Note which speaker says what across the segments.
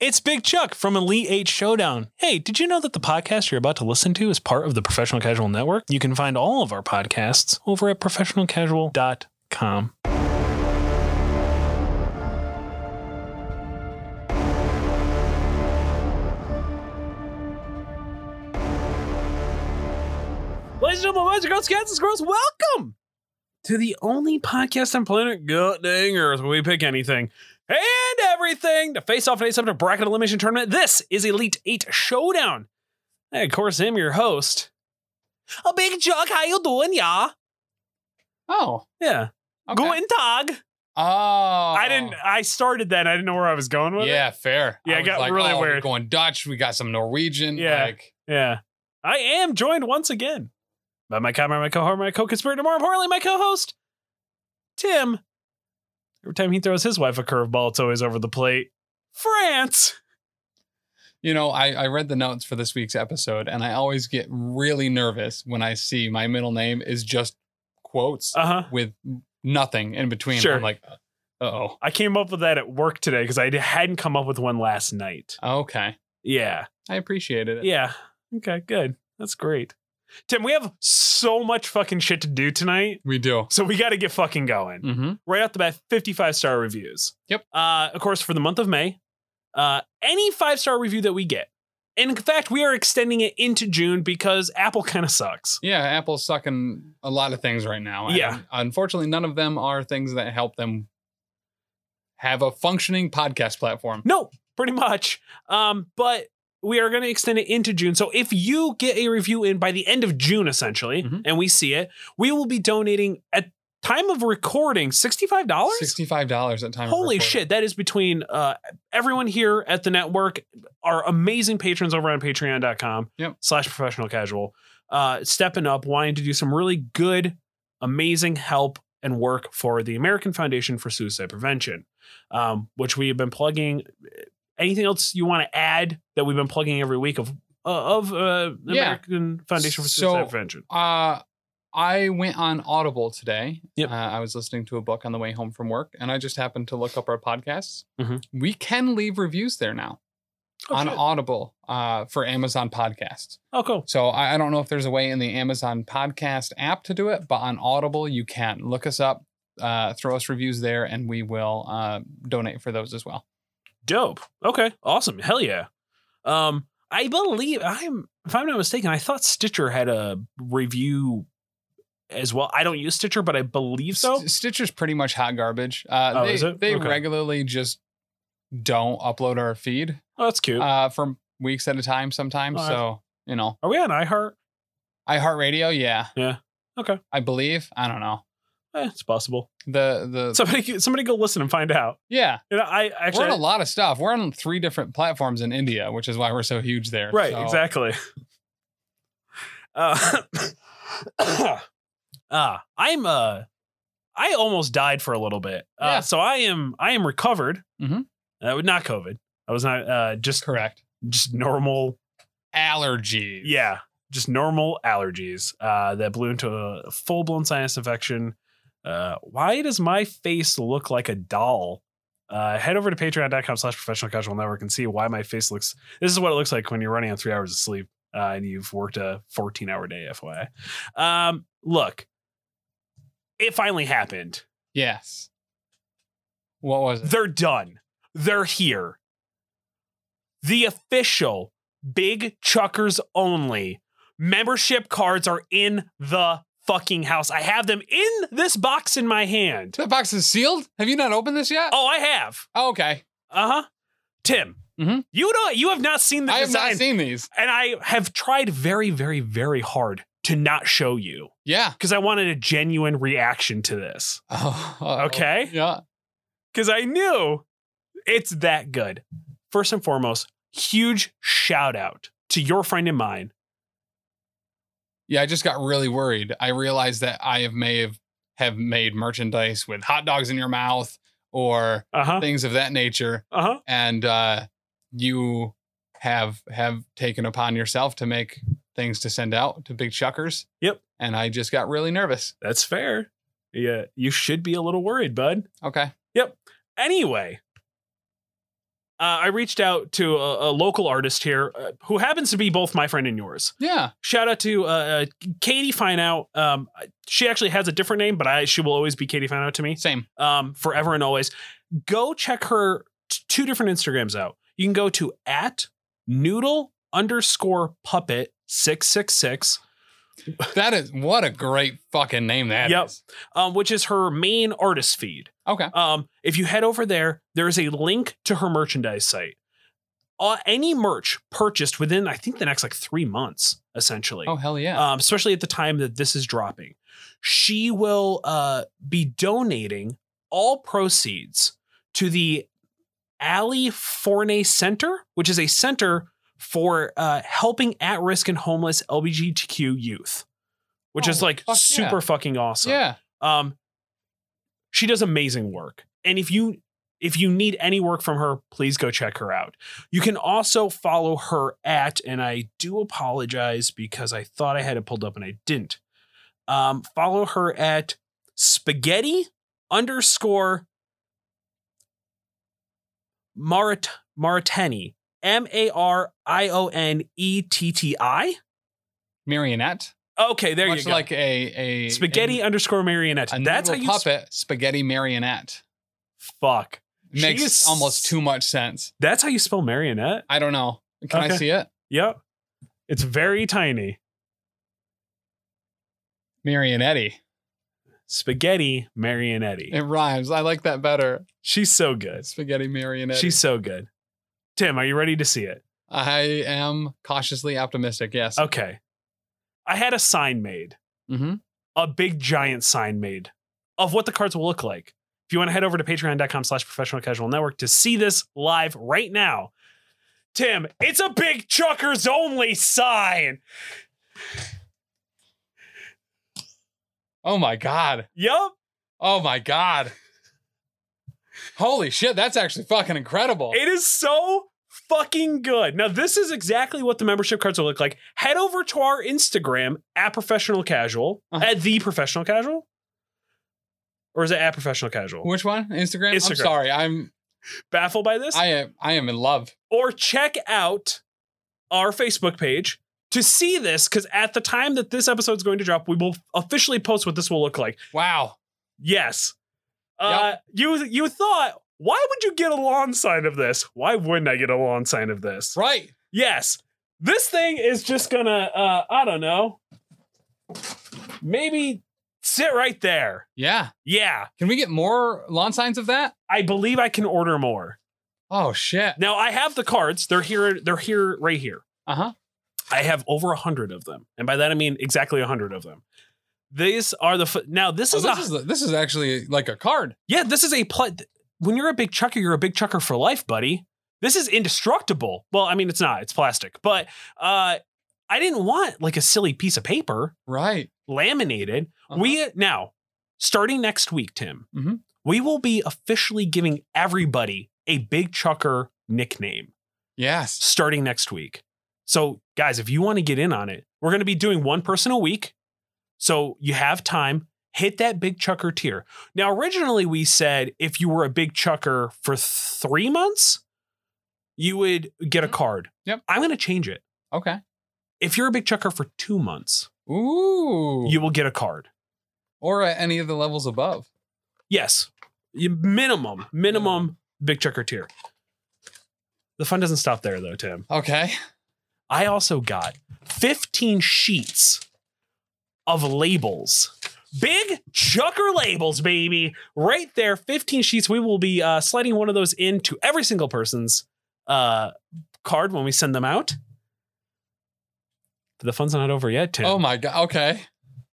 Speaker 1: It's Big Chuck from Elite Eight Showdown. Hey, did you know that the podcast you're about to listen to is part of the Professional Casual Network? You can find all of our podcasts over at professionalcasual.com. Ladies and gentlemen, boys and girls, cats and squirrels, welcome to the only podcast on planet God dang Earth where we pick anything and everything to face off in a subject bracket elimination tournament. This is Elite Eight Showdown. I, of course, am your host. A big jug, how you doing, ya?
Speaker 2: Oh.
Speaker 1: Yeah.
Speaker 2: Okay.
Speaker 1: Guten Tag.
Speaker 2: Oh.
Speaker 1: I didn't. I started that. and I didn't know where I was going with
Speaker 2: Yeah, fair.
Speaker 1: Yeah, it
Speaker 2: was
Speaker 1: got
Speaker 2: like,
Speaker 1: really
Speaker 2: oh, We're
Speaker 1: weird.
Speaker 2: going Dutch. We got some Norwegian.
Speaker 1: Yeah.
Speaker 2: Like,
Speaker 1: it. Yeah. I am joined once again by my comrade, my cohort, my co-conspirator, more importantly, my co-host, Tim. Every time he throws his wife a curveball, it's always over the plate. France.
Speaker 2: you know, I, I read the notes for this week's episode, and I always get really nervous when I see my middle name is just quotes
Speaker 1: Uh huh.
Speaker 2: with nothing in between.
Speaker 1: Sure.
Speaker 2: I'm like, uh oh.
Speaker 1: I came up with that at work today because I hadn't come up with one last night.
Speaker 2: Okay.
Speaker 1: Yeah.
Speaker 2: I appreciated it.
Speaker 1: Yeah. Okay, good. That's great. Tim, we have so much fucking shit to do tonight.
Speaker 2: We do.
Speaker 1: So we got to get fucking going.
Speaker 2: Mm-hmm.
Speaker 1: Right off the bat, 55 star reviews.
Speaker 2: Yep.
Speaker 1: Uh, of course, for the month of May, uh, any five star review that we get. And in fact, we are extending it into June because Apple kind of sucks.
Speaker 2: Yeah, Apple's sucking a lot of things right now.
Speaker 1: Yeah.
Speaker 2: And unfortunately, none of them are things that help them have a functioning podcast platform.
Speaker 1: No, pretty much. Um, but we are going to extend it into June. So if you get a review in by the end of June, essentially,
Speaker 2: Mhm.
Speaker 1: and we see it, we will be donating at time of recording sixty five dollars.
Speaker 2: Sixty-five dollars at time. of
Speaker 1: Holy
Speaker 2: recording.
Speaker 1: shit! That is between uh, everyone here at the network, our amazing patrons over on Patreon.com
Speaker 2: Yep.
Speaker 1: slash Professional Casual, uh, stepping up, wanting to do some really good, amazing help and work for the American Foundation for Suicide Prevention, um, which we have been plugging. Anything else you want to add that we've been plugging every week of of uh, the
Speaker 2: Yeah.
Speaker 1: American Foundation for
Speaker 2: So-
Speaker 1: Suicide Prevention?
Speaker 2: Uh, I went on Audible today.
Speaker 1: Yep.
Speaker 2: Uh, I was listening to a book on the way home from work, and I just happened to look up our podcasts.
Speaker 1: Mhm.
Speaker 2: We can leave reviews there now
Speaker 1: Oh,
Speaker 2: on
Speaker 1: shit.
Speaker 2: Audible uh, for Amazon Podcasts.
Speaker 1: oh cool.
Speaker 2: So I, I don't know if there's a way in the Amazon Podcast app to do it, but on Audible you can look us up, uh, throw us reviews there, and we will uh, donate for those as well.
Speaker 1: Dope. Okay. Awesome. Hell yeah. Um, I believe I'm if I'm not mistaken, I thought Stitcher had a review as well. I don't use Stitcher, but I believe so.
Speaker 2: S- Stitcher's pretty much hot garbage. Uh,
Speaker 1: Oh,
Speaker 2: they
Speaker 1: is it?
Speaker 2: they
Speaker 1: Okay.
Speaker 2: regularly just don't upload our feed.
Speaker 1: Oh, that's cute.
Speaker 2: uh, for weeks at a time sometimes.
Speaker 1: All right.
Speaker 2: So, you know,
Speaker 1: Are we on iHeart?
Speaker 2: iHeartRadio, yeah.
Speaker 1: Yeah. Okay.
Speaker 2: I believe. I don't know.
Speaker 1: Eh, it's possible.
Speaker 2: The the
Speaker 1: Somebody somebody go listen and find out.
Speaker 2: yeah,
Speaker 1: You know, I
Speaker 2: we're
Speaker 1: actually
Speaker 2: on a lot of stuff. We're on three different platforms in India, which is why we're so huge there.
Speaker 1: Right,
Speaker 2: So,
Speaker 1: exactly. Uh, uh, I'm uh I almost died for a little bit. Uh,
Speaker 2: Yeah.
Speaker 1: so I am I am recovered.
Speaker 2: Mhm.
Speaker 1: Uh, not COVID. I was not uh just
Speaker 2: Correct.
Speaker 1: just normal
Speaker 2: Allergies.
Speaker 1: yeah just normal allergies uh that blew into a full-blown sinus infection uh why does my face look like a doll uh head over to patreon.com slash professional casual network and see why my face looks this is what it looks like when you're running on three hours of sleep uh, and you've worked a 14 hour day fyi um look it finally happened
Speaker 2: Yes. What was it?
Speaker 1: they're done. They're here. The official Big Chuckers only membership cards are in the fucking house. I have them in this box in my hand.
Speaker 2: The box is sealed. Have you not opened this yet?
Speaker 1: Oh, I have.
Speaker 2: Oh, okay.
Speaker 1: Uh huh. Tim,
Speaker 2: Mhm.
Speaker 1: you know you have not seen the
Speaker 2: I have
Speaker 1: design,
Speaker 2: not seen these.
Speaker 1: and I have tried very, very, very hard to not show you
Speaker 2: Yeah.
Speaker 1: because I wanted a genuine reaction to this.
Speaker 2: Oh,
Speaker 1: Okay.
Speaker 2: Yeah.
Speaker 1: because I knew it's that good. First and foremost, huge shout out to your friend and mine.
Speaker 2: Yeah, I just got really worried. I realized that I have may have have made merchandise with hot dogs in your mouth or
Speaker 1: Uh huh.
Speaker 2: things of that nature,
Speaker 1: Uh huh.
Speaker 2: and uh, you have have taken upon yourself to make things to send out to big chuckers.
Speaker 1: Yep.
Speaker 2: And I just got really nervous.
Speaker 1: That's fair. Yeah, you should be a little worried, bud.
Speaker 2: Okay.
Speaker 1: Anyway, uh, I reached out to a, a local artist here uh, who happens to be both my friend and yours.
Speaker 2: Yeah.
Speaker 1: Shout out to uh, uh, Katie Fineout. Um, she actually has a different name, but I she will always be Katie Fineout to me
Speaker 2: Same.
Speaker 1: um, forever and always. Go check her t- two different Instagrams out. You can go to at noodle underscore puppet six six six,
Speaker 2: That is what a great fucking name that is.
Speaker 1: Yep. um, which is her main artist feed.
Speaker 2: Okay.
Speaker 1: Um, if you head over there, there is a link to her merchandise site. Uh, any merch purchased within, I think, the next like three months, essentially.
Speaker 2: Oh hell yeah.
Speaker 1: um, especially at the time that this is dropping. She will uh, be donating all proceeds to the Ali Forney Center, which is a center for uh, helping at risk and homeless LGBTQ youth, which is
Speaker 2: Oh,
Speaker 1: like
Speaker 2: fuck yeah.
Speaker 1: super fucking awesome.
Speaker 2: yeah.
Speaker 1: Um, she does amazing work, and if you if you need any work from her, please go check her out. You can also follow her at, and I do apologize because I thought I had it pulled up and I didn't. Um, follow her at spaghetti underscore Marit Maritani M A R I O N E T T I.
Speaker 2: Marionette.
Speaker 1: Okay, there
Speaker 2: Much
Speaker 1: you go.
Speaker 2: like a a
Speaker 1: spaghetti
Speaker 2: A,
Speaker 1: underscore marionette.
Speaker 2: a
Speaker 1: That's how
Speaker 2: noodle
Speaker 1: you sp-
Speaker 2: puppet spaghetti marionette
Speaker 1: fuck. She
Speaker 2: makes
Speaker 1: is-
Speaker 2: almost too much sense.
Speaker 1: That's how you spell marionette.
Speaker 2: I don't know. Can I
Speaker 1: Okay.
Speaker 2: see it?
Speaker 1: Yep. It's very tiny.
Speaker 2: Marionette.
Speaker 1: Spaghetti marionette.
Speaker 2: It rhymes. I like that better.
Speaker 1: She's so good.
Speaker 2: Spaghetti marionette.
Speaker 1: She's so good. Tim, are you ready to see it?
Speaker 2: I am cautiously optimistic. Yes.
Speaker 1: Okay. I had a sign made,
Speaker 2: Mm-hmm.
Speaker 1: a big giant sign made of what the cards will look like. If you want to head over to patreon.com slash professional casual network to see this live right now, Tim, it's a big truckers only sign.
Speaker 2: Oh my god.
Speaker 1: Yup.
Speaker 2: Oh my god. Holy shit, that's actually fucking incredible.
Speaker 1: It is so fucking good. Now, this is exactly what the membership cards will look like. Head over to our Instagram at professional casual,
Speaker 2: Uh-huh.
Speaker 1: at the professional casual. Or is it at professional casual?
Speaker 2: Which one? Instagram? I'm
Speaker 1: Instagram.
Speaker 2: sorry. I'm
Speaker 1: Baffled by this?
Speaker 2: I am I am in love.
Speaker 1: or check out our Facebook page to see this because at the time that this episode is going to drop, we will officially post what this will look like.
Speaker 2: Wow.
Speaker 1: Yes. Uh, You you thought, why would you get a lawn sign of this? Why wouldn't I get a lawn sign of this?
Speaker 2: Right.
Speaker 1: Yes. This thing is just gonna uh I don't know. Maybe sit right there.
Speaker 2: Yeah.
Speaker 1: Yeah.
Speaker 2: Can we get more lawn signs of that?
Speaker 1: I believe I can order more.
Speaker 2: Oh shit.
Speaker 1: Now I have the cards. They're here, they're here right here.
Speaker 2: Uh-huh.
Speaker 1: I have over a hundred of them. And by that I mean exactly a hundred of them. These are the f- now this
Speaker 2: Oh,
Speaker 1: is,
Speaker 2: this
Speaker 1: a,
Speaker 2: is this is actually like a card.
Speaker 1: yeah, this is a pl- when you're a big chucker, you're a big chucker for life, buddy. This is indestructible. Well, I mean it's not, it's plastic, but uh I didn't want like a silly piece of paper.
Speaker 2: Right.
Speaker 1: laminated.
Speaker 2: Uh-huh.
Speaker 1: We now, starting next week, Tim,
Speaker 2: Mhm.
Speaker 1: we will be officially giving everybody a big chucker nickname
Speaker 2: Yes.
Speaker 1: starting next week. So, guys, if you want to get in on it, we're going to be doing one person a week. So you have time. Hit that big chucker tier. Now, originally we said if you were a big chucker for three months, you would get a
Speaker 2: Mhm.
Speaker 1: card.
Speaker 2: Yep.
Speaker 1: I'm going to change it.
Speaker 2: Okay.
Speaker 1: If you're a big chucker for two months,
Speaker 2: Ooh.
Speaker 1: you will get a card.
Speaker 2: or at any of the levels above.
Speaker 1: Yes. You- Minimum, minimum big checker tier. The fun doesn't stop there though, Tim.
Speaker 2: Okay.
Speaker 1: I also got 15 sheets of labels. Big chucker labels, baby. Right there, 15 sheets. We will be uh, sliding one of those into every single person's uh, card when we send them out. But the fun's not over yet, Tim.
Speaker 2: Oh my god. Okay.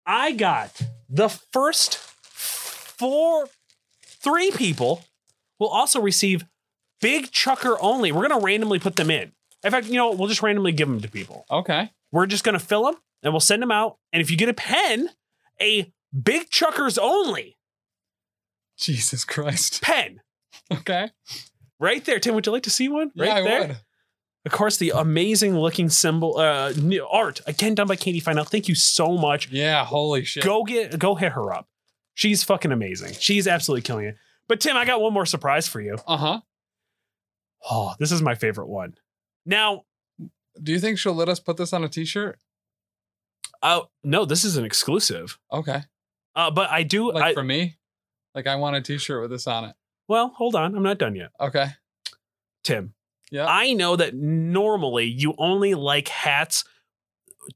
Speaker 1: I got the first four, three people will also receive big chucker only. We're going to randomly put them in. In fact, you know, what? we'll just randomly give them to people.
Speaker 2: Okay.
Speaker 1: We're just going to fill them and we'll send them out. And if you get a pen, a big chuckers only
Speaker 2: Jesus Christ.
Speaker 1: pen
Speaker 2: Okay.
Speaker 1: right there. Tim, would you like to see one? Right
Speaker 2: yeah, I
Speaker 1: there.
Speaker 2: would.
Speaker 1: Of course, the amazing looking symbol, uh, new art again done by Katie Final. Thank you so much.
Speaker 2: Yeah, holy shit.
Speaker 1: Go get go hit her up. She's
Speaker 2: Uh-huh.
Speaker 1: fucking amazing. She's absolutely killing it. But Tim, I got one more surprise for you.
Speaker 2: Uh huh.
Speaker 1: Oh, this is my favorite one. Now,
Speaker 2: Do you think she'll let us put this on a T-shirt?
Speaker 1: oh no, this is an exclusive.
Speaker 2: Okay,
Speaker 1: Uh, but I do.
Speaker 2: like
Speaker 1: I,
Speaker 2: for me, like I want a T-shirt with this on it.
Speaker 1: well, hold on, I'm not done yet,
Speaker 2: Okay,
Speaker 1: Tim.
Speaker 2: yeah,
Speaker 1: I know that normally you only like hats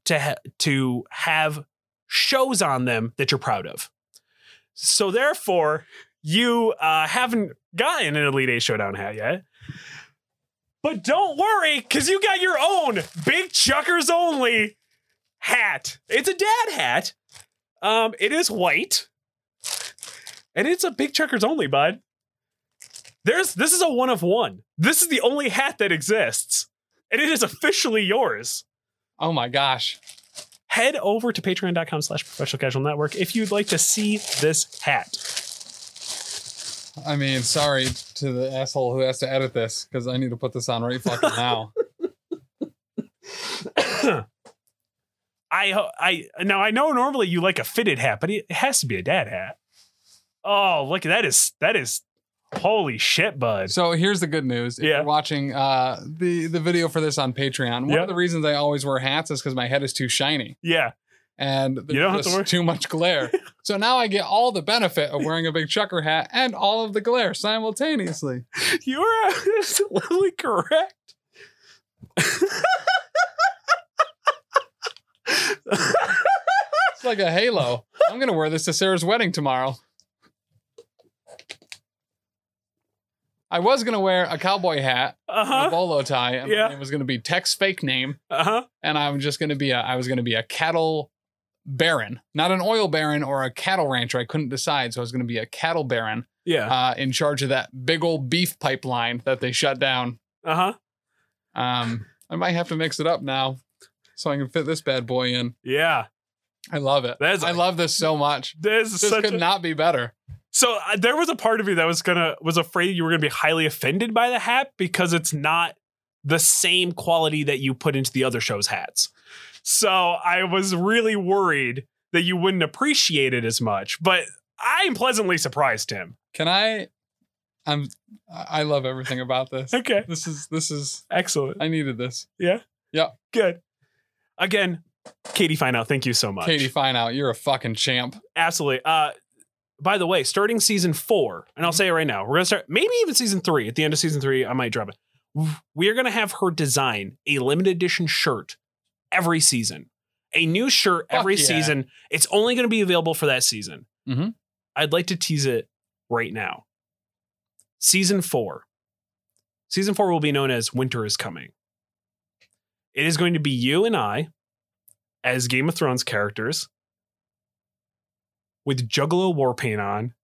Speaker 1: to ha- to have shows on them that you're proud of. So therefore, you uh, haven't gotten an Elite Eight Showdown hat yet. But don't worry, because you got your own Big Chuckers Only hat. It's a dad hat. Um, it is white, and it's a Big Chuckers Only, bud. There's this is a one of one. This is the only hat that exists. And it is officially yours.
Speaker 2: oh my gosh,
Speaker 1: Head over to patreon.com slash professional casual network if you'd like to see this hat.
Speaker 2: I mean, sorry to the asshole who has to edit this because I need to put this on right fucking now.
Speaker 1: I ho- I now I know normally you like a fitted hat, but it has to be a dad hat. Oh, look that is that is holy shit, bud.
Speaker 2: So here's the good news. If
Speaker 1: Yeah.
Speaker 2: you're watching uh, the the video for this on Patreon, one
Speaker 1: Yeah.
Speaker 2: of the reasons I always wear hats is because my head is too shiny
Speaker 1: Yeah.
Speaker 2: and there's
Speaker 1: don't have to
Speaker 2: just
Speaker 1: worry.
Speaker 2: too much glare. so now I get all the benefit of wearing a big chucker hat and all of the glare simultaneously.
Speaker 1: You are absolutely correct.
Speaker 2: It's like a halo. I'm gonna wear this to Sarah's wedding tomorrow. I was gonna wear a cowboy hat, and a
Speaker 1: Uh-huh.
Speaker 2: bolo tie, and
Speaker 1: Yeah.
Speaker 2: it was gonna be Tech's fake name.
Speaker 1: Uh-huh.
Speaker 2: and I'm just gonna be a I was gonna be a cattle baron, not an oil baron or a cattle rancher. I couldn't decide, so I was gonna be a cattle baron
Speaker 1: Yeah.
Speaker 2: uh, in charge of that big old beef pipeline that they shut down.
Speaker 1: Uh-huh.
Speaker 2: Um, I might have to mix it up now, so I can fit this bad boy in.
Speaker 1: Yeah.
Speaker 2: I love it.
Speaker 1: That is-
Speaker 2: I love this so much.
Speaker 1: This is
Speaker 2: This
Speaker 1: such
Speaker 2: could
Speaker 1: a
Speaker 2: not be better.
Speaker 1: So uh, there was a part of you that was gonna was afraid you were gonna be highly offended by the hat because it's not the same quality that you put into the other show's hats. So I was really worried that you wouldn't appreciate it as much, but I'm pleasantly surprised, Tim.
Speaker 2: Can I? I'm. I I love everything about this.
Speaker 1: Okay,
Speaker 2: This is. This is.
Speaker 1: excellent,
Speaker 2: I needed this.
Speaker 1: good. Again, Katie Fineout, thank you so much.
Speaker 2: Katie Fine out. You're a fucking champ.
Speaker 1: absolutely. Uh, by the way, starting season four, and
Speaker 2: Mm-hmm.
Speaker 1: I'll say it right now, we're gonna start maybe even season three. At the end of season three, I might drop it. We are gonna have her design a limited edition shirt every season, a new shirt
Speaker 2: Fuck
Speaker 1: every
Speaker 2: yeah.
Speaker 1: season. It's only gonna be available for that season.
Speaker 2: Mhm.
Speaker 1: I'd like to tease it right now. Season four. Season four will be known as Winter is Coming. It is going to be you and I as Game of Thrones characters with Juggalo war paint on.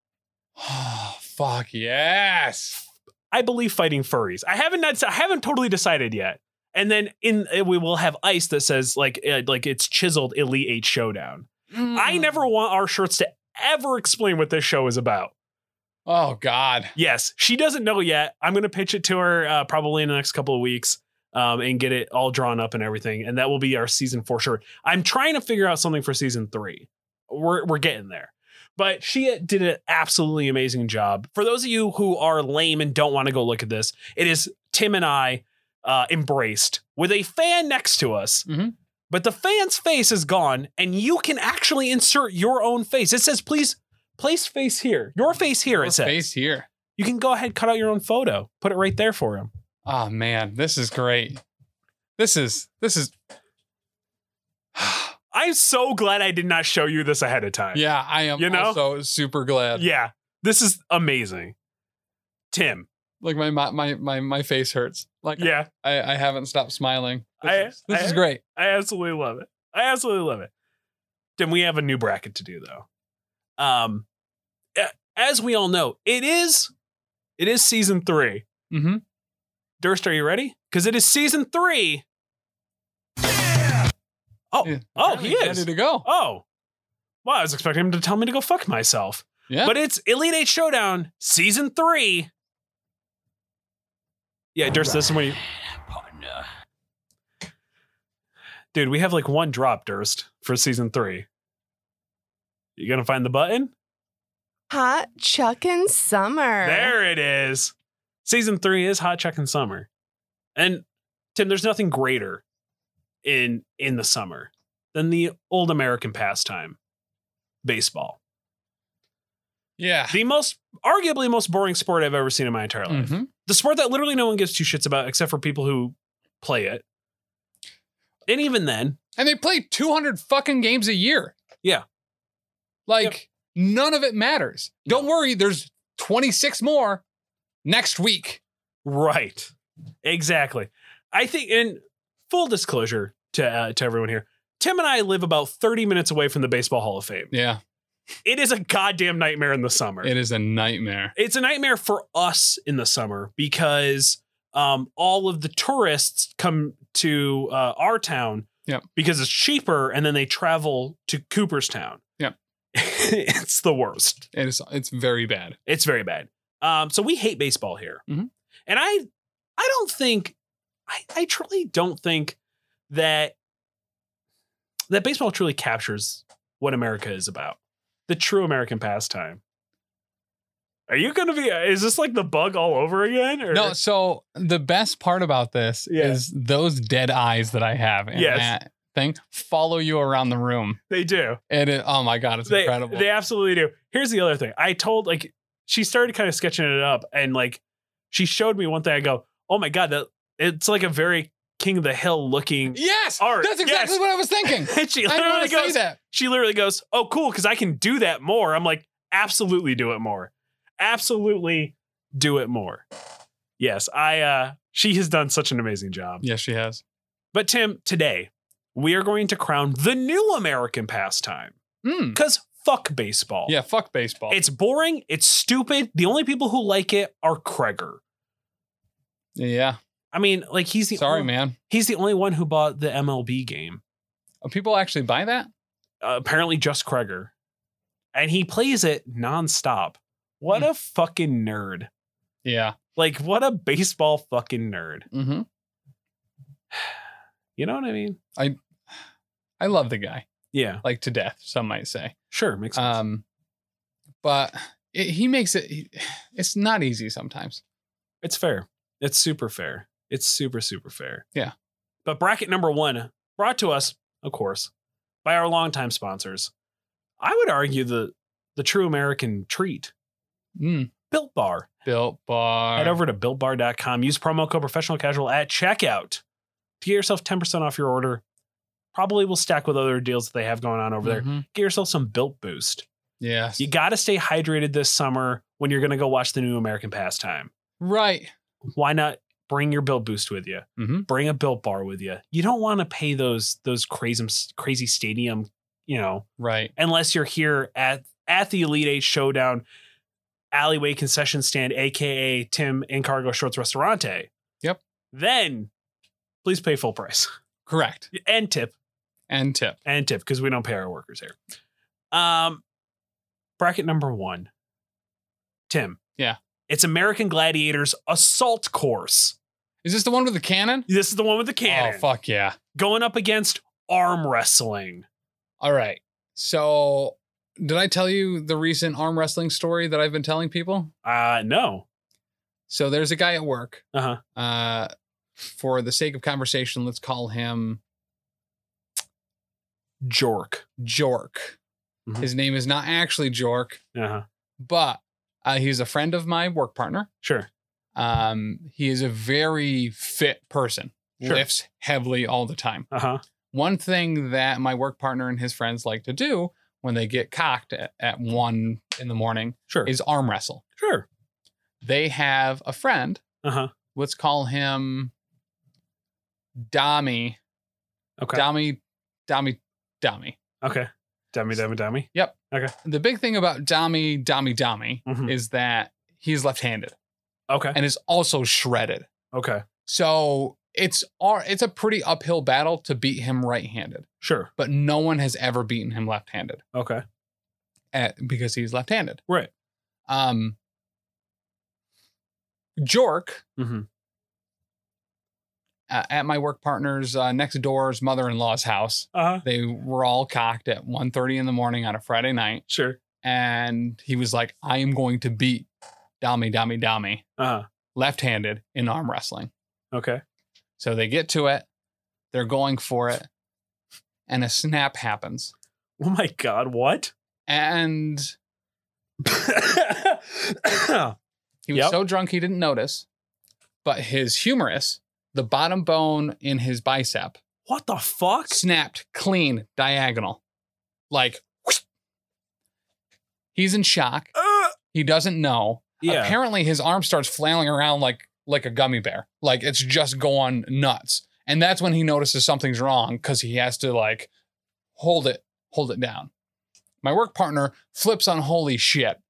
Speaker 2: Oh, fuck yes.
Speaker 1: I believe fighting furries. I haven't not, I haven't totally decided yet. And then in uh, we will have ice that says like uh, like it's chiseled Elite Eight Showdown. I
Speaker 2: Mm.
Speaker 1: never want our shirts to ever explain what this show is about.
Speaker 2: Oh God.
Speaker 1: Yes, she doesn't know yet. I'm going to pitch it to her uh, probably in the next couple of weeks um, and get it all drawn up and everything. And that will be our season four shirt. I'm trying to figure out something for season three. We're, we're getting there. But she did an absolutely amazing job. For those of you who are lame and don't want to go look at this, it is Tim and I uh, embraced with a fan next to us.
Speaker 2: Mhm.
Speaker 1: But the fan's face is gone, and you can actually insert your own face. It says, please place face here, your face here.
Speaker 2: Your
Speaker 1: It says
Speaker 2: face here.
Speaker 1: you can go ahead cut out your own photo put it right there for him
Speaker 2: Oh man, this is great. This is this is.
Speaker 1: i'm so glad i did not show you this ahead of time
Speaker 2: yeah, I am
Speaker 1: You know?
Speaker 2: also super glad.
Speaker 1: yeah this is amazing tim
Speaker 2: Like my my my my, my face hurts. Like
Speaker 1: yeah
Speaker 2: I, I haven't stopped smiling. This,
Speaker 1: I-
Speaker 2: is, this
Speaker 1: I-
Speaker 2: is great.
Speaker 1: i absolutely love it i absolutely love it then we have a new bracket to do though um a- as we all know it is it is season three
Speaker 2: Mm-hmm.
Speaker 1: durst are you ready because it is season three oh
Speaker 2: Yeah.
Speaker 1: oh he
Speaker 2: ready
Speaker 1: is
Speaker 2: to go.
Speaker 1: oh wow i was expecting him to tell me to go fuck myself
Speaker 2: Yeah.
Speaker 1: But it's Elite Eight Showdown Season Three. Yeah, Durst, this is when you. Dude, we have like one drop, Durst, for season three. You gonna find the button?
Speaker 3: Hot Chuck and Summer.
Speaker 1: There it is. Season three is hot chicken summer, and Tim, there's nothing greater in in the summer than the old American pastime, baseball.
Speaker 2: Yeah.
Speaker 1: The most, arguably, most boring sport I've ever seen in my entire life.
Speaker 2: Mhm.
Speaker 1: The sport that literally no one gives two shits about except for people who play it. And even then,
Speaker 2: And they play 200 fucking games a year.
Speaker 1: Yeah.
Speaker 2: Like none of it matters. Don't worry, there's 26 more next week.
Speaker 1: Right. Exactly. I think in full disclosure to uh, to everyone here, Tim and I live about 30 minutes away from the Baseball Hall of Fame.
Speaker 2: Yeah.
Speaker 1: It is a goddamn nightmare in the summer.
Speaker 2: It is a nightmare.
Speaker 1: It's a nightmare for us in the summer because um, all of the tourists come to uh, our town
Speaker 2: Yep.
Speaker 1: because it's cheaper and then they travel to Cooperstown.
Speaker 2: Yep.
Speaker 1: it's the worst.
Speaker 2: It is it's very bad.
Speaker 1: It's very bad. Um, so we hate baseball here,
Speaker 2: Mhm.
Speaker 1: and I, I don't think, I, I truly don't think that that baseball truly captures what America is about, the true American pastime. Are you going to be? Is this like the bug all over again? Or?
Speaker 2: No, so the best part about this
Speaker 1: Yeah.
Speaker 2: is those dead eyes that I have in
Speaker 1: Yes.
Speaker 2: that thing follow you around the room.
Speaker 1: they do.
Speaker 2: And it, oh my god, it's
Speaker 1: they,
Speaker 2: incredible.
Speaker 1: They absolutely do. Here's the other thing. I told like she started kind of sketching it up, and like she showed me one thing. I go, oh my god, that it's like a very King of the Hill looking.
Speaker 2: yes,
Speaker 1: Art,
Speaker 2: that's exactly
Speaker 1: yes.
Speaker 2: what I was thinking.
Speaker 1: And she
Speaker 2: I didn't
Speaker 1: literally
Speaker 2: want to say
Speaker 1: goes,
Speaker 2: that.
Speaker 1: she literally goes, oh cool, because I can do that more. I'm like, absolutely do it more, absolutely do it more. Yes, I. uh She has done such an amazing job.
Speaker 2: Yes, she has.
Speaker 1: But Tim, today we are going to crown the new American pastime
Speaker 2: Mm.
Speaker 1: because fuck baseball.
Speaker 2: Yeah, fuck baseball.
Speaker 1: It's boring. It's stupid. The only people who like it are Kreger.
Speaker 2: yeah.
Speaker 1: I mean, like he's the
Speaker 2: Sorry,
Speaker 1: only,
Speaker 2: man.
Speaker 1: He's the only one who bought the MLB game.
Speaker 2: Are people actually buy that?
Speaker 1: Uh, apparently, just Kreger, and he plays it nonstop. What
Speaker 2: Hmm.
Speaker 1: a fucking nerd!
Speaker 2: Yeah.
Speaker 1: Like, what a baseball fucking nerd.
Speaker 2: Mm-hmm.
Speaker 1: You know what I mean?
Speaker 2: I love the guy,
Speaker 1: Yeah,
Speaker 2: like to death. Some might say.
Speaker 1: sure, makes sense.
Speaker 2: Um, but it, he makes it. he- it's not easy sometimes.
Speaker 1: it's fair. It's super fair. It's super super fair.
Speaker 2: Yeah.
Speaker 1: But bracket number one brought to us, of course, by our longtime sponsors. I would argue the the true American treat.
Speaker 2: Mm.
Speaker 1: Built Bar.
Speaker 2: Built bar.
Speaker 1: Head over to builtbar.com. Use promo code professional casual at checkout to get yourself 10% off your order. Probably will stack with other deals that they have going on over there.
Speaker 2: Mhm.
Speaker 1: Get yourself some Built Boost.
Speaker 2: Yes.
Speaker 1: You got to stay hydrated this summer when you're going to go watch the new American Pastime.
Speaker 2: right.
Speaker 1: Why not bring your Built Boost with you?
Speaker 2: Mhm.
Speaker 1: Bring a Built Bar with you. You don't want to pay those those crazy crazy stadium, you know,
Speaker 2: Right.
Speaker 1: unless you're here at at the Elite Eight Showdown alleyway concession stand, aka Tim and Cargo Shorts Restaurante.
Speaker 2: Yep.
Speaker 1: Then please pay full price
Speaker 2: Correct.
Speaker 1: and tip
Speaker 2: And tip.
Speaker 1: and tip because we don't pay our workers here. Um, bracket number one, Tim.
Speaker 2: Yeah.
Speaker 1: It's American Gladiators Assault Course.
Speaker 2: Is this the one with the cannon?
Speaker 1: This is the one with the cannon
Speaker 2: Oh fuck yeah.
Speaker 1: going up against arm wrestling.
Speaker 2: All right. So did I tell you the recent arm wrestling story that I've been telling people?
Speaker 1: Uh, no.
Speaker 2: So there's a guy at work.
Speaker 1: Uh huh.
Speaker 2: Uh, for the sake of conversation, let's call him
Speaker 1: Jork.
Speaker 2: Jork.
Speaker 1: Mhm.
Speaker 2: His name is not actually Jork,
Speaker 1: Uh huh.
Speaker 2: but uh, he's a friend of my work partner.
Speaker 1: Sure.
Speaker 2: Um, he is a very fit person,
Speaker 1: Sure.
Speaker 2: lifts heavily all the time.
Speaker 1: Uh huh.
Speaker 2: One thing that my work partner and his friends like to do when they get cocked at, at one in the morning
Speaker 1: Sure.
Speaker 2: is arm wrestle.
Speaker 1: sure.
Speaker 2: They have a friend,
Speaker 1: Uh huh.
Speaker 2: let's call him Dommy,
Speaker 1: Okay.
Speaker 2: Dommy, Dommy, Dommy.
Speaker 1: Okay. Dummy, dummy, dummy.
Speaker 2: The big thing about Dommy, Dommy, Dommy
Speaker 1: Mhm.
Speaker 2: is that he's left handed
Speaker 1: Okay.
Speaker 2: and is also shredded.
Speaker 1: Okay.
Speaker 2: So it's ar- it's a pretty uphill battle to beat him right-handed,
Speaker 1: Sure.
Speaker 2: but no one has ever beaten him left-handed
Speaker 1: Okay.
Speaker 2: at, because he's left-handed.
Speaker 1: Right.
Speaker 2: Um Jork
Speaker 1: Mm-hmm.
Speaker 2: uh, at my work partner's uh, next door's mother-in-law's house.
Speaker 1: Uh huh.
Speaker 2: They were all cocked at 1:30 in the morning on a Friday night
Speaker 1: Sure.
Speaker 2: and he was like I am going to beat Dami Dami Dami
Speaker 1: Uh huh.
Speaker 2: left-handed in arm wrestling.
Speaker 1: Okay.
Speaker 2: So they get to it, they're going for it, and a snap happens.
Speaker 1: Oh my God. What?
Speaker 2: And he was
Speaker 1: Yep.
Speaker 2: so drunk he didn't notice, but his humerus, the bottom bone in his bicep,
Speaker 1: what the fuck?
Speaker 2: snapped clean diagonal. Like whoosh. he's in shock.
Speaker 1: Uh,
Speaker 2: He doesn't know.
Speaker 1: yeah.
Speaker 2: Apparently his arm starts flailing around like like a gummy bear. Like it's just going nuts. And that's when he notices something's wrong cuz he has to like hold it hold it down. My work partner flips on holy shit.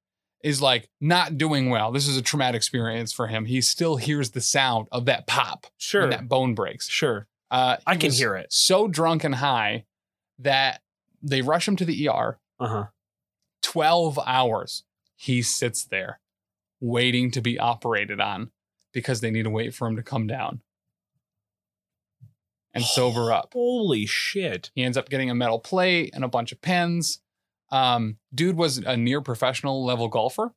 Speaker 2: Is like not doing well. This is a traumatic experience for him. He still hears the sound of that pop
Speaker 1: sure.
Speaker 2: when that bone breaks.
Speaker 1: Sure.
Speaker 2: Uh,
Speaker 1: I
Speaker 2: he
Speaker 1: can
Speaker 2: was
Speaker 1: hear it.
Speaker 2: So drunk and high that they rush him to the ER.
Speaker 1: Uh huh.
Speaker 2: 12 hours he sits there waiting to be operated on because they need to wait for him to come down and sober up.
Speaker 1: Holy shit.
Speaker 2: He ends up getting a metal plate and a bunch of pins. Um, dude was a near professional level golfer.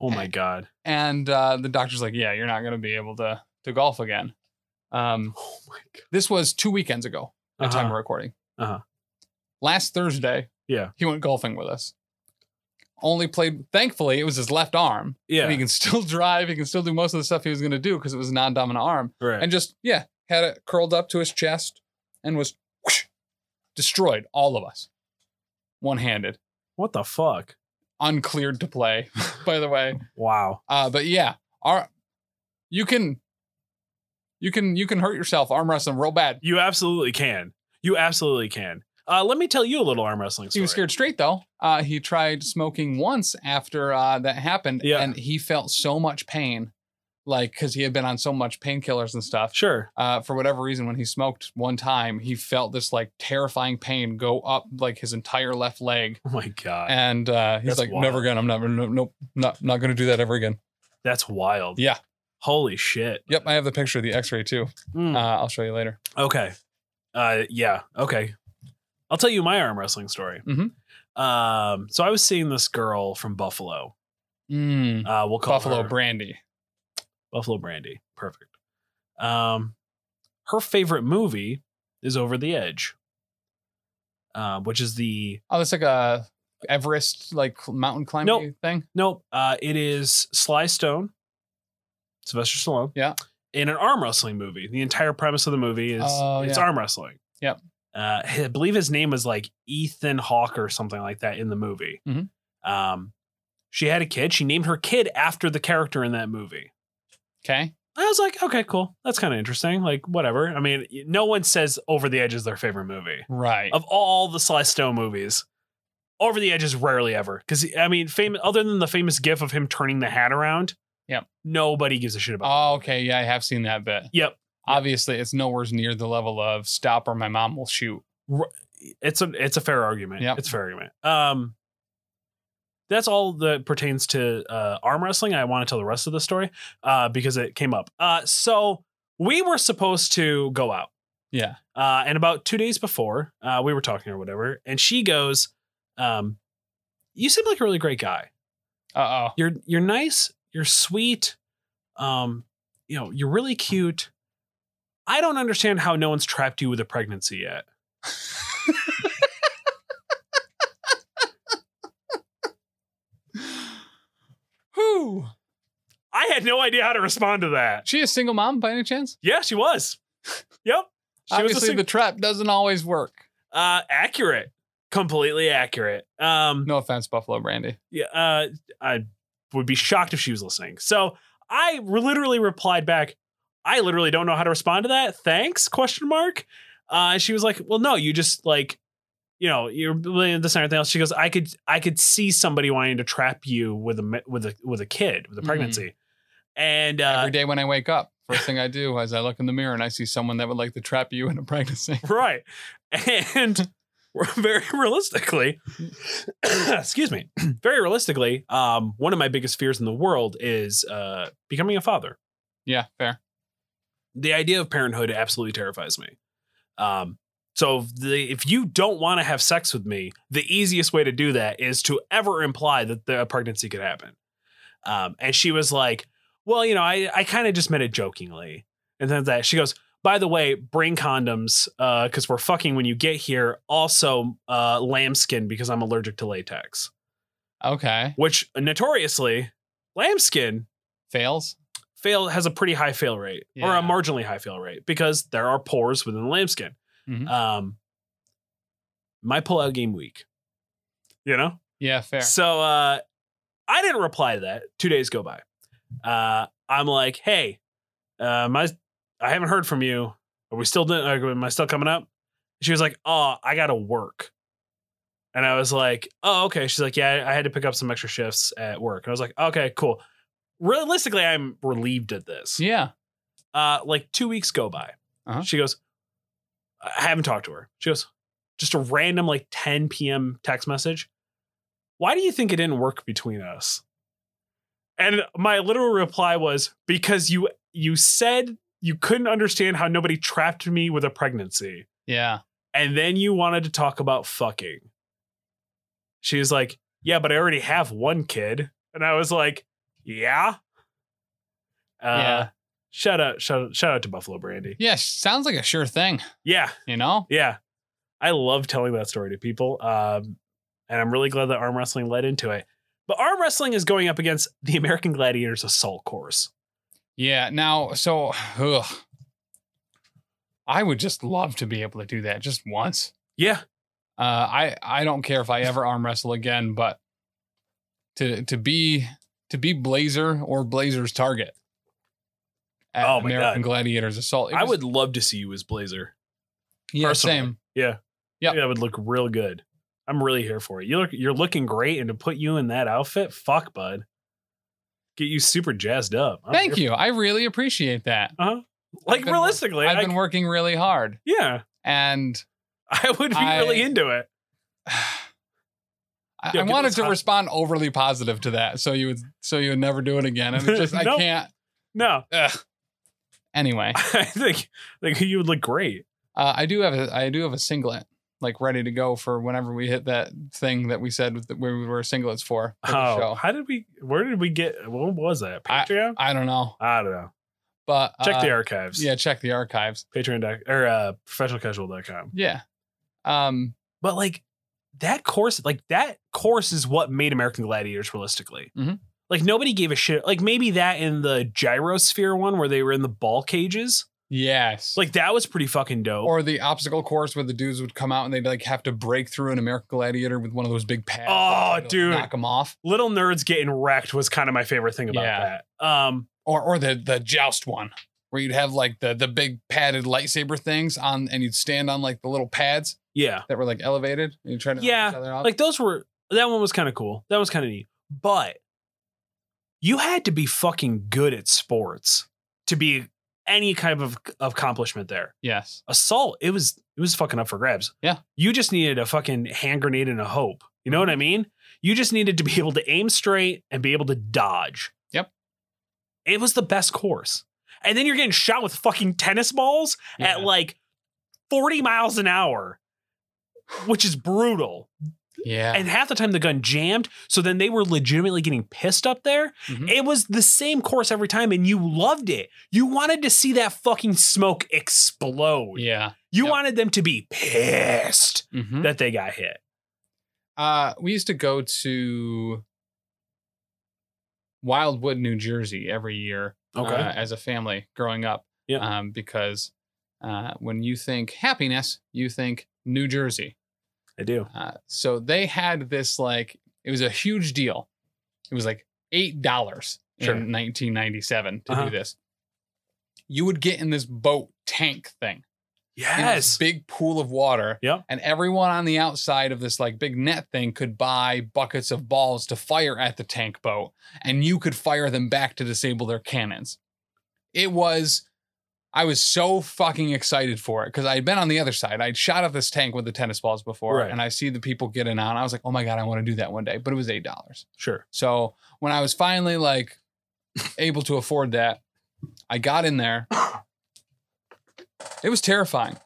Speaker 1: Oh my God.
Speaker 2: And uh, the doctor's like, yeah, you're not going to be able to, to golf again. Um,
Speaker 1: Oh my God.
Speaker 2: this was two weekends ago. at time of recording.
Speaker 1: Uh-huh.
Speaker 2: Last Thursday,
Speaker 1: Yeah.
Speaker 2: he went golfing with us. Only played. Thankfully, it was his left arm.
Speaker 1: Yeah.
Speaker 2: And he can still drive. He can still do most of the stuff he was going to do because it was a non-dominant arm.
Speaker 1: right.
Speaker 2: And just yeah, had it curled up to his chest and was whoosh, destroyed all of us, one-handed,
Speaker 1: what the fuck?
Speaker 2: uncleared to play. by the way,
Speaker 1: Wow.
Speaker 2: uh, but yeah, our you can. You can you can hurt yourself arm wrestling real bad.
Speaker 1: You absolutely can. You absolutely can. Uh, let me tell you a little arm wrestling story.
Speaker 2: He was scared straight though. Uh, he tried smoking once after uh, that happened,
Speaker 1: Yeah.
Speaker 2: and he felt so much pain, like because he had been on so much painkillers and stuff.
Speaker 1: Sure.
Speaker 2: Uh, for whatever reason, when he smoked one time, he felt this like terrifying pain go up like his entire left leg,
Speaker 1: Oh my god.
Speaker 2: and uh, he's
Speaker 1: That's
Speaker 2: like,
Speaker 1: wild.
Speaker 2: "Never again. I'm never. No, nope. Not not going to do that ever again."
Speaker 1: That's wild.
Speaker 2: Yeah.
Speaker 1: Holy shit.
Speaker 2: Yep. I have the picture of the X-ray too.
Speaker 1: Mm.
Speaker 2: Uh, I'll show you later.
Speaker 1: Okay. Uh, yeah. Okay. I'll tell you my arm wrestling story.
Speaker 2: Mhm.
Speaker 1: Um, so I was seeing this girl from Buffalo.
Speaker 2: Mm,
Speaker 1: Uh, we'll call
Speaker 2: Buffalo
Speaker 1: her
Speaker 2: brandy.
Speaker 1: Buffalo Brandy. Perfect. Um, her favorite movie is Over the Edge, uh, which is the
Speaker 2: Oh, that's like a Everest like mountain climbing
Speaker 1: Nope.
Speaker 2: thing.
Speaker 1: Nope. Uh, it is Sly Stone, Sylvester Stallone.
Speaker 2: Yeah.
Speaker 1: In an arm wrestling movie. The entire premise of the movie is
Speaker 2: Oh,
Speaker 1: it's
Speaker 2: yeah.
Speaker 1: arm wrestling.
Speaker 2: Yep.
Speaker 1: Uh, I believe his name was like Ethan Hawke or something like that in the movie.
Speaker 2: Mhm.
Speaker 1: Um, she had a kid. She named her kid after the character in that movie.
Speaker 2: Okay.
Speaker 1: I was like, okay, cool. That's kind of interesting. Like, whatever. I mean, no one says Over the Edge is their favorite movie
Speaker 2: Right.
Speaker 1: of all the Sly Stone movies, Over the Edge is rarely ever because I mean, famous other than the famous GIF of him turning the hat around.
Speaker 2: Yep.
Speaker 1: Nobody gives a shit about.
Speaker 2: Oh, okay. Yeah, I have seen that bit.
Speaker 1: Yep.
Speaker 2: Obviously, it's nowhere near the level of stop or my mom will shoot.
Speaker 1: it. It's a it's a fair argument.
Speaker 2: Yep.
Speaker 1: It's a fair argument. Um, that's all that pertains to uh, arm wrestling. I want to tell the rest of the story uh, because it came up. Uh, so we were supposed to go out.
Speaker 2: Yeah.
Speaker 1: Uh, and about two days before, uh, we were talking or whatever, and she goes, um, "You seem like a really great guy."
Speaker 2: Uh oh.
Speaker 1: you're you're nice, you're sweet, um, you know, you're really cute. I don't understand how no one's trapped you with a pregnancy yet.
Speaker 2: Who?
Speaker 1: I had no idea how to respond to that.
Speaker 2: She a single mom by any chance?
Speaker 1: Yeah, she was. Yep. She
Speaker 2: Obviously,
Speaker 1: was a sing-
Speaker 2: the trap doesn't always work.
Speaker 1: uh accurate. Completely accurate. Um
Speaker 2: No offense, Buffalo Brandy.
Speaker 1: yeah, uh, I would be shocked if she was listening. So I literally replied back, I literally don't know how to respond to that. Thanks? Question mark. Uh, she was like, Well, no, you just like, you know, you're really this and everything else. She goes, I could, I could see somebody wanting to trap you with a mi- with a with a kid with a
Speaker 2: Mhm.
Speaker 1: pregnancy, and uh,
Speaker 2: Every day when I wake up, first thing I do is I look in the mirror and I see someone that would like to trap you in a pregnancy.
Speaker 1: right, and very realistically, excuse me, very realistically, um, one of my biggest fears in the world is uh, becoming a father.
Speaker 2: Yeah, fair.
Speaker 1: the idea of parenthood absolutely terrifies me. Um, so if the, if you don't want to have sex with me, the easiest way to do that is to ever imply that the, a pregnancy could happen. Um, and she was like, well, you know, I, I kind of just meant it jokingly. And then that she goes, by the way, bring condoms because we're fucking when you get here. Also, uh, lambskin because I'm allergic to latex,
Speaker 2: Okay.
Speaker 1: which notoriously, lambskin
Speaker 2: Fails.
Speaker 1: fail has a pretty high fail rate or
Speaker 2: Yeah.
Speaker 1: a marginally high fail rate because there are pores within the lambskin.
Speaker 2: Mhm.
Speaker 1: Um, my pullout game week, you know.
Speaker 2: Yeah, fair.
Speaker 1: So uh, I didn't reply to that. Two days go by. Uh, I'm like, hey, uh, my I haven't heard from you. Are we still doing? Like, am I still coming up? She was like, oh, I gotta work. And I was like, oh, okay. She's like, yeah, I had to pick up some extra shifts at work. And I was like, okay, cool. Realistically, I'm relieved at this.
Speaker 2: Yeah.
Speaker 1: Uh, like two weeks go by.
Speaker 2: Uh-huh.
Speaker 1: She goes, I haven't talked to her. She goes, just a random like 10 p.m. text message. Why do you think it didn't work between us? And my literal reply was because you you said you couldn't understand how nobody trapped me with a pregnancy,
Speaker 2: Yeah.
Speaker 1: and then you wanted to talk about fucking. She was like, "Yeah, but I already have one kid," and I was like, "Yeah." Uh,
Speaker 2: yeah.
Speaker 1: Shout out, shout out, shout out to Buffalo Brandy.
Speaker 2: Yeah. Sounds like a sure thing,
Speaker 1: Yeah,
Speaker 2: you know?
Speaker 1: yeah. I love telling that story to people. Um, and I'm really glad that arm wrestling led into it. But arm wrestling is going up against the American Gladiators Assault Course.
Speaker 2: Yeah. Now, so, ugh. I would just love to be able to do that just once.
Speaker 1: Yeah.
Speaker 2: Uh, I I don't care if I ever arm wrestle again, but to to be to be Blazer or Blazer's target at
Speaker 1: Oh my
Speaker 2: American Gladiators Assault, it
Speaker 1: I
Speaker 2: was-
Speaker 1: would love to see you as Blazer.
Speaker 2: yeah
Speaker 1: personally.
Speaker 2: same
Speaker 1: Yeah.
Speaker 2: Yep.
Speaker 1: That would look real good. I'm really here for it. You look you're looking great and to put you in that outfit, fuck bud. Get you super jazzed up. I'm
Speaker 2: Thank
Speaker 1: here
Speaker 2: you. I really appreciate that.
Speaker 1: for- Like
Speaker 2: I've been-
Speaker 1: realistically,
Speaker 2: I've
Speaker 1: I-
Speaker 2: been working really hard
Speaker 1: yeah,
Speaker 2: and
Speaker 1: I would be
Speaker 2: I-
Speaker 1: really into it.
Speaker 2: I,
Speaker 1: Yeah,
Speaker 2: I
Speaker 1: get
Speaker 2: wanted
Speaker 1: this
Speaker 2: to
Speaker 1: hot-
Speaker 2: respond overly positive to that. So you would so you would never do it again. And it's just I
Speaker 1: No.
Speaker 2: can't
Speaker 1: No,
Speaker 2: ugh. anyway.
Speaker 1: I think like you would look great.
Speaker 2: Uh, I do have a I do have a singlet like ready to go for whenever we hit that thing that we said that we were singlets for, for the
Speaker 1: Oh,
Speaker 2: show.
Speaker 1: how did we? Where did we get? What was that?
Speaker 2: I-
Speaker 1: Patreon?
Speaker 2: I don't know.
Speaker 1: I, don't know.
Speaker 2: But
Speaker 1: Check the
Speaker 2: uh,
Speaker 1: archives.
Speaker 2: Yeah, check the archives.
Speaker 1: Patreon doc, or uh, professionalcasual.com.
Speaker 2: Yeah. Um
Speaker 1: But like that course, like that course is what made American Gladiators realistically.
Speaker 2: Mhm.
Speaker 1: Like nobody gave a shit. Like maybe that in the gyrosphere one where they were in the ball cages.
Speaker 2: yes.
Speaker 1: Like that was pretty fucking dope.
Speaker 2: or the obstacle course where the dudes would come out and they'd like have to break through an American Gladiator with one of those big pads.
Speaker 1: Oh,
Speaker 2: and
Speaker 1: dude.
Speaker 2: knock them off.
Speaker 1: Little nerds getting wrecked was kind of my favorite thing about
Speaker 2: Yeah.
Speaker 1: that. Um,
Speaker 2: Or or the the joust one where you'd have like the the big padded lightsaber things on and you'd stand on like the little pads
Speaker 1: yeah.
Speaker 2: that were like elevated and you try to knock
Speaker 1: Yeah,
Speaker 2: each other off.
Speaker 1: like those were that one was kind of cool. That was kind of neat. But you had to be fucking good at sports to be any kind of of accomplishment there.
Speaker 2: yes.
Speaker 1: Assault, it was it was fucking up for grabs.
Speaker 2: Yeah. Mm-hmm.
Speaker 1: You just needed a fucking hand grenade and a hope. You know what I mean? You just needed to be able to aim straight and be able to dodge.
Speaker 2: Yep.
Speaker 1: It was the best course. And then you're getting shot with fucking tennis balls
Speaker 2: Yeah.
Speaker 1: at like 40 miles an hour, which is brutal
Speaker 2: yeah.
Speaker 1: and half the time the gun jammed so then they were legitimately getting pissed up there
Speaker 2: Mhm.
Speaker 1: it was the same course every time and you loved it you wanted to see that fucking smoke explode
Speaker 2: yeah.
Speaker 1: you
Speaker 2: Yep.
Speaker 1: wanted them to be pissed
Speaker 2: Mm-hmm.
Speaker 1: that they got hit
Speaker 2: Uh, we used to go to Wildwood, New Jersey every year uh, as a family growing up.
Speaker 1: Yeah.
Speaker 2: Um, because uh, when you think happiness, you think New Jersey.
Speaker 1: i do
Speaker 2: Uh, so they had this like, it was a huge deal. It was like $8 in
Speaker 1: Sure.
Speaker 2: 1997 to
Speaker 1: Uh-huh.
Speaker 2: do this. You would get in this boat tank thing in this
Speaker 1: yes
Speaker 2: big pool of water.
Speaker 1: Yep.
Speaker 2: And everyone on the outside of this like big net thing could buy buckets of balls to fire at the tank boat, and you could fire them back to disable their cannons. It was, I was so fucking excited for it because I had been on the other side. I'd shot at this tank with the tennis balls before,
Speaker 1: Right.
Speaker 2: and I see the people get in on. I was like, oh my god, I want to do that one day. But it was eight dollars.
Speaker 1: sure
Speaker 2: So when I was finally like able to afford that, I got in there. It was terrifying.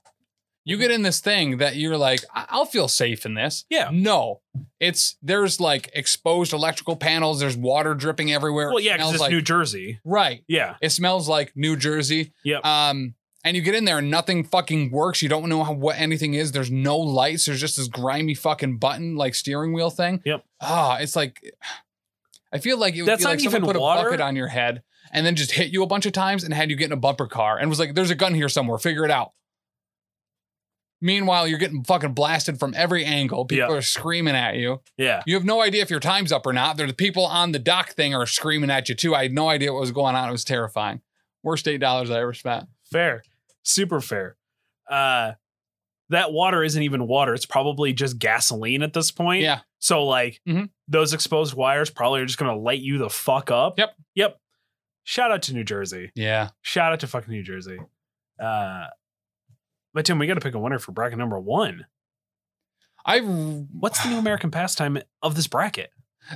Speaker 2: You get in this thing that you're like, I- I'll feel safe in this.
Speaker 1: Yeah.
Speaker 2: No, it's there's like exposed electrical panels. There's water dripping everywhere.
Speaker 1: Well, yeah,
Speaker 2: It
Speaker 1: because
Speaker 2: smells
Speaker 1: it's
Speaker 2: like,
Speaker 1: New Jersey.
Speaker 2: right.
Speaker 1: Yeah.
Speaker 2: It smells like New Jersey.
Speaker 1: Yep.
Speaker 2: Um, and you get in there and nothing fucking works. You don't know how, what anything is. There's no lights. There's just this grimy fucking button like steering wheel thing.
Speaker 1: Yep.
Speaker 2: Ah, it's like I feel like it would
Speaker 1: That's
Speaker 2: be
Speaker 1: not
Speaker 2: like someone
Speaker 1: even
Speaker 2: put
Speaker 1: water.
Speaker 2: a bucket on your head and then just hit you a bunch of times and had you get in a bumper car and was like, "There's a gun here somewhere. Figure it out." Meanwhile, you're getting fucking blasted from every angle. People
Speaker 1: Yeah.
Speaker 2: are screaming at you.
Speaker 1: Yeah.
Speaker 2: You have no idea if your time's up or not. There's people on the dock thing are screaming at you too. I had no idea what was going on. It was terrifying. Worst eight dollars I ever spent.
Speaker 1: Fair. Super fair. Uh that water isn't even water. It's probably just gasoline at this point.
Speaker 2: Yeah.
Speaker 1: So like
Speaker 2: Mhm.
Speaker 1: those exposed wires probably are just gonna light you the fuck up.
Speaker 2: Yep.
Speaker 1: Yep. Shout out to New Jersey.
Speaker 2: Yeah.
Speaker 1: Shout out to fucking New Jersey. Uh but Tim, we gotta pick a winner for bracket number one.
Speaker 2: I
Speaker 1: What's the new American pastime of this bracket?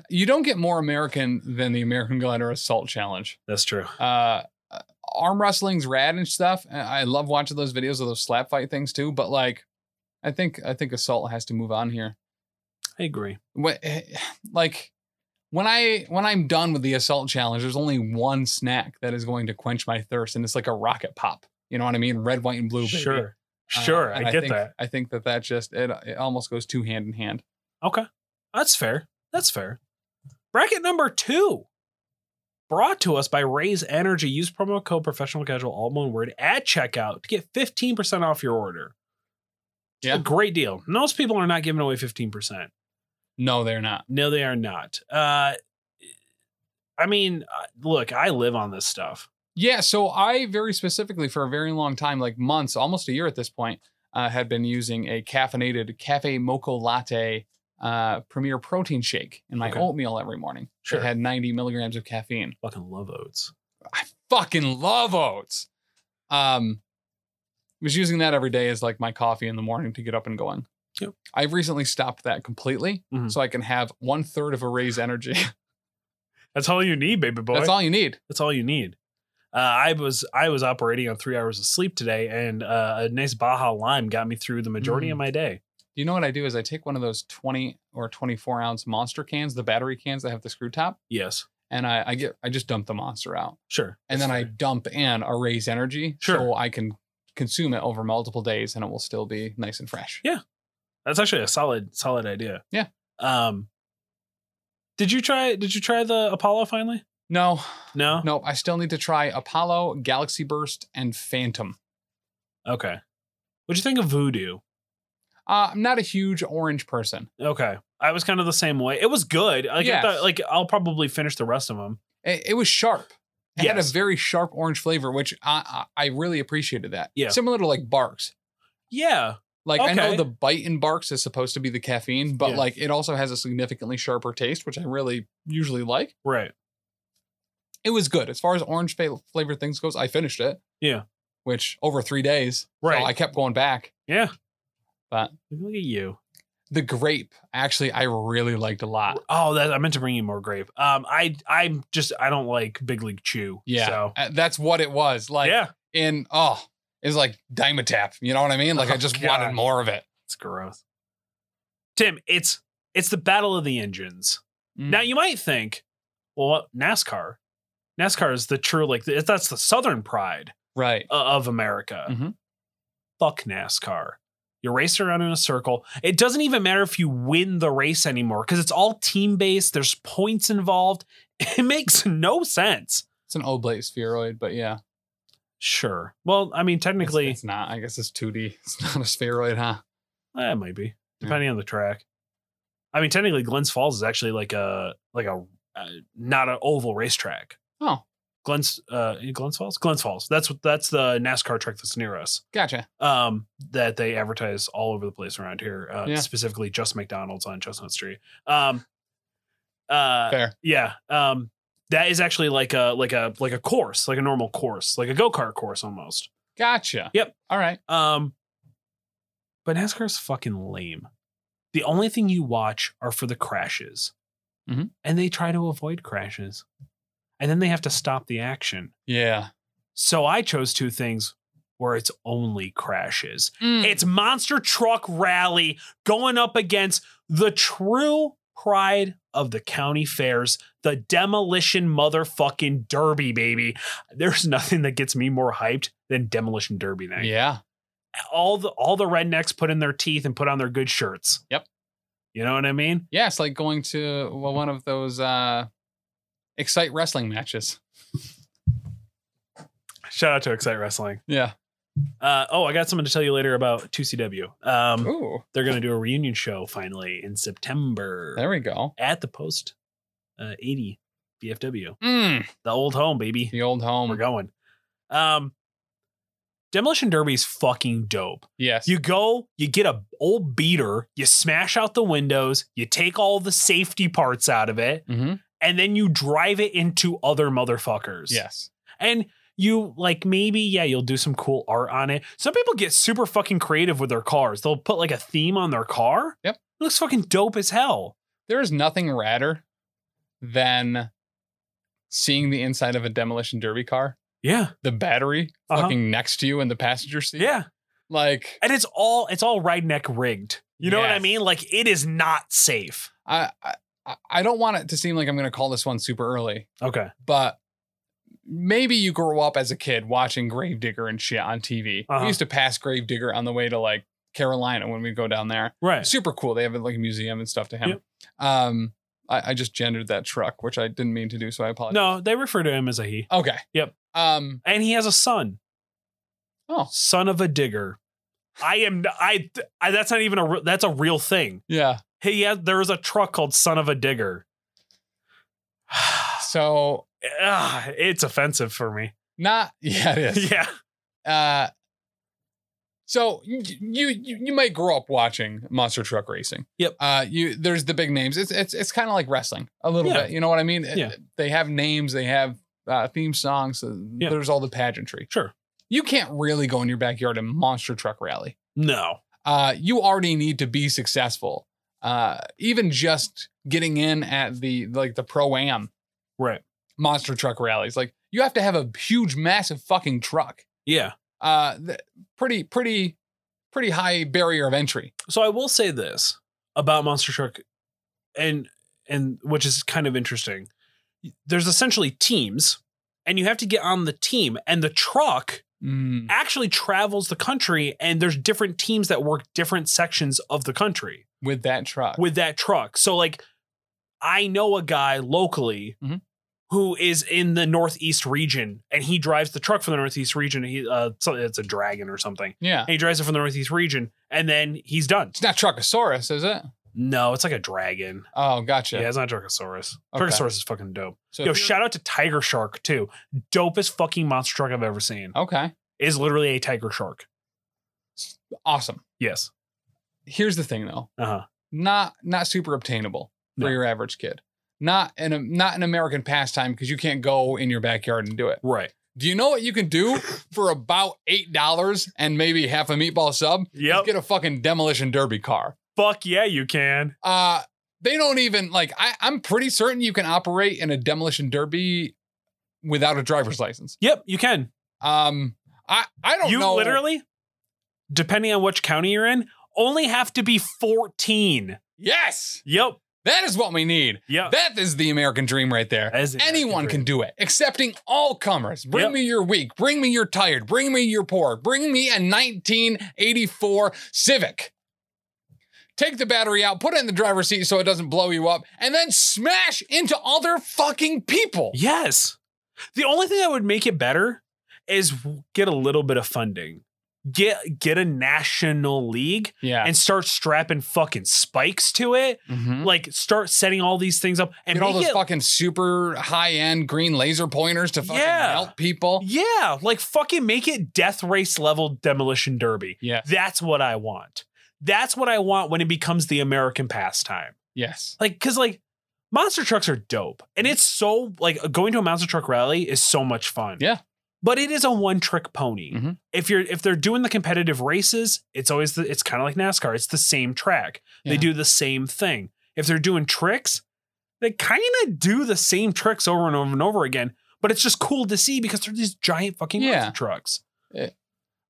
Speaker 2: you don't get more American than the American Glider Assault Challenge.
Speaker 1: That's true.
Speaker 2: Uh arm wrestling's rad and stuff. and I love watching those videos of those slap fight things too, but like I think I think assault has to move on here.
Speaker 1: I agree.
Speaker 2: What eh, like when I when I'm done with the assault challenge, there's only one snack that is going to quench my thirst, and it's like a rocket pop. You know what I mean? Red, white, and blue. Baby.
Speaker 1: Sure.
Speaker 2: Uh,
Speaker 1: Sure.
Speaker 2: and
Speaker 1: I get
Speaker 2: think,
Speaker 1: that.
Speaker 2: I think that that just it it almost goes two hand in hand.
Speaker 1: Okay. That's fair. That's fair. Bracket number two. Brought to us by Raise Energy. Use promo code professional casual, all one word, at checkout to get 15% off your order.
Speaker 2: Yeah.
Speaker 1: A great deal. Most people are not giving away 15%.
Speaker 2: No, they're not.
Speaker 1: No, they are not. Uh, I mean, uh, look, I live on this stuff.
Speaker 2: Yeah, so I very specifically for a very long time, like months, almost a year at this point, uh, had been using a caffeinated cafe mocha latte uh, premier protein shake in my
Speaker 1: Okay.
Speaker 2: oatmeal every morning.
Speaker 1: Sure.
Speaker 2: It had 90 milligrams of caffeine.
Speaker 1: Fucking love oats.
Speaker 2: I fucking love oats. Um, was using that every day as like my coffee in the morning to get up and going.
Speaker 1: Yep.
Speaker 2: I've recently stopped that completely,
Speaker 1: Mhm.
Speaker 2: so I can have one third of a raise energy.
Speaker 1: That's all you need, baby boy.
Speaker 2: That's all you need.
Speaker 1: That's all you need. Uh, I was I was operating on three hours of sleep today, and uh, a nice Baja Lime got me through the majority
Speaker 2: Mm.
Speaker 1: of my day.
Speaker 2: You know what I do is I take one of those 20 or 24 ounce monster cans, the battery cans that have the screw top,
Speaker 1: Yes,
Speaker 2: and I, I get I just dump the monster out.
Speaker 1: sure.
Speaker 2: And then I dump in a raise energy so
Speaker 1: Sure.
Speaker 2: I can consume it over multiple days and it will still be nice and fresh.
Speaker 1: that's actually a solid solid idea.
Speaker 2: Yeah.
Speaker 1: Um. Did you try? Did you try the Apollo finally?
Speaker 2: No,
Speaker 1: No.
Speaker 2: no, I still need to try Apollo, Galaxy Burst, and Phantom.
Speaker 1: Okay. What'd you think of Voodoo?
Speaker 2: Uh, I'm not a huge orange person.
Speaker 1: Okay. I was kind of the same way. It was good. Like, I
Speaker 2: Yes.
Speaker 1: thought, like I'll probably finish the rest of them.
Speaker 2: It, it was sharp. It had
Speaker 1: Yes.
Speaker 2: a very sharp orange flavor, which I, I I really appreciated that.
Speaker 1: Yeah.
Speaker 2: Similar to like Barks.
Speaker 1: Yeah.
Speaker 2: Like I
Speaker 1: Okay.
Speaker 2: know the bite in barks is supposed to be the caffeine, but
Speaker 1: Yeah.
Speaker 2: like it also has a significantly sharper taste, which I really usually like.
Speaker 1: Right.
Speaker 2: It was good as far as orange fa- flavored things goes. I finished it.
Speaker 1: Yeah.
Speaker 2: which over three days, so
Speaker 1: Right.
Speaker 2: I kept going back.
Speaker 1: yeah.
Speaker 2: But-
Speaker 1: look at you.
Speaker 2: The grape, actually, I really liked a lot.
Speaker 1: Oh, that I meant to bring you more grape. Um, I I'm just I don't like Big League Chew.
Speaker 2: Yeah,
Speaker 1: So
Speaker 2: Uh, that's what it was like.
Speaker 1: yeah,
Speaker 2: in oh, it was like Dimetap. You know what I mean? Like
Speaker 1: Oh,
Speaker 2: I just
Speaker 1: God.
Speaker 2: wanted more of it.
Speaker 1: it's gross. Tim, it's it's the battle of the engines.
Speaker 2: Hmm.
Speaker 1: Now you might think, well, what- NASCAR, NASCAR is the true like th- that's the Southern pride
Speaker 2: Mm, right?
Speaker 1: o- of America.
Speaker 2: Mhm.
Speaker 1: Fuck NASCAR. You race around in a circle. It doesn't even matter if you win the race anymore because it's all team based. There's points involved. It makes no sense.
Speaker 2: It's an oblate spheroid, but yeah, It's-
Speaker 1: Sure. Well, I mean, technically,
Speaker 2: it's not. I guess it's two D. It's not a spheroid, huh?
Speaker 1: Eh, It might be
Speaker 2: Yeah.
Speaker 1: depending on the track. I mean, technically, Glens Falls is actually like a like a uh, not an oval racetrack.
Speaker 2: Oh.
Speaker 1: Glens uh Glens Falls, Glens Falls. That's what that's the NASCAR track that's near us.
Speaker 2: Gotcha.
Speaker 1: Um, that they advertise all over the place around here. Uh,
Speaker 2: Yeah.
Speaker 1: Specifically, just McDonald's on Chestnut Street. Um, uh,
Speaker 2: Fair.
Speaker 1: yeah. Um, that is actually like a like a like a course, like a normal course, like a go kart course almost.
Speaker 2: Gotcha.
Speaker 1: Yep.
Speaker 2: All right.
Speaker 1: Um, but NASCAR's fucking lame. The only thing you watch are for the crashes,
Speaker 2: Mhm.
Speaker 1: and they try to avoid crashes, and then they have to stop the action.
Speaker 2: Yeah.
Speaker 1: So I chose two things: where it's only crashes.
Speaker 2: Mm. Hmm.
Speaker 1: It's monster truck rally going up against the true pride of the county fairs, the demolition motherfucking derby, baby. There's nothing that gets me more hyped than demolition derby night.
Speaker 2: yeah.
Speaker 1: All the all the rednecks put in their teeth and put on their good shirts.
Speaker 2: Yep.
Speaker 1: You know what I mean?
Speaker 2: Yeah, it's like going to well, one of those uh excite wrestling matches.
Speaker 1: Shout out to Excite Wrestling.
Speaker 2: Yeah.
Speaker 1: Uh, oh, I got something to tell you later about 2CW. Um,
Speaker 2: Ooh.
Speaker 1: they're going to do a reunion show finally in September
Speaker 2: There we go.
Speaker 1: at the Post uh, 80 BFW,
Speaker 2: Mm,
Speaker 1: the old home, baby.
Speaker 2: the old home.
Speaker 1: We're going. Um, Demolition Derby is fucking dope.
Speaker 2: Yes.
Speaker 1: You go, you get a old beater, you smash out the windows, you take all the safety parts out of it,
Speaker 2: hmm
Speaker 1: and then you drive it into other motherfuckers.
Speaker 2: Yes.
Speaker 1: And you like maybe, yeah, you'll do some cool art on it. Some people get super fucking creative with their cars. They'll put like a theme on their car.
Speaker 2: Yep.
Speaker 1: It looks fucking dope as hell.
Speaker 2: There is nothing radder than seeing the inside of a demolition derby car,
Speaker 1: Yeah.
Speaker 2: the battery
Speaker 1: Uh-huh.
Speaker 2: fucking next to you in the passenger seat.
Speaker 1: Yeah.
Speaker 2: Like
Speaker 1: And it's all it's all redneck rigged. You know what I
Speaker 2: Yes.
Speaker 1: mean? Like it is not safe.
Speaker 2: I, I I don't want it to seem like I'm gonna call this one super early,
Speaker 1: Okay.
Speaker 2: but maybe you grew up as a kid watching Gravedigger and shit on TV.
Speaker 1: Uh-huh.
Speaker 2: We used to pass Gravedigger on the way to like Carolina when we go down there.
Speaker 1: Right.
Speaker 2: Super cool. They have like a museum and stuff to him.
Speaker 1: Yep.
Speaker 2: Um, I, I just gendered that truck, which I didn't mean to do, so I apologize.
Speaker 1: No, they refer to him as a he.
Speaker 2: Okay.
Speaker 1: Yep.
Speaker 2: Um.
Speaker 1: And he has a son.
Speaker 2: Oh.
Speaker 1: Son of a digger. I am I, I that's not even a re- that's a real thing.
Speaker 2: Yeah.
Speaker 1: Hey, yeah, there is a truck called Son of a Digger.
Speaker 2: So
Speaker 1: Ugh, Ah, it's offensive for me.
Speaker 2: not. Yeah, it is.
Speaker 1: Yeah.
Speaker 2: Uh. So you, you you you might grow up watching monster truck racing.
Speaker 1: Yep.
Speaker 2: Uh, you there's the big names. It's it's it's kind of like wrestling a little
Speaker 1: Yeah.
Speaker 2: bit. You know what I mean? It-
Speaker 1: Yeah.
Speaker 2: They have names. They have uh, theme songs. uh,
Speaker 1: Yeah.
Speaker 2: There's all the pageantry.
Speaker 1: Sure.
Speaker 2: You can't really go in your backyard and monster truck rally.
Speaker 1: No.
Speaker 2: Uh, you already need to be successful. Uh, even just getting in at the like the pro am
Speaker 1: Right.
Speaker 2: monster truck rallies. Like you have to have a huge, massive fucking truck.
Speaker 1: Yeah.
Speaker 2: Uh, th- pretty, pretty, pretty high barrier of entry.
Speaker 1: So I will say this about Monster Truck and and which is kind of interesting. There's essentially teams and you have to get on the team and the truck
Speaker 2: Mm,
Speaker 1: actually travels the country and there's different teams that work different sections of the country.
Speaker 2: with that truck.
Speaker 1: with that truck. So like I know a guy locally
Speaker 2: Mhm.
Speaker 1: who is in the northeast region and he drives the truck from the northeast region. He uh so- it's a dragon or something.
Speaker 2: yeah,
Speaker 1: And he drives it from the northeast region and then he's done.
Speaker 2: it's not Truckosaurus, is it?
Speaker 1: No, it's like a dragon.
Speaker 2: Oh, gotcha.
Speaker 1: Yeah, it's not Dracosaurus.
Speaker 2: Okay.
Speaker 1: Dracosaurus is fucking dope.
Speaker 2: So
Speaker 1: Yo,
Speaker 2: if you're-
Speaker 1: shout out to Tiger Shark too. Dopest fucking monster truck I've ever seen.
Speaker 2: Okay,
Speaker 1: Is literally a tiger shark.
Speaker 2: awesome.
Speaker 1: Yes.
Speaker 2: Here's the thing though,
Speaker 1: Uh-huh.
Speaker 2: not not super obtainable for
Speaker 1: No.
Speaker 2: your average kid. Not an not an American pastime because you can't go in your backyard and do it.
Speaker 1: Right.
Speaker 2: Do you know what you can do for about eight dollars and maybe half a meatball sub?
Speaker 1: Yep.
Speaker 2: Get a fucking demolition derby car.
Speaker 1: Fuck yeah, you can.
Speaker 2: Uh they don't even like I, I'm pretty certain you can operate in a demolition derby without a driver's license.
Speaker 1: Yep, you can.
Speaker 2: Um I, I don't
Speaker 1: you
Speaker 2: know.
Speaker 1: literally, depending on which county you're in, only have to be 14.
Speaker 2: Yes,
Speaker 1: Yep.
Speaker 2: that is what we need.
Speaker 1: Yep.
Speaker 2: That is the American dream right there.
Speaker 1: Oh. That is the American
Speaker 2: Anyone
Speaker 1: dream.
Speaker 2: can do it, accepting all comers. Bring
Speaker 1: Yep.
Speaker 2: me your weak, bring me your tired, bring me your poor, bring me a 1984 Civic. Take the battery out, put it in the driver's seat so it doesn't blow you up, and then smash into other fucking people.
Speaker 1: Yes. The only thing that would make it better is w- get a little bit of funding. Get get a national league
Speaker 2: Yeah. Mm-hmm.
Speaker 1: and start strapping fucking spikes to it. Like start setting all these things up and
Speaker 2: Get all
Speaker 1: make
Speaker 2: those
Speaker 1: it,
Speaker 2: fucking super high end green laser pointers to fucking
Speaker 1: Yeah.
Speaker 2: help people.
Speaker 1: yeah, like fucking make it death race level demolition derby.
Speaker 2: Yeah.
Speaker 1: That's what I want. That's what I want when it becomes the American pastime.
Speaker 2: Yes.
Speaker 1: like because like monster trucks are dope and it's so like going to a monster truck rally is so much fun
Speaker 2: Yeah.
Speaker 1: but it is a one trick pony
Speaker 2: Mhm.
Speaker 1: if you're if they're doing the competitive races it's always the, it's kind of like nascar it's the same track they
Speaker 2: Yeah.
Speaker 1: do the same thing if they're doing tricks they kind of do the same tricks over and over and over again but it's just cool to see because they're these giant fucking
Speaker 2: Yeah.
Speaker 1: monster trucks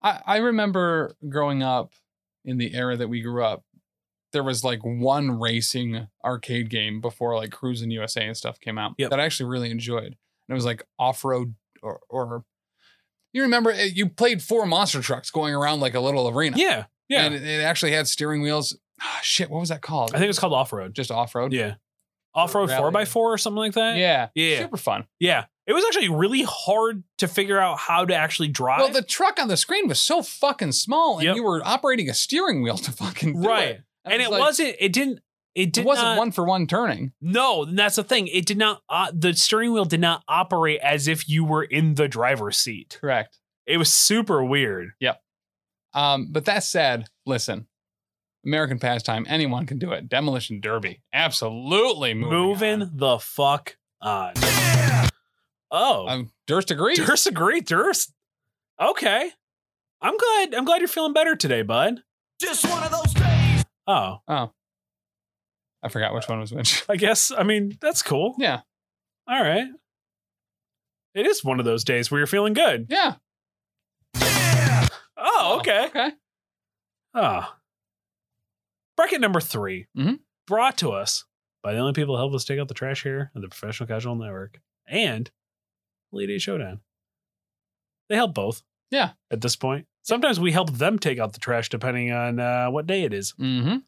Speaker 2: I, I remember growing up in the era that we grew up, there was like one racing arcade game before like Cruising USA and stuff came out
Speaker 1: Yep.
Speaker 2: that I actually really enjoyed. And it was like off road or, or you remember it, you played four monster trucks going around like a little arena.
Speaker 1: Yeah. Yeah.
Speaker 2: And it, it actually had steering wheels. Ah, shit, what was that called?
Speaker 1: I think it's called off road.
Speaker 2: just off road.
Speaker 1: Yeah. Off road
Speaker 2: Rally.
Speaker 1: four by four or something like that.
Speaker 2: Yeah.
Speaker 1: Yeah.
Speaker 2: Super fun.
Speaker 1: Yeah. It was actually really hard to figure out how to actually drive.
Speaker 2: Well, the truck on the screen was so fucking small, and
Speaker 1: Yep.
Speaker 2: you were operating a steering wheel to fucking do
Speaker 1: right.
Speaker 2: it.
Speaker 1: And
Speaker 2: I
Speaker 1: it
Speaker 2: was like,
Speaker 1: wasn't, it didn't, it did
Speaker 2: It wasn't
Speaker 1: not,
Speaker 2: one for one turning.
Speaker 1: no, and that's the thing. It did not, uh, the steering wheel did not operate as if you were in the driver's seat.
Speaker 2: Correct.
Speaker 1: It was super weird.
Speaker 2: Um, but that said, listen, American pastime, anyone can do it. Demolition Derby, absolutely moving.
Speaker 1: Moving
Speaker 2: on.
Speaker 1: the fuck on. Oh,
Speaker 2: Um, Durst agrees.
Speaker 1: Durst agree. Durst. Okay. I'm glad, I'm glad you're feeling better today, bud.
Speaker 3: Just one of those days.
Speaker 1: Oh,
Speaker 2: I forgot which one was which.
Speaker 1: I guess, I mean, that's cool.
Speaker 2: Yeah.
Speaker 1: All right. It is one of those days where you're feeling good.
Speaker 2: Yeah.
Speaker 3: Yeah.
Speaker 1: Oh, okay.
Speaker 2: Okay.
Speaker 1: Ah. Bracket number 3
Speaker 2: Mhm.
Speaker 1: brought to us by the only people who help us take out the trash here at the Professional Casual Network and Elite Eight Showdown. They help both.
Speaker 2: Yeah.
Speaker 1: At this point, sometimes we help them take out the trash depending on uh, what day it is.
Speaker 2: Mm-hmm.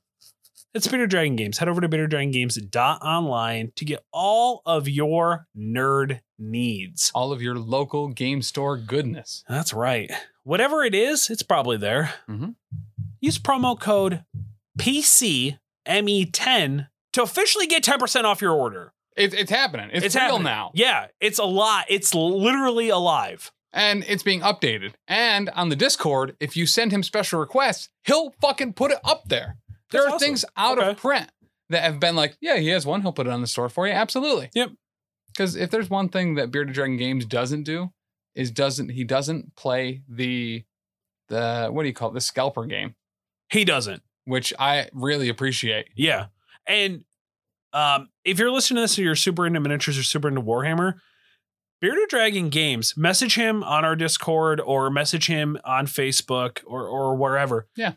Speaker 1: It's Bitter Dragon Games. Head over to bitterdragongames.online to get all of your nerd needs.
Speaker 2: All of your local game store goodness.
Speaker 1: That's right. Whatever it is, it's probably there.
Speaker 2: Mhm.
Speaker 1: Use promo code PCME10 E to officially get 10% off your order.
Speaker 2: It, it's happening. It's,
Speaker 1: It's
Speaker 2: real
Speaker 1: happening.
Speaker 2: now,
Speaker 1: Yeah, it's a lot. It's literally alive.
Speaker 2: and it's being updated. And on the Discord, if you send him special requests, he'll fucking put it up there. There
Speaker 1: That's
Speaker 2: are
Speaker 1: awesome.
Speaker 2: things out of
Speaker 1: Okay.
Speaker 2: print that have been like, yeah, he has one. He'll put it on the store for you. Absolutely.
Speaker 1: Yep.
Speaker 2: Because if there's one thing that Bearded Dragon Games doesn't do, is doesn't he doesn't play the the what do you call it the scalper game,
Speaker 1: He doesn't.
Speaker 2: which I really appreciate.
Speaker 1: Yeah. And um, if you're listening to this and you're super into miniatures or super into Warhammer, Bearded Dragon Games, message him on our Discord or message him on Facebook or or wherever.
Speaker 2: Yeah.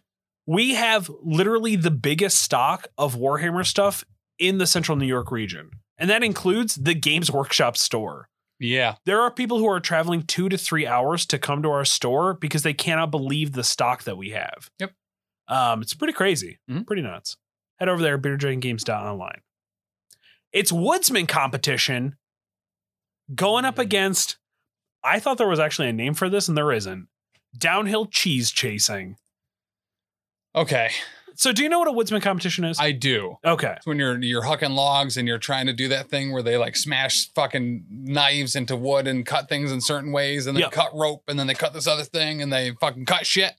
Speaker 1: We have literally the biggest stock of Warhammer stuff in the central New York region. And that includes the Games Workshop store.
Speaker 2: Yeah.
Speaker 1: There are people who are traveling two to three hours to come to our store because they cannot believe the stock that we have.
Speaker 2: Yep.
Speaker 1: Um, it's pretty crazy,
Speaker 2: Mhm.
Speaker 1: pretty nuts. Head over there, beerdragongames.online. It's woodsman competition going up
Speaker 2: Mhm.
Speaker 1: against. I thought there was actually a name for this, and there isn't. Downhill cheese chasing.
Speaker 2: Okay.
Speaker 1: So, do you know what a woodsman competition is?
Speaker 2: I do.
Speaker 1: okay.
Speaker 2: It's when you're you're hucking logs and you're trying to do that thing where they like smash fucking knives into wood and cut things in certain ways and then
Speaker 1: Yep.
Speaker 2: cut rope and then they cut this other thing and they fucking cut shit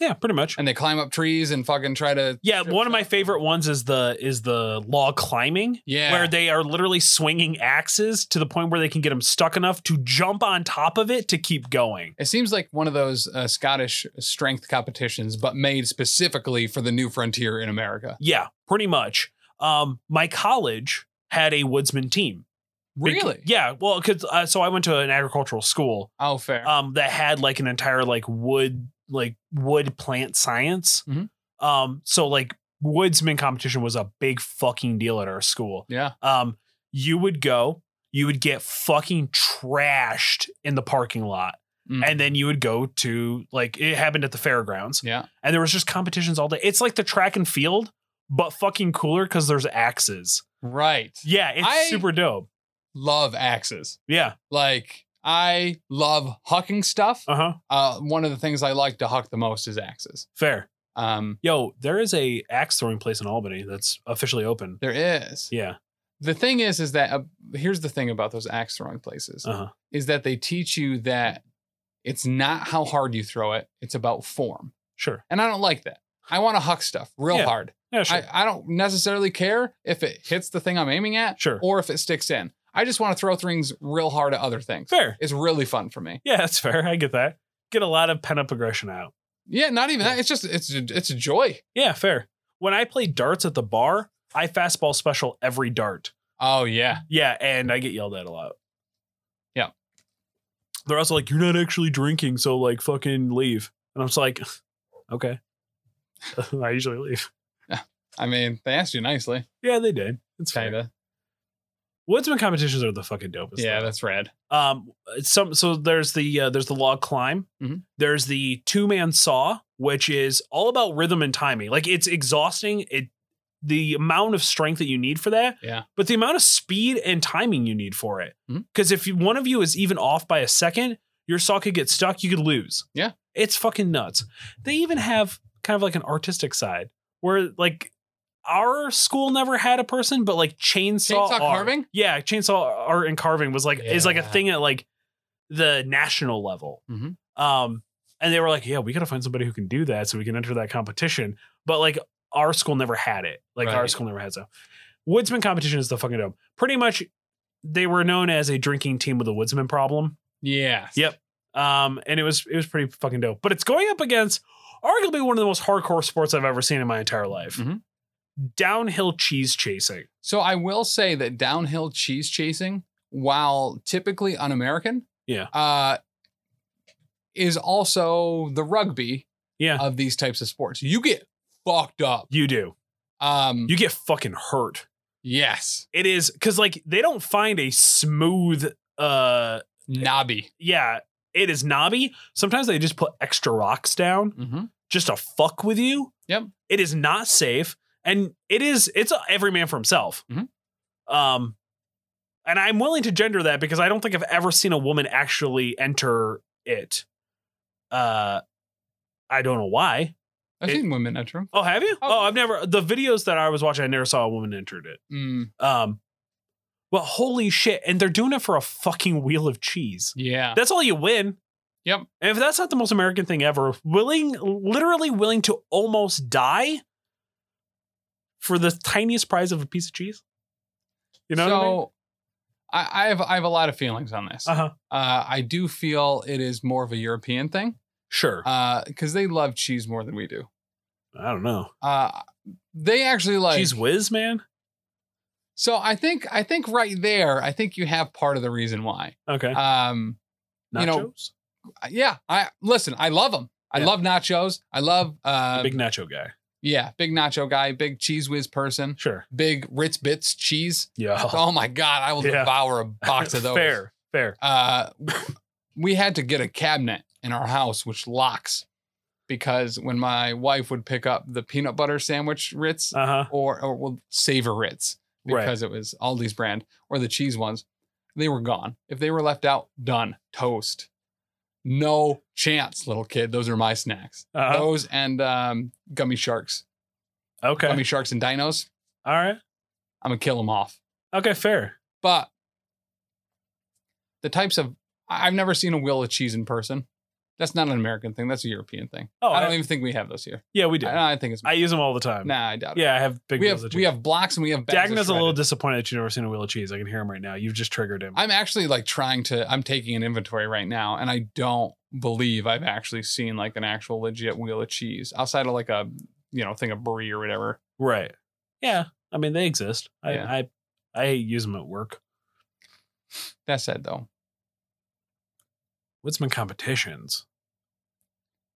Speaker 1: Yeah, pretty much.
Speaker 2: and they climb up trees and fucking try to
Speaker 1: Yeah,
Speaker 2: Sure,
Speaker 1: one of
Speaker 2: sure.
Speaker 1: my favorite ones is the is the log climbing.
Speaker 2: yeah
Speaker 1: where they are literally swinging axes to the point where they can get them stuck enough to jump on top of it to keep going.
Speaker 2: It seems like one of those uh, Scottish strength competitions, but made specifically for the new frontier in America.
Speaker 1: Yeah, pretty much. Um, my college had a woodsman team. Bec- yeah. Well, because uh, so I went to an agricultural school
Speaker 2: Oh, fair.
Speaker 1: um, that had like an entire like wood like wood plant science.
Speaker 2: Mhm.
Speaker 1: Um, so like woodsman competition was a big fucking deal at our school.
Speaker 2: yeah.
Speaker 1: um, you would go, you would get fucking trashed in the parking lot.
Speaker 2: Mm.
Speaker 1: And then you would go to like it happened at the fairgrounds.
Speaker 2: Yeah.
Speaker 1: And there was just competitions all day. It's like the track and field, but fucking cooler because there's axes.
Speaker 2: Right.
Speaker 1: Yeah, it's
Speaker 2: I-
Speaker 1: super dope.
Speaker 2: Love axes.
Speaker 1: Yeah.
Speaker 2: Like I love hucking stuff.
Speaker 1: Uh-huh.
Speaker 2: Uh, one of the things I like to huck the most is axes.
Speaker 1: Fair.
Speaker 2: Um,
Speaker 1: Yo, there is a axe throwing place in Albany that's officially open.
Speaker 2: there is.
Speaker 1: Yeah.
Speaker 2: The thing is, is that uh, here's the thing about those axe throwing places
Speaker 1: Uh-huh.
Speaker 2: is that they teach you that it's not how hard you throw it; it's about form.
Speaker 1: Sure.
Speaker 2: And I don't like that. I want to huck stuff real
Speaker 1: Yeah.
Speaker 2: hard.
Speaker 1: Yeah, sure.
Speaker 2: I, I don't necessarily care if it hits the thing I'm aiming at
Speaker 1: sure.
Speaker 2: or if it sticks in. I just want to throw things real hard at other things.
Speaker 1: Fair.
Speaker 2: It's really fun for me.
Speaker 1: Yeah, that's fair. I get that. Get a lot of pent up aggression out.
Speaker 2: Yeah, not even that. It's just it's a, it's a joy.
Speaker 1: Yeah, fair. When I play darts at the bar, I fastball special every dart.
Speaker 2: Oh yeah.
Speaker 1: Yeah, and I get yelled at a lot.
Speaker 2: Yeah.
Speaker 1: They're also like, you're not actually drinking, so like fucking leave. And I'm just like, okay. I usually leave.
Speaker 2: I mean, they asked you nicely,
Speaker 1: Yeah, they did. It's fine.
Speaker 2: kinda.
Speaker 1: Woodsman competitions are the fucking dopest.
Speaker 2: Yeah,
Speaker 1: though.
Speaker 2: that's rad.
Speaker 1: um some so there's the uh, there's the log climb
Speaker 2: Mhm.
Speaker 1: there's the two man saw which is all about rhythm and timing like it's exhausting it the amount of strength that you need for that
Speaker 2: Yeah.
Speaker 1: but the amount of speed and timing you need for it
Speaker 2: Mhm.
Speaker 1: because if you, one of you is even off by a second your saw could get stuck you could lose
Speaker 2: Yeah.
Speaker 1: it's fucking nuts they even have kind of like an artistic side where like our school never had a person but like chainsaw,
Speaker 2: Chainsaw
Speaker 1: art-
Speaker 2: carving?
Speaker 1: yeah chainsaw art and carving was like is like a
Speaker 2: Yeah.
Speaker 1: thing at like the national level
Speaker 2: Mhm.
Speaker 1: um and they were like yeah we gotta find somebody who can do that so we can enter that competition but like our school never had it like our
Speaker 2: Right.
Speaker 1: school never had so woodsman competition is the fucking dope pretty much they were known as a drinking team with a woodsman problem
Speaker 2: Yeah.
Speaker 1: Yep. um and it was it was pretty fucking dope but it's going up against arguably one of the most hardcore sports i've ever seen in my entire life
Speaker 2: Mhm.
Speaker 1: downhill cheese chasing
Speaker 2: So I will say that downhill cheese chasing, while typically un-American,
Speaker 1: Yeah.
Speaker 2: uh, is also the rugby
Speaker 1: yeah
Speaker 2: of these types of sports. You get fucked up.
Speaker 1: you do
Speaker 2: Um,
Speaker 1: you get fucking hurt
Speaker 2: yes,
Speaker 1: It is because like they don't find a smooth uh
Speaker 2: knobby.
Speaker 1: yeah, it is knobby. Sometimes they just put extra rocks down
Speaker 2: Mm-hmm.
Speaker 1: just to fuck with you.
Speaker 2: Yep.
Speaker 1: It is not safe. And it is it's a every man for himself.
Speaker 2: Mhm.
Speaker 1: Um and I'm willing to gender that because I don't think I've ever seen a woman actually enter it. Uh I don't know why.
Speaker 2: I've
Speaker 1: It-
Speaker 2: seen women enter 'em.
Speaker 1: Oh, have you?
Speaker 2: Oh.
Speaker 1: oh I've never the videos that I was watching, I never saw a woman entered it.
Speaker 2: Mm,
Speaker 1: Um, but holy shit, and they're doing it for a fucking wheel of cheese.
Speaker 2: yeah.
Speaker 1: That's all you win.
Speaker 2: Yep.
Speaker 1: And if that's not the most American thing ever, willing, literally willing to almost die for the tiniest prize of a piece of cheese. You know what I mean?
Speaker 2: so I, I, have I have a lot of feelings on this.
Speaker 1: Uh
Speaker 2: uh
Speaker 1: huh.
Speaker 2: I do feel it is more of a European thing
Speaker 1: Sure.
Speaker 2: uh, because they love cheese more than we do.
Speaker 1: I don't know.
Speaker 2: Uh, they actually like
Speaker 1: cheese whiz, man.
Speaker 2: So I think I think right there, I think you have part of the reason why.
Speaker 1: Okay.
Speaker 2: Um,
Speaker 1: Nachos.
Speaker 2: you know, yeah. I listen. I love them. I
Speaker 1: Yeah.
Speaker 2: love nachos. I love uh,
Speaker 1: Big nacho guy.
Speaker 2: yeah, big nacho guy, big cheese whiz person,
Speaker 1: Sure.
Speaker 2: big Ritz Bits cheese.
Speaker 1: Yeah.
Speaker 2: Oh my god, I will
Speaker 1: Yeah.
Speaker 2: devour a box of those.
Speaker 1: Fair. Fair.
Speaker 2: Uh, we had to get a cabinet in our house which locks because when my wife would pick up the peanut butter sandwich Ritz,
Speaker 1: Uh huh.
Speaker 2: or or well, Savor Ritz
Speaker 1: Right.
Speaker 2: because it was Aldi's brand or the cheese ones, they were gone. If they were left out, done, toast. No chance, little kid. Those are my snacks.
Speaker 1: Uh-huh.
Speaker 2: Those and um, gummy sharks,
Speaker 1: Okay.
Speaker 2: gummy sharks and dinos.
Speaker 1: All right.
Speaker 2: I'm gonna kill them off.
Speaker 1: Okay. Fair.
Speaker 2: But the types of I- I've never seen a wheel of cheese in person. That's not an American thing. That's a European thing.
Speaker 1: Oh,
Speaker 2: I don't
Speaker 1: I-
Speaker 2: even think we have those here.
Speaker 1: yeah, we do. I,
Speaker 2: I, I think it's
Speaker 1: use them all the time.
Speaker 2: nah. I doubt it.
Speaker 1: Yeah, I have big
Speaker 2: we
Speaker 1: wheels
Speaker 2: have
Speaker 1: of
Speaker 2: we
Speaker 1: cheese.
Speaker 2: have blocks and we have. bags of
Speaker 1: Dagna's a
Speaker 2: shredded.
Speaker 1: little disappointed that you've never seen a wheel of cheese. I can hear him right now. You've just triggered him.
Speaker 2: I'm actually like trying to. I'm taking an inventory right now, and I don't believe I've actually seen like an actual legit wheel of cheese outside of like a you know thing of brie or whatever.
Speaker 1: right. Yeah. I mean, they exist. I,
Speaker 2: Yeah.
Speaker 1: I I use them at work.
Speaker 2: That said, though,
Speaker 1: Woodsman competitions.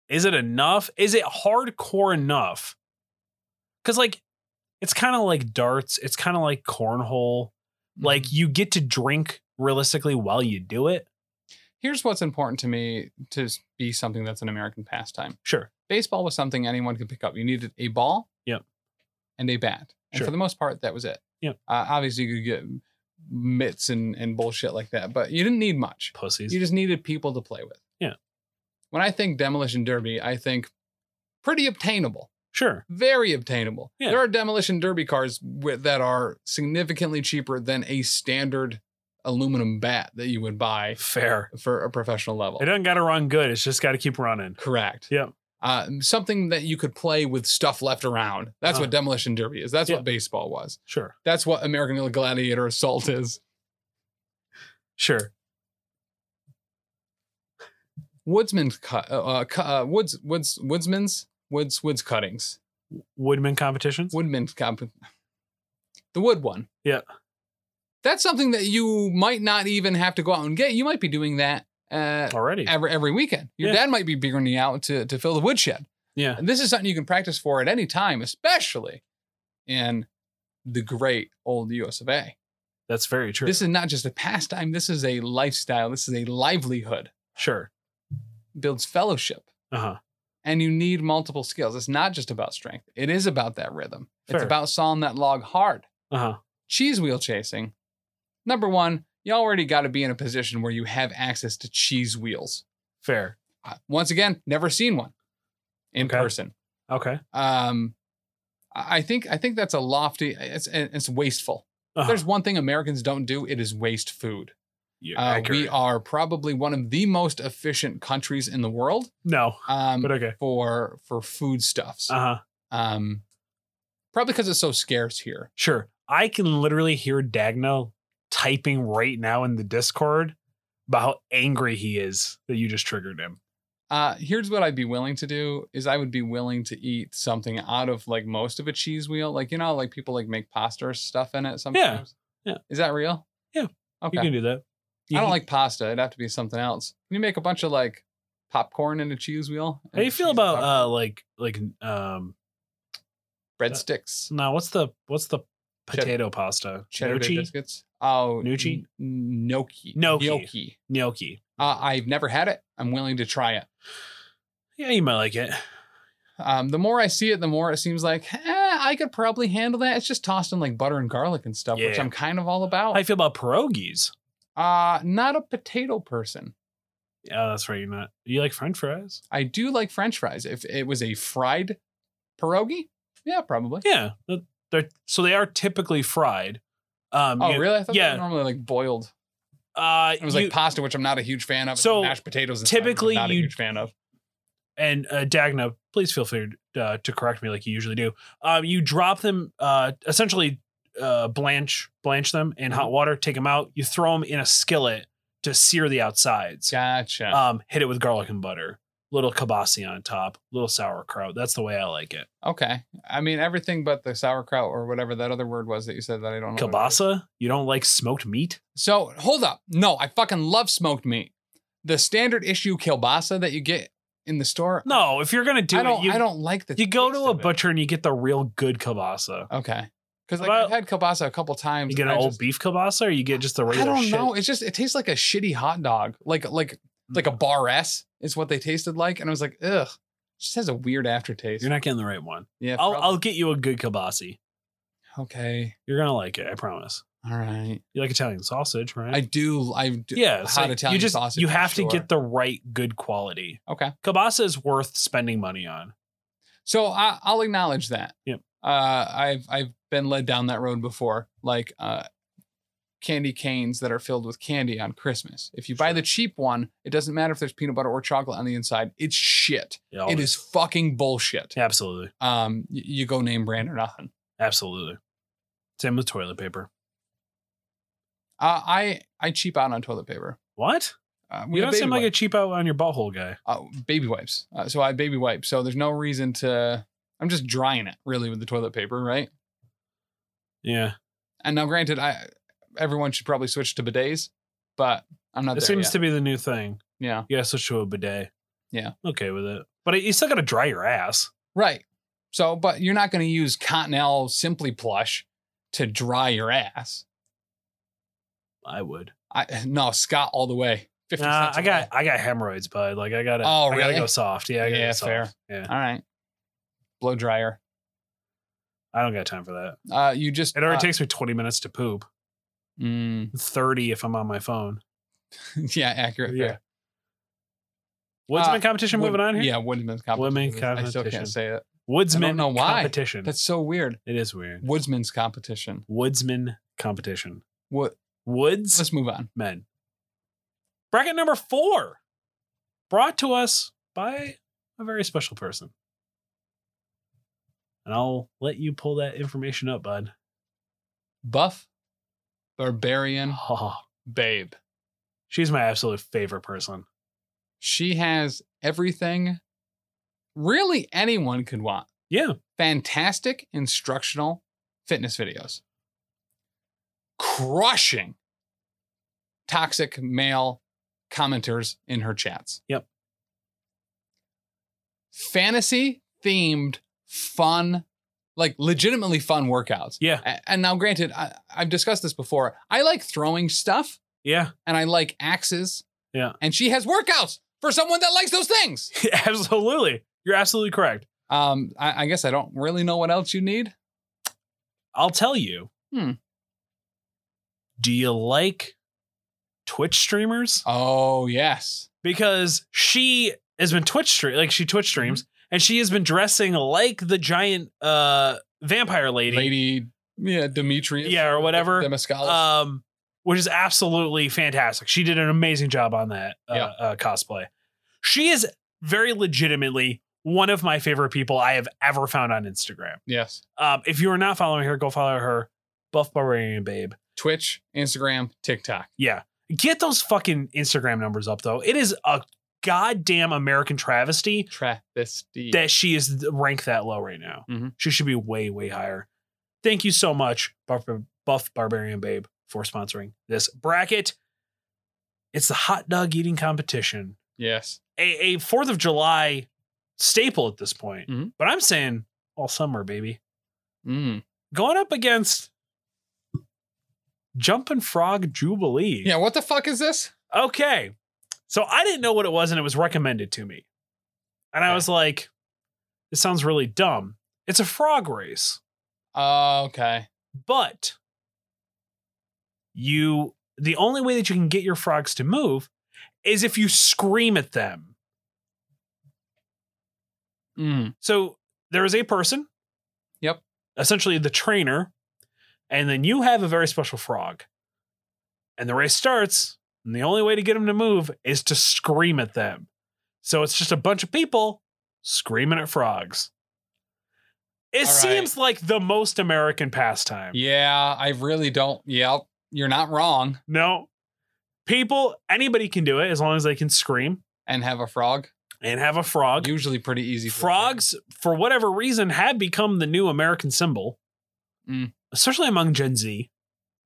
Speaker 1: Is it enough? Is it hardcore enough? Because like, it's kind of like darts. It's kind of like cornhole.
Speaker 2: Mm-hmm. mm,
Speaker 1: Like you get to drink realistically while you do it.
Speaker 2: here's what's important to me to s- be something that's an American pastime.
Speaker 1: Sure.
Speaker 2: Baseball was something anyone could pick up. You needed a ball,
Speaker 1: Yep.
Speaker 2: and a bat, and
Speaker 1: Sure.
Speaker 2: for the most part, that was it.
Speaker 1: Yep.
Speaker 2: Uh, obviously, you could get mitts and and bullshit like that, but you didn't need much.
Speaker 1: Pussies.
Speaker 2: You just needed people to play with.
Speaker 1: Yeah.
Speaker 2: When I think demolition derby, I think pretty obtainable,
Speaker 1: sure.
Speaker 2: very obtainable.
Speaker 1: Yeah.
Speaker 2: There are demolition derby cars with, that are significantly cheaper than a standard aluminum bat that you would buy
Speaker 1: Fair.
Speaker 2: for a professional level.
Speaker 1: It doesn't got to run good. It's just got to keep running.
Speaker 2: Correct.
Speaker 1: Yep.
Speaker 2: Uh, something that you could play with stuff left around. That's
Speaker 1: Uh-huh.
Speaker 2: what demolition derby is. That's
Speaker 1: Yeah.
Speaker 2: what baseball was.
Speaker 1: Sure.
Speaker 2: That's what American Gladiator Assault is.
Speaker 1: Sure.
Speaker 2: Woodsman's cut. Uh, uh, cu- uh, woods. Woods. Woodsman's. Woods. Woods cuttings.
Speaker 1: Woodman competitions.
Speaker 2: Woodman's comp the wood one.
Speaker 1: Yeah.
Speaker 2: That's something that you might not even have to go out and get. You might be doing that uh,
Speaker 1: already.
Speaker 2: every every weekend. Your
Speaker 1: Yeah.
Speaker 2: dad might be biggering you out to to fill the woodshed.
Speaker 1: Yeah.
Speaker 2: And this is something you can practice for at any time, especially in the great old US of A.
Speaker 1: That's very true.
Speaker 2: This is not just a pastime, this is a lifestyle, this is a livelihood.
Speaker 1: sure.
Speaker 2: Builds fellowship.
Speaker 1: Uh huh.
Speaker 2: And you need multiple skills. It's not just about strength. It is about that rhythm. It's
Speaker 1: Fair.
Speaker 2: about sawing that log hard.
Speaker 1: Uh huh.
Speaker 2: Cheese wheel chasing. Number one, you already got to be in a position where you have access to cheese wheels.
Speaker 1: Fair.
Speaker 2: Uh, Once again, never seen one in
Speaker 1: Okay.
Speaker 2: person.
Speaker 1: Okay.
Speaker 2: Um, I I think I think that's a lofty. It's it's wasteful. If
Speaker 1: Uh-huh.
Speaker 2: There's one thing Americans don't do. It is waste food.
Speaker 1: You're
Speaker 2: Uh, we
Speaker 1: accurate.
Speaker 2: are probably one of the most efficient countries in the world
Speaker 1: no,
Speaker 2: um,
Speaker 1: but okay.
Speaker 2: for for foodstuffs.
Speaker 1: Uh huh.
Speaker 2: Um, probably because it's so scarce here.
Speaker 1: Sure. I can literally hear Dagno typing right now in the Discord about how angry he is that you just triggered him.
Speaker 2: Uh, here's what I'd be willing to do is I would be willing to eat something out of like most of a cheese wheel. Like you know, how, like people like make pasta or stuff in it sometimes.
Speaker 1: Yeah.
Speaker 2: Is that real?
Speaker 1: Yeah.
Speaker 2: Okay.
Speaker 1: You can do that.
Speaker 2: I don't
Speaker 1: You-
Speaker 2: like pasta. It'd have to be something else. Can you make a bunch of like popcorn and a cheese wheel?
Speaker 1: How do you
Speaker 2: And
Speaker 1: feel
Speaker 2: cheese
Speaker 1: about
Speaker 2: and
Speaker 1: uh like like um
Speaker 2: breadsticks,
Speaker 1: no what's the what's the
Speaker 2: Cheddar-
Speaker 1: potato pasta
Speaker 2: cheddar day
Speaker 1: Gnocchi?
Speaker 2: biscuits? Oh,
Speaker 1: Nucci?
Speaker 2: n- gnocchi.
Speaker 1: Gnocchi.
Speaker 2: Gnocchi.
Speaker 1: gnocchi.
Speaker 2: Uh, I've never had it. I'm willing to try it.
Speaker 1: Yeah, you might like it.
Speaker 2: Um, the more I see it, the more it seems like eh, I could probably handle that. It's just tossed in like butter and garlic and stuff, which
Speaker 1: Yeah.
Speaker 2: I'm kind of all
Speaker 1: How do
Speaker 2: about.
Speaker 1: you feel about pierogies?
Speaker 2: Uh, not a potato person.
Speaker 1: Yeah, Oh, that's right. You're not. You like French fries?
Speaker 2: I do like French fries. If it was a fried pierogi, yeah, probably.
Speaker 1: Yeah, th- they're so they are typically fried. Um,
Speaker 2: Oh,
Speaker 1: you-
Speaker 2: really? I thought
Speaker 1: yeah.
Speaker 2: they were normally like boiled.
Speaker 1: Uh,
Speaker 2: It was
Speaker 1: you-
Speaker 2: like pasta, which I'm not a huge fan of.
Speaker 1: So,
Speaker 2: and mashed potatoes. And stuff, which I'm
Speaker 1: typically
Speaker 2: not a
Speaker 1: you-
Speaker 2: huge fan of.
Speaker 1: and uh, Dagna, please feel free uh, to correct me like you usually do. Um, you drop them, uh, essentially uh, blanch blanch them in
Speaker 2: Mm-hmm.
Speaker 1: hot water. Take them out. You throw them in a skillet to sear the outsides.
Speaker 2: Gotcha.
Speaker 1: Um, hit it with garlic and butter. Little kibasi on top. Little sauerkraut. That's the way I like it.
Speaker 2: okay. I mean everything but the sauerkraut or whatever that other word was that you said that I don't know. what it is.
Speaker 1: Kielbasa. You don't like smoked meat?
Speaker 2: So hold up. No, I fucking love smoked meat. The standard issue kielbasa that you get in the store.
Speaker 1: No. If you're gonna do
Speaker 2: I don't.
Speaker 1: it, you,
Speaker 2: I don't like the.
Speaker 1: you go
Speaker 2: taste
Speaker 1: to a
Speaker 2: of it.
Speaker 1: butcher and you get the real good kielbasa.
Speaker 2: Okay. Because like
Speaker 1: About-
Speaker 2: I've had kielbasa a couple times.
Speaker 1: You get
Speaker 2: and
Speaker 1: an
Speaker 2: I
Speaker 1: old
Speaker 2: just-
Speaker 1: beef kielbasa, or you get just the
Speaker 2: I
Speaker 1: regular.
Speaker 2: don't
Speaker 1: shit?
Speaker 2: know. It's just it tastes like a shitty hot dog. Like like like a
Speaker 1: Mm.
Speaker 2: bar S is what they tasted like, and I was like, ugh. It just has a weird aftertaste.
Speaker 1: You're not getting the right one.
Speaker 2: yeah.
Speaker 1: I'll,
Speaker 2: probably.
Speaker 1: I'll get you a good kielbasa.
Speaker 2: okay.
Speaker 1: You're gonna like it, I promise.
Speaker 2: All right.
Speaker 1: You like Italian sausage, right?
Speaker 2: I do. I do.
Speaker 1: yeah, so
Speaker 2: hot Italian
Speaker 1: you just
Speaker 2: sausage.
Speaker 1: you
Speaker 2: for
Speaker 1: have
Speaker 2: sure.
Speaker 1: to get the right good quality.
Speaker 2: Okay.
Speaker 1: Kielbasa is worth spending money on.
Speaker 2: So I, I'll acknowledge that.
Speaker 1: Yep.
Speaker 2: Uh, I've I've been led down that road before, like uh, candy canes that are filled with candy on Christmas. If you buy the cheap one, it doesn't matter if there's peanut butter or chocolate on the inside. It's shit.
Speaker 1: always.
Speaker 2: It is fucking bullshit.
Speaker 1: absolutely,
Speaker 2: Um, y- you go name brand or nothing.
Speaker 1: absolutely. Same with toilet paper.
Speaker 2: Uh, I I cheap out on toilet paper.
Speaker 1: What?
Speaker 2: Uh,
Speaker 1: You
Speaker 2: have
Speaker 1: don't seem
Speaker 2: baby
Speaker 1: like a cheap out on your butthole guy.
Speaker 2: uh, baby wipes. Uh, so I baby wipe. So there's no reason to. I'm just drying it really with the toilet paper, right?
Speaker 1: Yeah,
Speaker 2: And now, granted, I everyone should probably switch to bidets, but I'm not.
Speaker 1: it
Speaker 2: there
Speaker 1: seems
Speaker 2: yet.
Speaker 1: to be the new thing.
Speaker 2: Yeah.
Speaker 1: You gotta switch to a bidet.
Speaker 2: Yeah.
Speaker 1: okay with it, but you still gotta dry your ass.
Speaker 2: Right. So, but you're not going to use Cottonelle Simply Plush to dry your ass.
Speaker 1: I would.
Speaker 2: I no Scott all the way. 50
Speaker 1: Nah,
Speaker 2: cents
Speaker 1: I
Speaker 2: away.
Speaker 1: got I got hemorrhoids, bud. Like I gotta
Speaker 2: Oh,
Speaker 1: I gotta
Speaker 2: really?
Speaker 1: go soft. Yeah, I gotta
Speaker 2: Yeah,
Speaker 1: go soft.
Speaker 2: fair.
Speaker 1: Yeah,
Speaker 2: All right. Blow dryer.
Speaker 1: I don't got time for that.
Speaker 2: Uh, you just
Speaker 1: It already
Speaker 2: uh,
Speaker 1: takes me 20 minutes to poop.
Speaker 2: mm,
Speaker 1: 30 if I'm on my phone.
Speaker 2: yeah, accurate.
Speaker 1: Yeah.
Speaker 2: fair.
Speaker 1: Woodsman
Speaker 2: Uh,
Speaker 1: competition
Speaker 2: Wood-
Speaker 1: moving on here?
Speaker 2: Yeah, Woodman's competition.
Speaker 1: Woodman
Speaker 2: I still
Speaker 1: competition.
Speaker 2: can't say it.
Speaker 1: Woodsman
Speaker 2: I don't know why.
Speaker 1: competition.
Speaker 2: That's so weird.
Speaker 1: it is weird.
Speaker 2: Woodsman's competition.
Speaker 1: Woodsman competition.
Speaker 2: What?
Speaker 1: Woods
Speaker 2: Let's move on.
Speaker 1: men. Bracket number four. Brought to us by a very special person. And I'll let you pull that information up, bud.
Speaker 2: Buff, barbarian,
Speaker 1: Oh,
Speaker 2: babe.
Speaker 1: she's my absolute favorite person.
Speaker 2: She has everything really anyone could want.
Speaker 1: Yeah.
Speaker 2: Fantastic instructional fitness videos. Crushing toxic male commenters in her chats.
Speaker 1: Yep.
Speaker 2: Fantasy themed, fun, like legitimately fun workouts.
Speaker 1: Yeah.
Speaker 2: A- And now, granted, I, I've discussed this before. I like throwing stuff
Speaker 1: Yeah.
Speaker 2: and I like axes.
Speaker 1: Yeah.
Speaker 2: And she has workouts for someone that likes those things.
Speaker 1: absolutely. You're absolutely correct.
Speaker 2: Um, I, I guess I don't really know what else you need.
Speaker 1: I'll tell you.
Speaker 2: Hmm.
Speaker 1: Do you like Twitch streamers?
Speaker 2: Oh yes.
Speaker 1: Because she has been Twitch stream like she Twitch streams and she has been dressing like the giant uh vampire lady.
Speaker 2: Lady yeah, Demetrius.
Speaker 1: Yeah, or whatever.
Speaker 2: Demascalus.
Speaker 1: um, which is absolutely fantastic. She did an amazing job on that uh,
Speaker 2: Yeah.
Speaker 1: uh, cosplay. She is very legitimately one of my favorite people I have ever found on Instagram.
Speaker 2: yes.
Speaker 1: Um, if you are not following her, go follow her, Buff Barbarian Babe.
Speaker 2: Twitch, Instagram, TikTok.
Speaker 1: Yeah, get those fucking Instagram numbers up though. It is a goddamn American travesty
Speaker 2: Travesty.
Speaker 1: that she is ranked that low right now.
Speaker 2: Mhm.
Speaker 1: She should be way way higher. Thank you so much, Buff, Buff Barbarian Babe, for sponsoring this bracket. It's the hot dog eating competition,
Speaker 2: Yes.
Speaker 1: a, a Fourth of July staple at this point.
Speaker 2: Mhm.
Speaker 1: But I'm saying all summer, baby.
Speaker 2: Mm.
Speaker 1: Going up against Jumpin' Frog Jubilee.
Speaker 2: Yeah. What the fuck is this?
Speaker 1: Okay. So I didn't know what it was and it was recommended to me. And I
Speaker 2: Okay.
Speaker 1: was like, this sounds really dumb. It's a frog race,
Speaker 2: Oh, okay.
Speaker 1: but you, the only way that you can get your frogs to move is if you scream at them.
Speaker 2: Mm.
Speaker 1: So there is a person.
Speaker 2: Yep.
Speaker 1: Essentially the trainer. And then you have a very special frog. And the race starts. And the only way to get them to move is to scream at them. So it's just a bunch of people screaming at frogs. It
Speaker 2: All right.
Speaker 1: seems like the most American pastime.
Speaker 2: Yeah. I really don't. Yep. You're not wrong.
Speaker 1: No. People, anybody can do it as long as they can scream
Speaker 2: And have a frog.
Speaker 1: and have a frog.
Speaker 2: Usually pretty easy. for a frog.
Speaker 1: frogs for whatever reason have become the new american symbol
Speaker 2: Mm.
Speaker 1: especially among gen z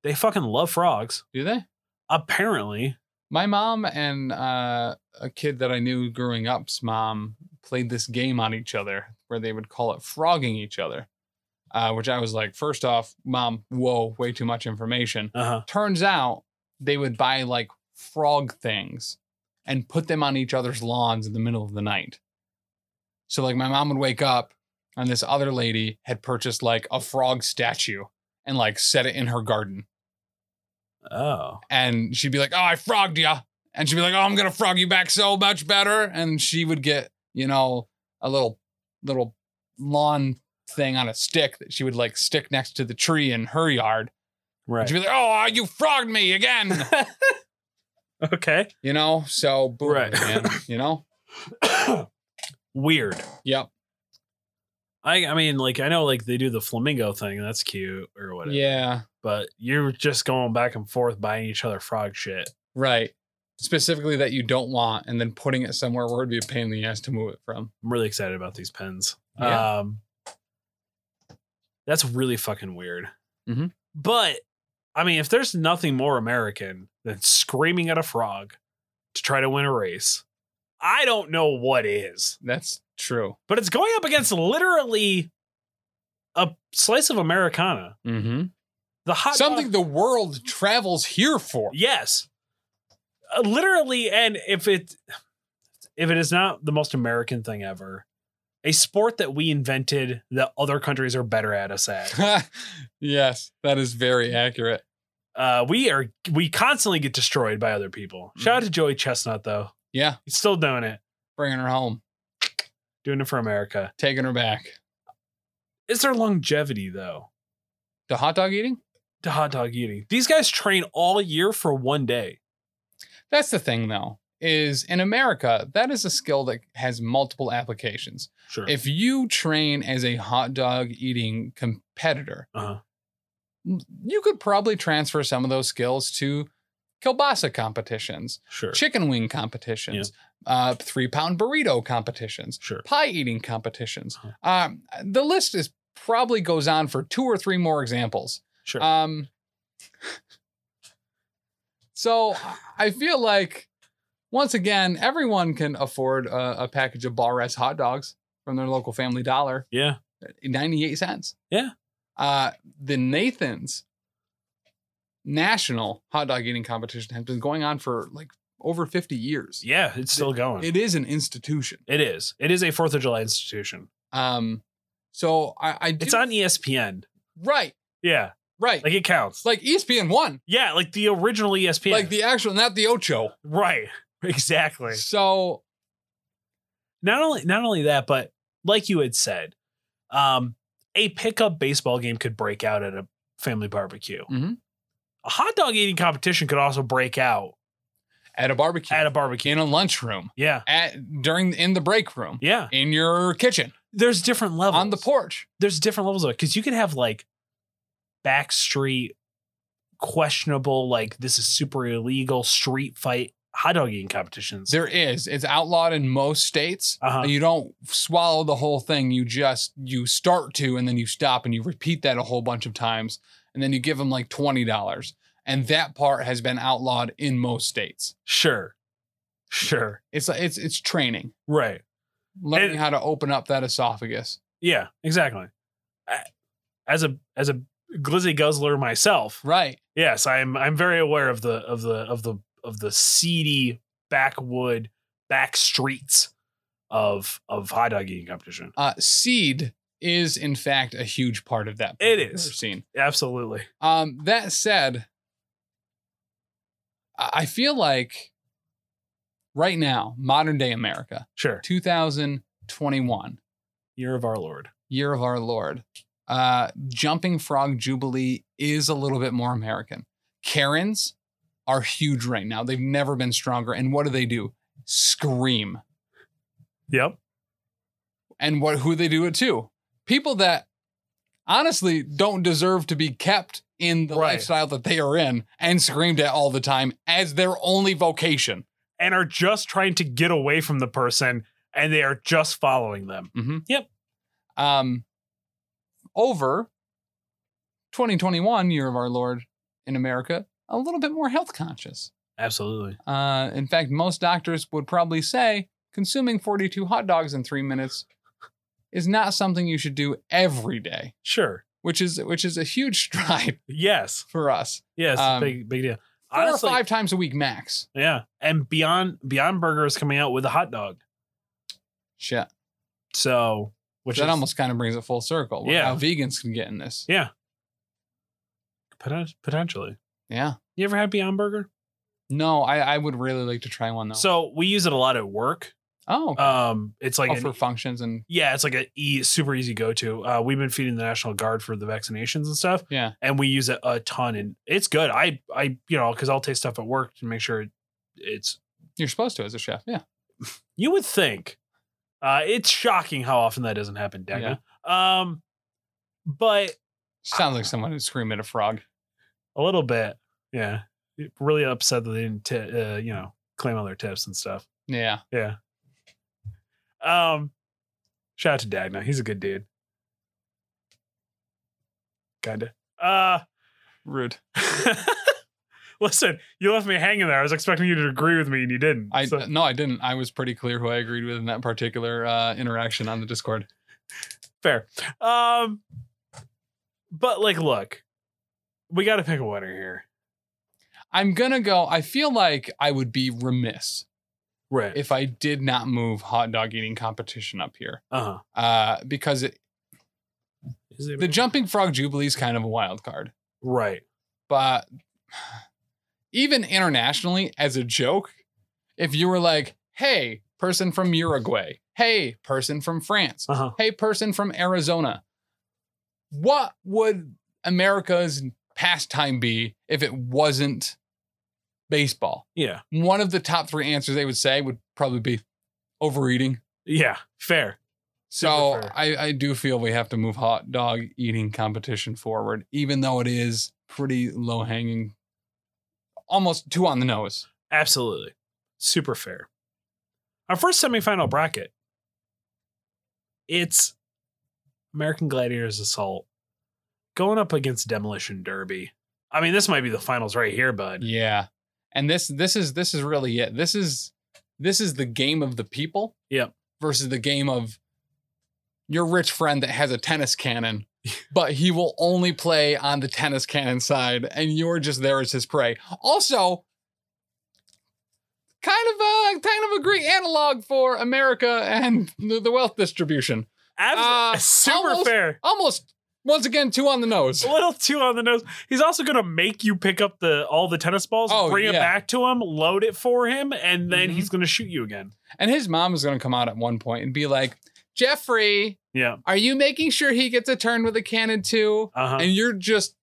Speaker 1: they fucking love frogs
Speaker 2: Do they?
Speaker 1: apparently
Speaker 2: My mom and uh, a kid that I knew growing up's mom played this game on each other where they would call it frogging each other, uh, which I was like, first off, mom, whoa, way too much information.
Speaker 1: uh-huh
Speaker 2: Turns out they would buy like frog things and put them on each other's lawns in the middle of the night. So, like, my mom would wake up and this other lady had purchased like a frog statue and like set it in her garden
Speaker 1: oh
Speaker 2: and she'd be like, "Oh, I frogged you," and she'd be like, "Oh, I'm gonna frog you back so much better," and she would get you know a little little lawn thing on a stick that she would like stick next to the tree in her yard. And
Speaker 1: right
Speaker 2: she'd be like, "Oh, you frogged me again,"
Speaker 1: okay
Speaker 2: you know. So boom,
Speaker 1: Right.
Speaker 2: man, you know.
Speaker 1: weird
Speaker 2: Yep.
Speaker 1: i i mean like i know like they do the flamingo thing that's cute or whatever
Speaker 2: Yeah.
Speaker 1: but you're just going back and forth buying each other frog shit
Speaker 2: Right. Specifically that you don't want, and then putting it somewhere where it'd be a pain in the ass to move it from.
Speaker 1: i'm really excited about these pens
Speaker 2: Yeah.
Speaker 1: um that's really fucking weird
Speaker 2: Mhm.
Speaker 1: but I mean, if there's nothing more American than screaming at a frog to try to win a race, I don't know what is.
Speaker 2: That's true.
Speaker 1: But it's going up against literally a slice of Americana.
Speaker 2: Mm-hmm.
Speaker 1: The hot dog-
Speaker 2: Something the world travels here for.
Speaker 1: yes, Uh, literally, and if it if it is not the most American thing ever, a sport that we invented that other countries are better at us at.
Speaker 2: yes, that is very accurate.
Speaker 1: Uh, we are we constantly get destroyed by other people. Shout out to Joey Chestnut though,
Speaker 2: Yeah,
Speaker 1: he's still doing it.
Speaker 2: bringing her home,
Speaker 1: doing it for America.
Speaker 2: taking her back.
Speaker 1: Is there longevity though
Speaker 2: The hot dog eating?
Speaker 1: to hot dog eating? These guys train all year for one day.
Speaker 2: That's the thing, though, is in America, that is a skill that has multiple applications.
Speaker 1: Sure.
Speaker 2: If you train as a hot dog eating competitor,
Speaker 1: uh-huh.
Speaker 2: you could probably transfer some of those skills to kielbasa competitions,
Speaker 1: Sure.
Speaker 2: chicken wing competitions, uh, three pound burrito competitions.
Speaker 1: sure.
Speaker 2: pie eating competitions.
Speaker 1: Uh-huh.
Speaker 2: Um, the list is probably goes on for two or three more examples.
Speaker 1: Sure.
Speaker 2: Um, so I feel like Once again, everyone can afford a, a package of bar rats hot dogs from their local Family Dollar.
Speaker 1: Yeah.
Speaker 2: 98 cents.
Speaker 1: Yeah.
Speaker 2: Uh, the Nathan's national hot dog eating competition has been going on for like over 50 years.
Speaker 1: Yeah. It's still going.
Speaker 2: It is an institution.
Speaker 1: it is. It is a 4th of July institution.
Speaker 2: Um, so I, I do,
Speaker 1: It's on E ESPN.
Speaker 2: right,
Speaker 1: Yeah.
Speaker 2: right. Like,
Speaker 1: Like it counts.
Speaker 2: like E ESPN one,
Speaker 1: yeah. Like the original E ESPN.
Speaker 2: like the actual, not the Ocho.
Speaker 1: right. Exactly.
Speaker 2: So
Speaker 1: not only not only that, but like you had said, um, a pickup baseball game could break out at a family barbecue.
Speaker 2: Mhm.
Speaker 1: A hot dog eating competition could also break out
Speaker 2: at a barbecue,
Speaker 1: at a barbecue.
Speaker 2: in a lunchroom,
Speaker 1: Yeah,
Speaker 2: at during in the break room,
Speaker 1: yeah.
Speaker 2: in your kitchen,
Speaker 1: There's different levels
Speaker 2: on the porch,
Speaker 1: There's different levels of it because you could have like backstreet, questionable, like this is super illegal street fight hot dog eating competitions.
Speaker 2: there is. It's outlawed in most states.
Speaker 1: Uh-huh.
Speaker 2: you don't swallow the whole thing you just you start to and then you stop and you repeat that a whole bunch of times and then you give them like $20 and that part has been outlawed in most states
Speaker 1: Sure, sure,
Speaker 2: it's it's it's training
Speaker 1: right.
Speaker 2: learning
Speaker 1: And-
Speaker 2: how to open up that esophagus
Speaker 1: Yeah, exactly. I- As a as a glizzy guzzler myself,
Speaker 2: right
Speaker 1: yes, I'm I'm very aware of the of the of the of the seedy backwood back streets of of hot dog eating competition.
Speaker 2: uh seed is in fact a huge part of that
Speaker 1: It is.
Speaker 2: scene
Speaker 1: Absolutely.
Speaker 2: Um, that said, I I feel like right now, modern day America,
Speaker 1: Sure.
Speaker 2: 2021,
Speaker 1: Year of our Lord.
Speaker 2: year of our Lord, uh, Jumping Frog Jubilee is a little bit more American. Karens are huge right now. They've never been stronger. And what do they do? Scream.
Speaker 1: Yep.
Speaker 2: And what who they do it to? People that honestly don't deserve to be kept in the
Speaker 1: Right.
Speaker 2: lifestyle that they are in and screamed at all the time as their only vocation.
Speaker 1: And are just trying to get away from the person and they are just following them.
Speaker 2: Mm-hmm.
Speaker 1: Yep.
Speaker 2: Um, over 2021 year of our Lord in America, a little bit more health conscious.
Speaker 1: Absolutely.
Speaker 2: Uh, in fact, most doctors would probably say consuming 42 hot dogs in three minutes is not something you should do every day,
Speaker 1: Sure.
Speaker 2: which is which is a huge stride
Speaker 1: Yes.
Speaker 2: for us.
Speaker 1: Yes.
Speaker 2: Um,
Speaker 1: big big deal.
Speaker 2: Four
Speaker 1: Honestly,
Speaker 2: or five times a week max.
Speaker 1: yeah. And Beyond Beyond Burger is coming out with a hot dog.
Speaker 2: Shit,
Speaker 1: So, which
Speaker 2: that
Speaker 1: is
Speaker 2: almost kind of brings it full circle.
Speaker 1: Yeah.
Speaker 2: how vegans can get in this.
Speaker 1: yeah, Poten- potentially.
Speaker 2: Yeah.
Speaker 1: You ever had Beyond Burger?
Speaker 2: No, I, I would really like to try one though.
Speaker 1: So we use it a lot at work.
Speaker 2: oh, okay.
Speaker 1: Um, it's like
Speaker 2: Oh,
Speaker 1: an-
Speaker 2: for functions and
Speaker 1: yeah, it's like a e- super easy go to. Uh, we've been feeding the National Guard for the vaccinations and stuff,
Speaker 2: yeah.
Speaker 1: and we use it a ton, and it's good. I I you know because I'll taste stuff at work to make sure it, it's.
Speaker 2: You're supposed to as a chef. Yeah.
Speaker 1: You would think, uh, it's shocking how often that doesn't happen, Deca. Um, but
Speaker 2: Sounds
Speaker 1: Ah.
Speaker 2: like someone who'd scream at a frog.
Speaker 1: a little bit. Yeah, really upset that they didn't, t- uh, you know, claim all their tips and stuff.
Speaker 2: Yeah.
Speaker 1: Yeah. Um, shout out to Dagna. He's a good dude. Kinda. Uh,
Speaker 2: Rude.
Speaker 1: listen, you left me hanging there. I was expecting you to agree with me, and you didn't.
Speaker 2: I
Speaker 1: So-
Speaker 2: no, I didn't. I was pretty clear who I agreed with in that particular uh, interaction on the Discord.
Speaker 1: fair. Um, but like, look, we got to pick a winner here,
Speaker 2: I'm gonna go. I feel like I would be remiss
Speaker 1: right?
Speaker 2: if I did not move hot dog eating competition up here
Speaker 1: uh huh.
Speaker 2: uh, because it, the jumping frog jubilee is kind of a wild card.
Speaker 1: right?
Speaker 2: But even internationally, as a joke, if you were like, "Hey, person from Uruguay," "Hey, person from France,"
Speaker 1: Uh huh.
Speaker 2: hey person from arizona what would america's pastime be if it wasn't baseball
Speaker 1: Yeah.
Speaker 2: one of the top three answers they would say would probably be overeating
Speaker 1: Yeah. Fair.
Speaker 2: so
Speaker 1: Super fair.
Speaker 2: I, I do feel we have to move hot dog eating competition forward even though it is pretty low hanging almost two on the nose
Speaker 1: Absolutely. Super fair. Our first semifinal bracket. It's American Gladiators Assault going up against Demolition Derby. I mean, this might be the finals right here, bud.
Speaker 2: yeah and this this is this is really it this is this is the game of the people.
Speaker 1: Yep.
Speaker 2: Versus the game of your rich friend that has a tennis cannon, but he will only play on the tennis cannon side, and you're just there as his prey. Also, kind of a kind of a great analog for America and the, the wealth distribution.
Speaker 1: Abs-
Speaker 2: Uh,
Speaker 1: super
Speaker 2: almost-
Speaker 1: fair.
Speaker 2: Almost once again, two on the nose.
Speaker 1: A little too on the nose. He's also gonna make you pick up the all the tennis balls,
Speaker 2: Oh,
Speaker 1: bring it
Speaker 2: yeah.
Speaker 1: back to him, load it for him, and then
Speaker 2: Mhm.
Speaker 1: he's gonna shoot you again.
Speaker 2: And his mom is going to come out at one point and be like, Jeffrey,
Speaker 1: Yeah.
Speaker 2: are you making sure he gets a turn with a cannon too?
Speaker 1: Uh huh.
Speaker 2: And you're just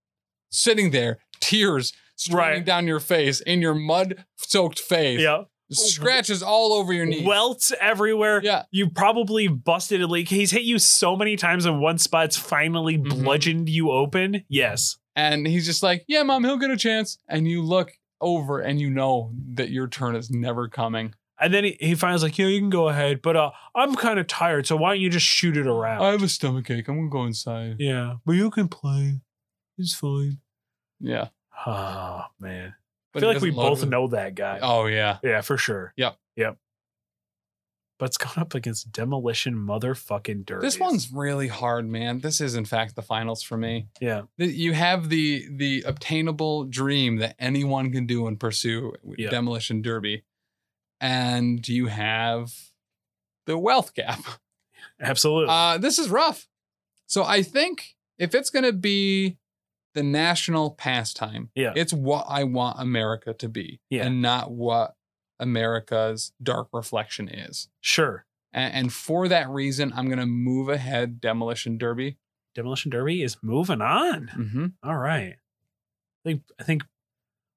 Speaker 2: sitting there, tears streaming
Speaker 1: Right.
Speaker 2: down your face in your mud soaked face,
Speaker 1: Yeah.
Speaker 2: scratches all over your knee.
Speaker 1: Welts everywhere.
Speaker 2: yeah.
Speaker 1: You probably busted a leak. He's hit you so many times in one spot, it's finally
Speaker 2: Mhm.
Speaker 1: bludgeoned you open. Yes.
Speaker 2: And he's just like, yeah, mom, he'll get a chance. And you look over and you know that your turn is never coming.
Speaker 1: And then he, he finds like, yeah, you can go ahead, but uh, I'm kind of tired, so why don't you just shoot it around?
Speaker 2: I have a stomach ache. I'm going to go inside.
Speaker 1: yeah, but you can play. It's fine.
Speaker 2: Yeah.
Speaker 1: Oh man,
Speaker 2: But
Speaker 1: I feel
Speaker 2: it
Speaker 1: like we
Speaker 2: doesn't load
Speaker 1: both
Speaker 2: with-
Speaker 1: know that guy.
Speaker 2: Oh, yeah.
Speaker 1: Yeah, for sure.
Speaker 2: Yep.
Speaker 1: Yep. But it's gone up against demolition motherfucking dirt.
Speaker 2: This one's really hard, man. This is, in fact, the finals for me.
Speaker 1: yeah,
Speaker 2: Th- You have the the obtainable dream that anyone can do and pursue with
Speaker 1: Yeah.
Speaker 2: demolition derby, and you have the wealth gap.
Speaker 1: absolutely.
Speaker 2: Uh, this is rough. So I think if it's going to be the national pastime,
Speaker 1: Yeah.
Speaker 2: it's what I want America to be,
Speaker 1: Yeah.
Speaker 2: and not what America's dark reflection is.
Speaker 1: sure.
Speaker 2: A- and for that reason, I'm going to move ahead demolition derby.
Speaker 1: Demolition Derby is moving on.
Speaker 2: Mm-hmm.
Speaker 1: All right. I think I think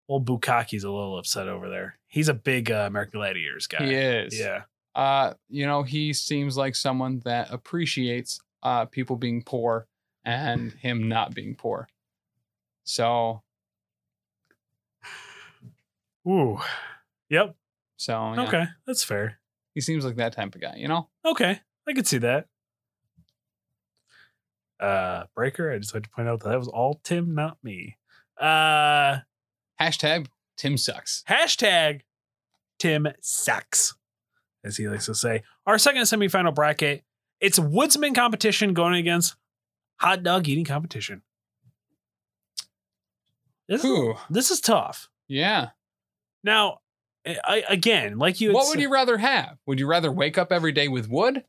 Speaker 1: old Bukaki's a little upset over there. He's a big uh, American Gladiators guy.
Speaker 2: He is.
Speaker 1: Yeah.
Speaker 2: Uh, you know, he seems like someone that appreciates uh people being poor and him not being poor. So,
Speaker 1: Ooh. Yep.
Speaker 2: so Oh, yeah.
Speaker 1: Okay. That's fair.
Speaker 2: He seems like that type of guy, you know?
Speaker 1: Okay. I could see that. Uh Breaker, I just like to point out that that was all Tim, not me. Uh
Speaker 2: Hashtag Tim sucks.
Speaker 1: hashtag Tim sucks, as he likes to say. Our second semifinal bracket, it's woodsman competition going against hot dog eating competition. This is,
Speaker 2: Who?
Speaker 1: this is tough.
Speaker 2: Yeah.
Speaker 1: Now, I, I- again, like you, had
Speaker 2: What
Speaker 1: said-
Speaker 2: would you rather have? Would you rather wake up every day with wood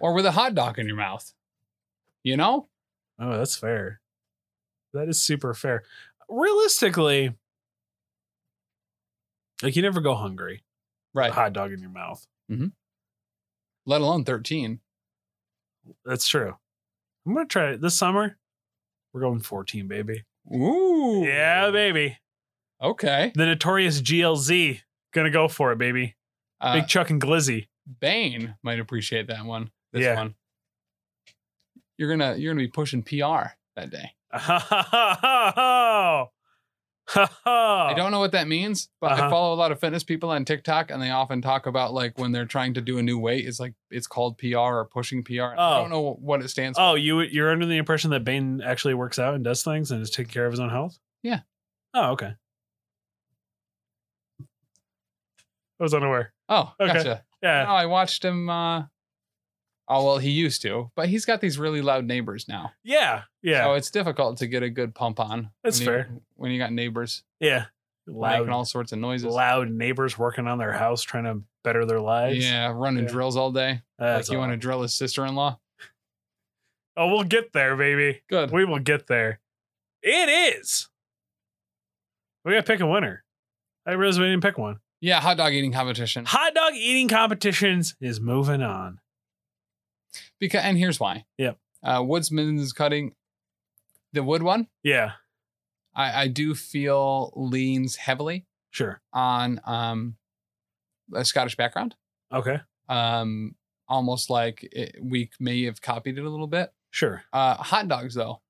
Speaker 2: or with a hot dog in your mouth? You know?
Speaker 1: Oh, that's fair. That is super fair. Realistically, like you never go hungry. with
Speaker 2: Right.
Speaker 1: A hot dog in your mouth.
Speaker 2: Let alone 13.
Speaker 1: That's true. I'm gonna try it this summer. We're going 14, baby.
Speaker 2: Ooh.
Speaker 1: Yeah, baby.
Speaker 2: Okay.
Speaker 1: The notorious GLZ. Gonna go for it, baby.
Speaker 2: Uh,
Speaker 1: Big Chuck and Glizzy.
Speaker 2: Bane might appreciate that one. This
Speaker 1: Yeah.
Speaker 2: one. You're gonna you're gonna be pushing PR that day.
Speaker 1: I
Speaker 2: I don't know what that means, but
Speaker 1: Oh. Uh-huh.
Speaker 2: I follow a lot of fitness people on TikTok, and they often talk about like when they're trying to do a new weight, it's like it's called PR or pushing PR. I
Speaker 1: Oh.
Speaker 2: don't know what it stands. for.
Speaker 1: Oh, you you're under the impression that Bane actually works out and does things and is taking care of his own health?
Speaker 2: Yeah.
Speaker 1: Oh, okay. I was unaware.
Speaker 2: Oh,
Speaker 1: okay.
Speaker 2: gotcha. No,
Speaker 1: Yeah.
Speaker 2: I watched him. uh Oh well, he used to, but he's got these really loud neighbors now,
Speaker 1: Yeah. Yeah.
Speaker 2: so it's difficult to get a good pump on.
Speaker 1: That's
Speaker 2: when
Speaker 1: fair.
Speaker 2: You, when you got neighbors
Speaker 1: yeah.
Speaker 2: making
Speaker 1: Loud
Speaker 2: all sorts of noises,
Speaker 1: loud neighbors working on their house trying to better their lives.
Speaker 2: yeah, running
Speaker 1: Yeah.
Speaker 2: drills all day.
Speaker 1: That's
Speaker 2: like you
Speaker 1: all.
Speaker 2: want to drill his sister-in-law?
Speaker 1: Oh, we'll get there, baby.
Speaker 2: Good.
Speaker 1: We will get there. It is. We gotta pick a winner. I realize we didn't pick one.
Speaker 2: yeah, hot dog eating competition.
Speaker 1: Hot dog eating competitions is moving on.
Speaker 2: Because and here's why.
Speaker 1: Yep.
Speaker 2: Uh, Woodsman's cutting the wood one.
Speaker 1: Yeah,
Speaker 2: I, I do feel leans heavily
Speaker 1: sure.
Speaker 2: on um, a Scottish background.
Speaker 1: Okay,
Speaker 2: Um, almost like it, we may have copied it a little bit.
Speaker 1: sure.
Speaker 2: Uh, hot dogs though,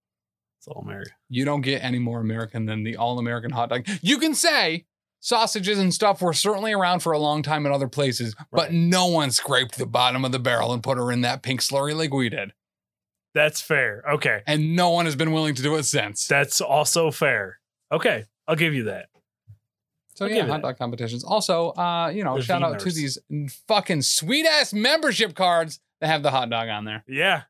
Speaker 1: It's all Mary.
Speaker 2: you don't get any more American than the all-American hot dog. You can say sausages and stuff were certainly around for a long time in other places,
Speaker 1: Right.
Speaker 2: but no one scraped the bottom of the barrel and put her in that pink slurry like we did.
Speaker 1: That's fair. Okay,
Speaker 2: and no one has been willing to do it since.
Speaker 1: that's also fair. Okay, I'll give you that.
Speaker 2: So
Speaker 1: I'll
Speaker 2: yeah,
Speaker 1: give you
Speaker 2: hot
Speaker 1: that.
Speaker 2: dog competitions. Also, uh, you know,
Speaker 1: The
Speaker 2: shout out to
Speaker 1: Veners.
Speaker 2: these fucking sweet ass membership cards that have the hot dog on there.
Speaker 1: Yeah.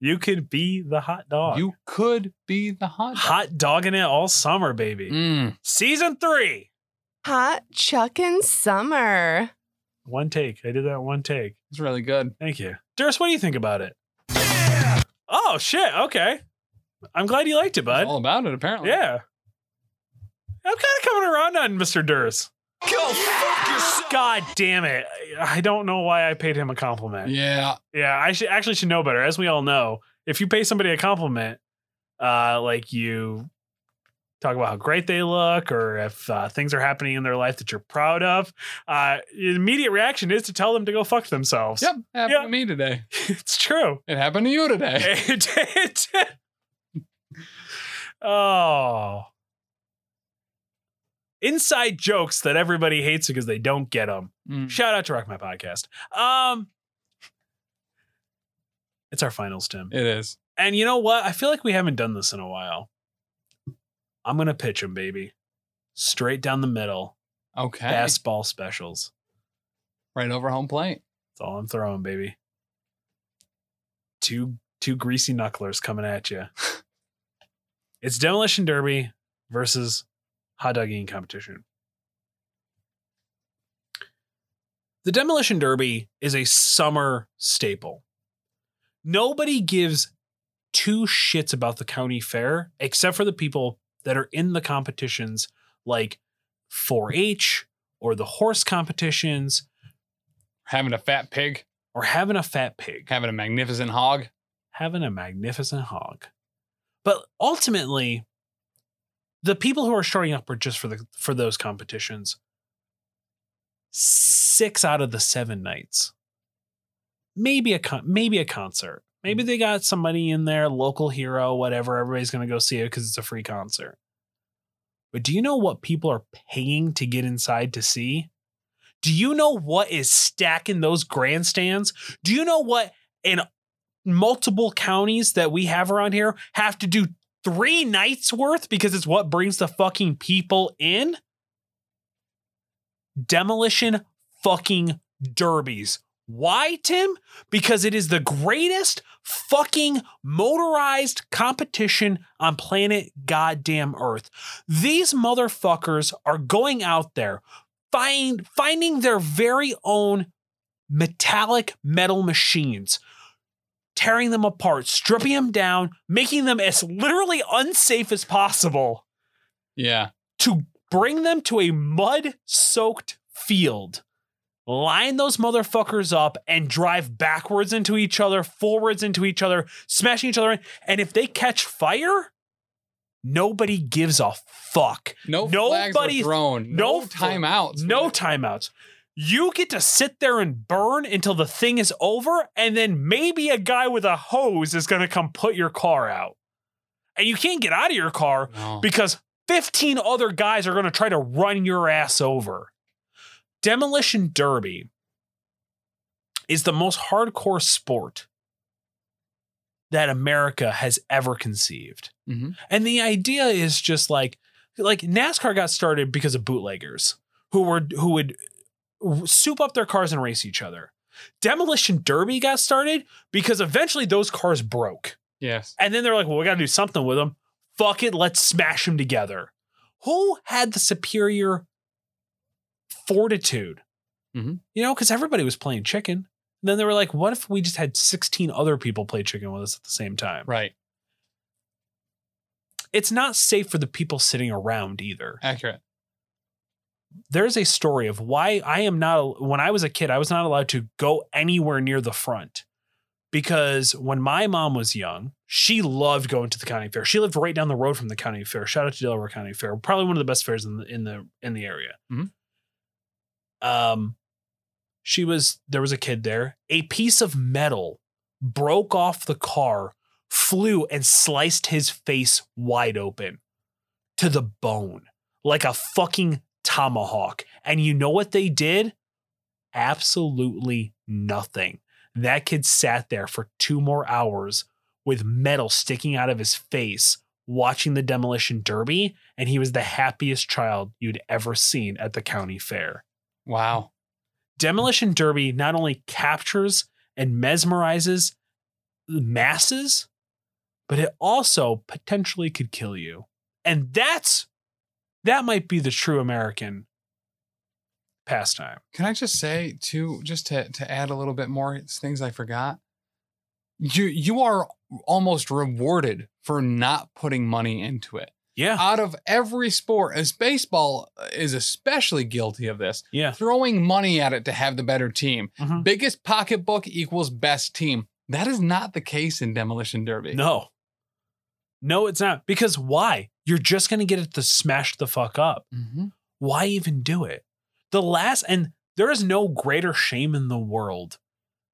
Speaker 1: You could be the hot dog.
Speaker 2: You could be the hot dog.
Speaker 1: hot dogging it all summer, baby.
Speaker 2: Mm.
Speaker 1: Season three.
Speaker 4: Hot Chuckin' Summer.
Speaker 1: One take. I did that in one take.
Speaker 2: It's really good.
Speaker 1: Thank you. Durst, what do you think about it?
Speaker 3: Yeah.
Speaker 1: Oh shit. Okay. I'm glad you liked it,
Speaker 2: It's
Speaker 1: bud.
Speaker 2: all about it, apparently.
Speaker 1: Yeah. I'm kind of coming around on Mr. Durst.
Speaker 3: Go fuck yourself.
Speaker 1: God damn it. I I don't know why I paid him a compliment.
Speaker 2: Yeah.
Speaker 1: Yeah, I should actually should know better. As we all know, if you pay somebody a compliment, uh, like you talk about how great they look, or if uh, things are happening in their life that you're proud of, uh, your immediate reaction is to tell them to go fuck themselves.
Speaker 2: Yep. Happened
Speaker 1: Yeah.
Speaker 2: to me today.
Speaker 1: it's true.
Speaker 2: It happened to you today.
Speaker 1: It did. oh, inside jokes that everybody hates because they don't get them.
Speaker 2: Mm.
Speaker 1: Shout out to Rock My Podcast. Um, it's our finals, Tim.
Speaker 2: It is.
Speaker 1: And you know what? I feel like we haven't done this in a while. I'm gonna pitch him, baby. Straight down the middle,
Speaker 2: Okay.
Speaker 1: fastball specials.
Speaker 2: Right over home plate.
Speaker 1: That's all I'm throwing, baby. Two two greasy knucklers coming at you. it's demolition derby versus hot dog eating competition. The demolition derby is a summer staple. Nobody gives two shits about the county fair except for the people that are in the competitions like 4-H or the horse competitions
Speaker 2: Having a fat pig.
Speaker 1: or having a fat pig,
Speaker 2: Having a magnificent hog.
Speaker 1: having a magnificent hog. But ultimately, the people who are showing up are just for the for those competitions. Six out of the seven nights, maybe a con- maybe a concert. Maybe they got somebody in there, local hero, whatever. Everybody's gonna go see it because it's a free concert. But do you know what people are paying to get inside to see? Do you know what is stacking those grandstands? Do you know what in multiple counties that we have around here have to do three nights worth because it's what brings the fucking people in? Demolition fucking derbies. Why, Tim? Because it is the greatest fucking motorized competition on planet goddamn Earth. These motherfuckers are going out there, find, finding their very own metallic metal machines, tearing them apart, stripping them down, making them as literally unsafe as possible
Speaker 2: Yeah.
Speaker 1: to bring them to a mud soaked field, line those motherfuckers up, and drive backwards into each other, forwards into each other, smashing each other in. And if they catch fire, nobody gives a fuck.
Speaker 2: No flags were
Speaker 1: Nobody's-
Speaker 2: thrown.
Speaker 1: no
Speaker 2: No,
Speaker 1: fl-
Speaker 2: timeouts.
Speaker 1: No timeouts. You get to sit there and burn until the thing is over, and then maybe a guy with a hose is going to come put your car out. And you can't get out of your car
Speaker 2: No.
Speaker 1: because 15 other guys are going to try to run your ass over. Demolition Derby is the most hardcore sport that America has ever conceived.
Speaker 2: Mhm.
Speaker 1: And the idea is just like like NASCAR got started because of bootleggers who were who would soup up their cars and race each other. Demolition Derby got started because eventually those cars broke.
Speaker 2: yes.
Speaker 1: And then they're like, well, we got to do something with them. Fuck it, let's smash them together. Who had the superior fortitude?
Speaker 2: Mhm.
Speaker 1: You know, because everybody was playing chicken. And then they were like, what if we just had 16 other people play chicken with us at the same time?
Speaker 2: Right.
Speaker 1: It's not safe for the people sitting around either.
Speaker 2: Accurate.
Speaker 1: There's a story of why I am not, when I was a kid, I was not allowed to go anywhere near the front because when my mom was young, she loved going to the county fair. She lived right down the road from the county fair. Shout out to Delaware County Fair, probably one of the best fairs in the in the in the area.
Speaker 2: Mhm.
Speaker 1: Um, she was there was a kid there. A piece of metal broke off the car, flew and sliced his face wide open to the bone, like a fucking tomahawk. And you know what they did? Absolutely nothing. That kid sat there for two more hours with metal sticking out of his face, watching the demolition derby, and he was the happiest child you'd ever seen at the county fair.
Speaker 2: Wow.
Speaker 1: Demolition Derby not only captures and mesmerizes the masses, but it also potentially could kill you. And that's that might be the true American pastime.
Speaker 2: Can I just say too, just to to add a little bit more it's things I forgot. You you are almost rewarded for not putting money into it.
Speaker 1: Yeah.
Speaker 2: Out of every sport, as baseball is especially guilty of this,
Speaker 1: Yeah.
Speaker 2: throwing money at it to have the better team.
Speaker 1: Mhm.
Speaker 2: Biggest pocketbook equals best team. That is not the case in demolition derby.
Speaker 1: No. No, it's not. Because why? You're just gonna get it to smash the fuck up.
Speaker 2: Mhm.
Speaker 1: why even do it? The last, and there is no greater shame in the world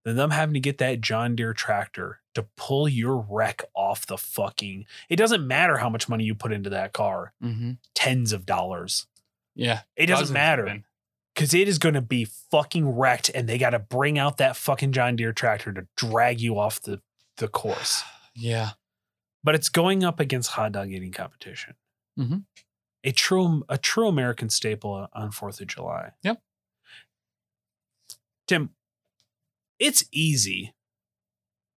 Speaker 1: than them having to get that John Deere tractor to pull your wreck off the fucking. It doesn't matter how much money you put into that car,
Speaker 2: Mhm.
Speaker 1: tens of dollars.
Speaker 2: Yeah.
Speaker 1: It doesn't
Speaker 2: Dozens
Speaker 1: matter
Speaker 2: even.
Speaker 1: because it is going to be fucking wrecked, and they got to bring out that fucking John Deere tractor to drag you off the the course.
Speaker 2: Yeah.
Speaker 1: But it's going up against hot dog eating competition.
Speaker 2: Mhm.
Speaker 1: A true a true American staple on Fourth of July.
Speaker 2: Yep.
Speaker 1: Tim, it's easy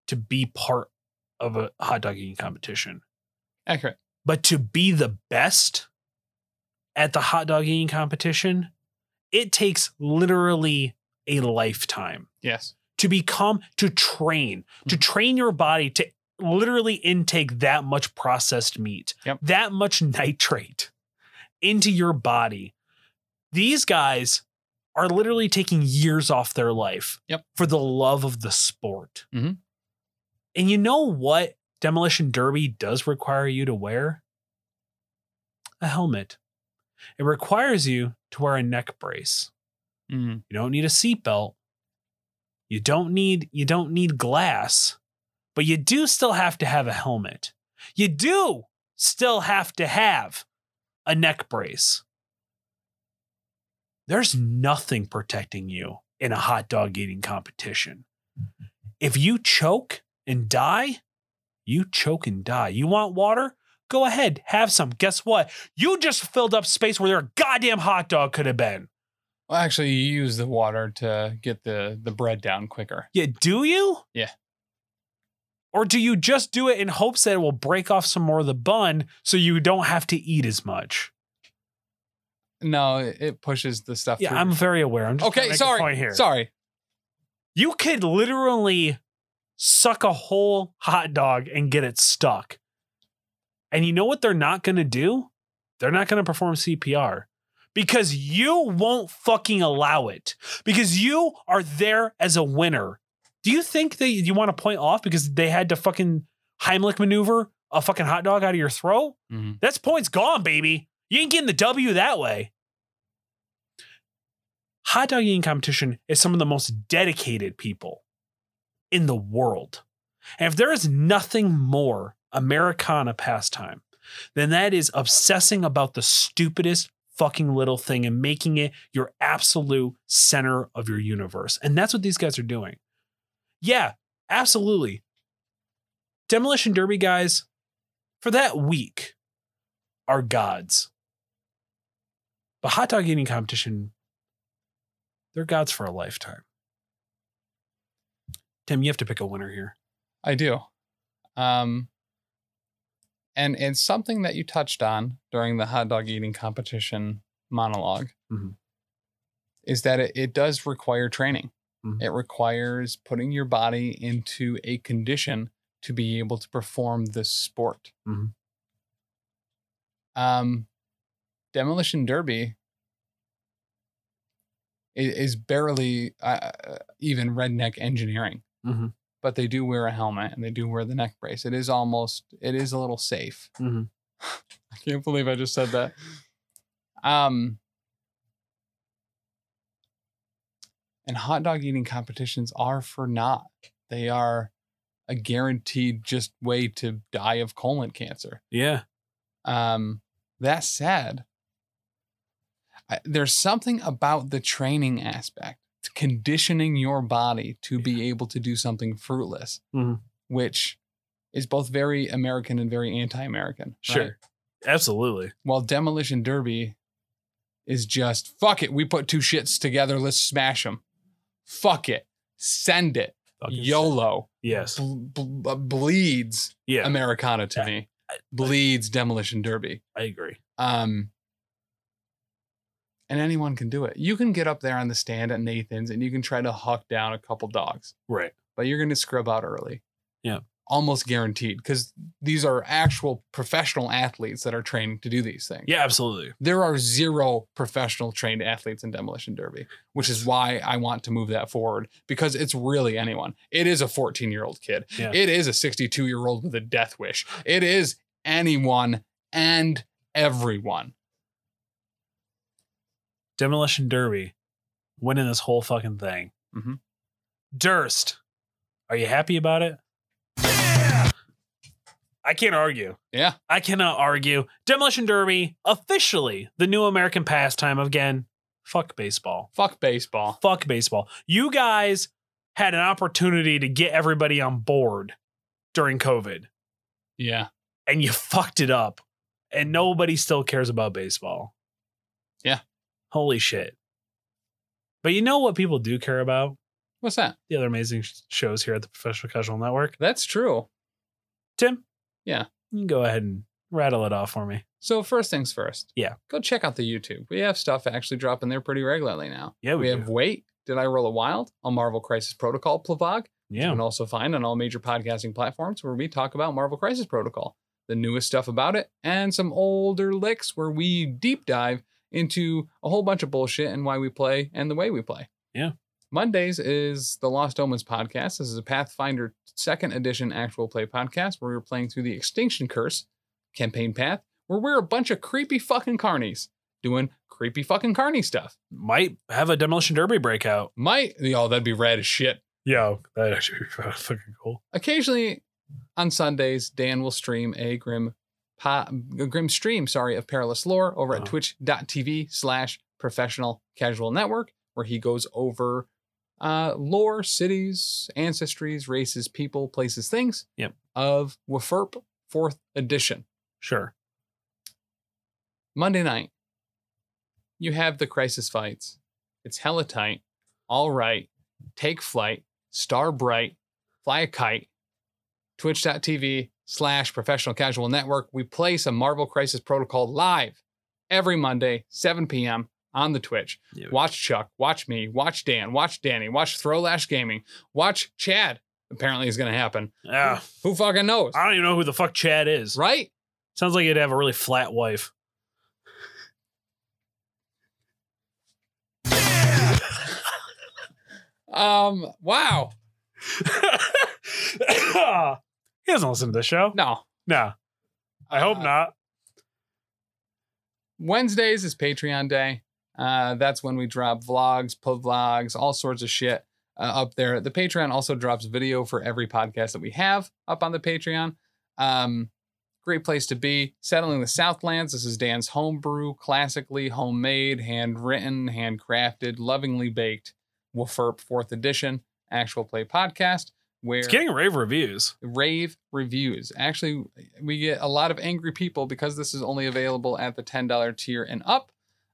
Speaker 1: to be part of a hot dog eating competition,
Speaker 2: Accurate.
Speaker 1: but to be the best at the hot dog eating competition, it takes literally a lifetime
Speaker 2: Yes.
Speaker 1: to become to train to
Speaker 2: Mm-hmm.
Speaker 1: train your body to literally intake that much processed meat
Speaker 2: Yep.
Speaker 1: that much nitrate into your body these guys are literally taking years off their life
Speaker 2: Yep.
Speaker 1: for the love of the sport
Speaker 2: Mhm.
Speaker 1: and you know what demolition derby does require you to wear a helmet it requires you to wear a neck brace
Speaker 2: Mm.
Speaker 1: you don't need a seatbelt. You don't need you don't need glass, but you do still have to have a helmet. You do still have to have a neck brace. There's nothing protecting you in a hot dog eating competition. If you choke and die, you choke and die. You want water? Go ahead, have some. Guess what? You just filled up space where their goddamn hot dog could have been.
Speaker 2: Well, actually, you use the water to get the the bread down quicker.
Speaker 1: Yeah, do you?
Speaker 2: Yeah.
Speaker 1: Or do you just do it in hopes that it will break off some more of the bun so you don't have to eat as much?
Speaker 2: No, it it pushes the stuff.
Speaker 1: Yeah,
Speaker 2: through.
Speaker 1: I'm very aware. I'm just trying to
Speaker 2: okay.
Speaker 1: make a
Speaker 2: Sorry.
Speaker 1: point here.
Speaker 2: Sorry.
Speaker 1: You could literally suck a whole hot dog and get it stuck. And you know what they're not going to do? They're not going to perform CPR because you won't fucking allow it because you are there as a winner. Do you think that you want to point off because they had to fucking Heimlich maneuver a fucking hot dog out of your throat?
Speaker 2: Mhm.
Speaker 1: That's points gone, baby. You ain't getting the W that way. Hot dog eating competition is some of the most dedicated people in the world. And if there is nothing more Americana pastime than that is obsessing about the stupidest fucking little thing and making it your absolute center of your universe. And that's what these guys are doing. Yeah, absolutely. Demolition Derby guys, for that week, are gods. But hot dog eating competition, they're gods for a lifetime. Tim, you have to pick a winner here.
Speaker 2: I do. Um, and it's something that you touched on during the hot dog eating competition monolog
Speaker 1: Mhm.
Speaker 2: is that it, it does require training.
Speaker 1: Mhm.
Speaker 2: It requires putting your body into a condition to be able to perform this sport.
Speaker 1: Mhm.
Speaker 2: Um, Demolition Derby i- is barely uh, uh, even redneck engineering
Speaker 1: Mhm.
Speaker 2: but they do wear a helmet and they do wear the neck brace. It is almost, it is a little safe.
Speaker 1: Mhm.
Speaker 2: I can't believe I just said that. Um, and hot dog eating competitions are for naught. They are a guaranteed just way to die of colon cancer.
Speaker 1: Yeah.
Speaker 2: Um, that said, I, there's something about the training aspect, conditioning your body to be able to do something fruitless,
Speaker 1: Mhm.
Speaker 2: which is both very American and very anti-American.
Speaker 1: Sure.
Speaker 2: right?
Speaker 1: Absolutely.
Speaker 2: While Demolition Derby is just fuck it. We put two shits together. Let's smash them. Fuck it. Send it.
Speaker 1: Fucking
Speaker 2: YOLO
Speaker 1: Yes.
Speaker 2: bl- bl- bleeds
Speaker 1: Yeah.
Speaker 2: Americana to me. Bleeds Demolition Derby.
Speaker 1: I agree.
Speaker 2: Um, and anyone can do it. You can get up there on the stand at Nathan's and you can try to huck down a couple dogs,
Speaker 1: Right.
Speaker 2: but you're going to scrub out early.
Speaker 1: Yeah.
Speaker 2: Almost guaranteed because these are actual professional athletes that are trained to do these things.
Speaker 1: Yeah, absolutely.
Speaker 2: There are zero professional trained athletes in Demolition Derby, which is why I want to move that forward because it's really anyone. It is a 14 year old kid,
Speaker 1: Yeah.
Speaker 2: it is a 62 year old with a death wish, it is anyone and everyone.
Speaker 1: Demolition Derby winning this whole fucking thing.
Speaker 2: Mhm.
Speaker 1: Durst, are you happy about it?
Speaker 3: Yeah.
Speaker 1: I can't argue.
Speaker 2: Yeah.
Speaker 1: I cannot argue. Demolition Derby, officially the new American pastime. Again, fuck baseball.
Speaker 2: Fuck baseball.
Speaker 1: Fuck baseball. You guys had an opportunity to get everybody on board during COVID
Speaker 2: Yeah.
Speaker 1: and you fucked it up. And nobody still cares about baseball.
Speaker 2: Yeah.
Speaker 1: Holy shit. But you know what people do care about?
Speaker 2: What's that?
Speaker 1: The other amazing sh- shows here at the Professional Casual Network.
Speaker 2: That's true.
Speaker 1: Tim?
Speaker 2: Yeah.
Speaker 1: You can go ahead and rattle it off for me.
Speaker 2: So first things first.
Speaker 1: Yeah.
Speaker 2: Go check out the YouTube. We have stuff actually dropping there pretty regularly now.
Speaker 1: Yeah,
Speaker 2: Oh, We,
Speaker 1: we,
Speaker 2: have
Speaker 1: do.
Speaker 2: Wait, Did I Roll a Wild? A Marvel Crisis Protocol Plavog. You
Speaker 1: Yeah.
Speaker 2: can also find on all major podcasting platforms where we talk about Marvel Crisis Protocol, the newest stuff about it, and some older licks where we deep dive into a whole bunch of bullshit and why we play and the way we play.
Speaker 1: Yeah.
Speaker 2: Mondays is the Lost Omens podcast. This is a Pathfinder second edition actual play podcast where we're playing through the Extinction Curse campaign path, where we're a bunch of creepy fucking carnies doing creepy fucking carny stuff.
Speaker 1: Might have a Demolition Derby breakout.
Speaker 2: Might, oh, that'd be rad as shit.
Speaker 1: Yeah, that'd actually be fucking cool.
Speaker 2: occasionally on Sundays, Dan will stream a grim po- a grim stream, sorry, of perilous lore over at
Speaker 1: Oh.
Speaker 2: twitch.tv slash professional casual network, where he goes over uh lore, cities, ancestries, races, people, places, things
Speaker 1: Yep.
Speaker 2: of WFERP fourth edition.
Speaker 1: Sure.
Speaker 2: Monday night, you have the crisis fights. It's hella tight. All right. Take flight. Star bright. Fly a kite. Twitch.tv slash professional casual network. We play some Marvel Crisis Protocol live every Monday, 7 p.m. on the Twitch.
Speaker 1: Yeah.
Speaker 2: Watch Chuck. Watch me. Watch Dan. Watch Danny. Watch Throwlash Gaming. Watch Chad. Apparently is going to happen.
Speaker 1: Yeah.
Speaker 2: Who fucking knows?
Speaker 1: Ah, I don't even know who the fuck Chad is.
Speaker 2: Right?
Speaker 1: Sounds like you'd have a really flat wife.
Speaker 3: Yeah.
Speaker 2: Um, wow.
Speaker 1: he doesn't listen to the show.
Speaker 2: No.
Speaker 1: No, I hope
Speaker 2: Uh,
Speaker 1: not.
Speaker 2: Wednesdays is Patreon day. Uh, that's when we drop vlogs, pod vlogs, all sorts of shit uh, up there. The Patreon also drops video for every podcast that we have up on the Patreon. Um, great place to be. Settling the Southlands. This is Dan's homebrew, classically homemade, handwritten, handcrafted, lovingly baked Wafurp Fourth Edition actual play podcast. Where
Speaker 1: It's getting rave reviews.
Speaker 2: rave reviews. Actually, we get a lot of angry people because this is only available at the $10 tier and up.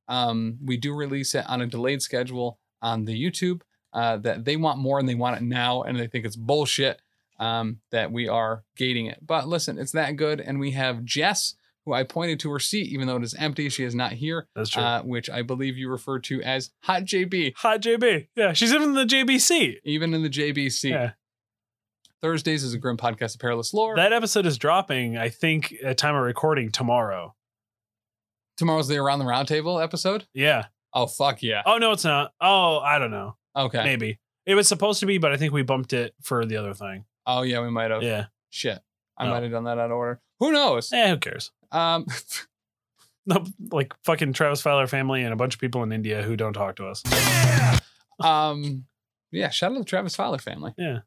Speaker 2: Um, we do release it on a delayed schedule on the YouTube uh, that they want more and they want it now and they think it's bullshit um, that we are gating it. But listen, it's that good. And we have Jess, who I pointed to her seat, even though it is empty. She is not here,
Speaker 1: That's true.
Speaker 2: uh, which I believe you refer to as Hot JB,
Speaker 1: Hot JB. Yeah, she's in the JBC.
Speaker 2: even in the JBC.
Speaker 1: Yeah.
Speaker 2: Thursdays is a grim podcast of perilous lore.
Speaker 1: That episode is dropping, I think, at time of recording tomorrow.
Speaker 2: Tomorrow's the Around the Roundtable episode.
Speaker 1: Yeah.
Speaker 2: Oh fuck yeah.
Speaker 1: Oh no, it's not. Oh, I don't know.
Speaker 2: Okay.
Speaker 1: Maybe it was supposed to be, but I think we bumped it for the other thing.
Speaker 2: Oh yeah, we might have.
Speaker 1: Yeah.
Speaker 2: Shit. I
Speaker 1: No.
Speaker 2: might have done that out of order. Who knows?
Speaker 1: Eh, who cares?
Speaker 2: Um
Speaker 1: No, like fucking Travis Fowler family and a bunch of people in India who don't talk to us.
Speaker 3: Yeah.
Speaker 2: um yeah, shout out to the Travis Fowler family.
Speaker 1: Oh,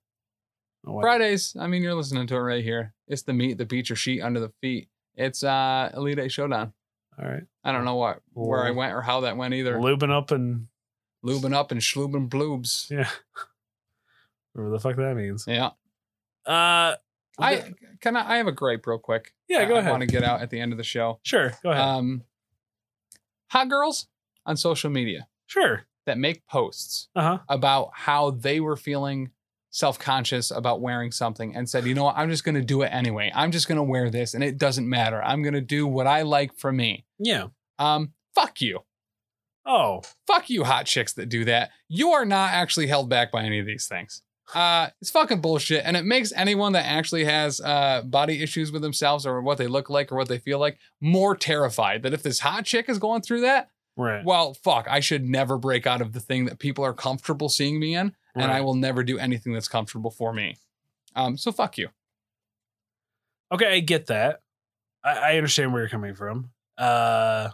Speaker 1: wow.
Speaker 2: Fridays, I mean you're listening to it right here. It's the meat, the beach or sheet under the feet. It's uh Elite Eight Showdown.
Speaker 1: All right.
Speaker 2: I don't know what where I went or how that went either.
Speaker 1: Lubing up and
Speaker 2: Lubing up and schloobing bloobs.
Speaker 1: yeah. Whatever the fuck that means.
Speaker 2: Yeah.
Speaker 1: Uh
Speaker 2: I can I, I have a gripe real quick.
Speaker 1: Yeah, go
Speaker 2: I want to
Speaker 1: ahead.
Speaker 2: get out at the end of the show.
Speaker 1: Sure, go ahead.
Speaker 2: Um, hot girls on social media
Speaker 1: sure.
Speaker 2: that make posts
Speaker 1: Uh huh.
Speaker 2: about how they were feeling self-conscious about wearing something and said, you know what, I'm just gonna do it anyway. I'm just gonna wear this and it doesn't matter. I'm gonna do what I like for me.
Speaker 1: Yeah.
Speaker 2: Um, fuck you.
Speaker 1: Oh,
Speaker 2: Fuck you, hot chicks that do that. You are not actually held back by any of these things. Uh, it's fucking bullshit, and it makes anyone that actually has uh, body issues with themselves or what they look like or what they feel like more terrified that if this hot chick is going through that,
Speaker 1: right.
Speaker 2: well, fuck, I should never break out of the thing that people are comfortable seeing me in, and
Speaker 1: right.
Speaker 2: I will never do anything that's comfortable for me. Um, so fuck you.
Speaker 1: okay, I get that. I, I understand where you're coming from. Uh,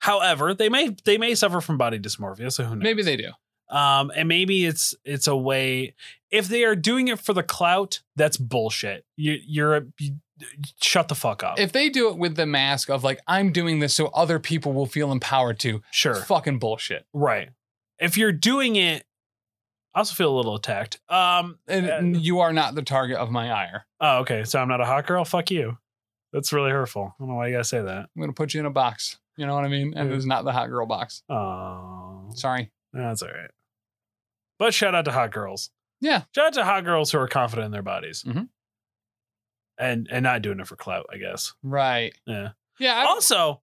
Speaker 1: however, they may they may suffer from body dysmorphia, so who knows?
Speaker 2: Maybe they do.
Speaker 1: um and maybe it's it's a way if they are doing it for the clout that's bullshit you you're a, you, shut the fuck up
Speaker 2: If they do it with the mask of like I'm doing this so other people will feel empowered to,
Speaker 1: sure
Speaker 2: fucking bullshit.
Speaker 1: right if you're doing it i also feel a little attacked um
Speaker 2: And
Speaker 1: Uh,
Speaker 2: you are not the target of my ire.
Speaker 1: oh okay so i'm not a hot girl fuck you that's really hurtful i don't know why you gotta say that
Speaker 2: I'm gonna put you in a box. You know what I mean? And
Speaker 1: Yeah.
Speaker 2: it's not the hot girl box.
Speaker 1: oh
Speaker 2: Sorry.
Speaker 1: that's all right but shout out to hot girls
Speaker 2: Yeah.
Speaker 1: shout out to hot girls who are confident in their bodies
Speaker 2: Mhm.
Speaker 1: and and not doing it for clout i guess
Speaker 2: Right.
Speaker 1: yeah
Speaker 2: Yeah. I,
Speaker 1: also,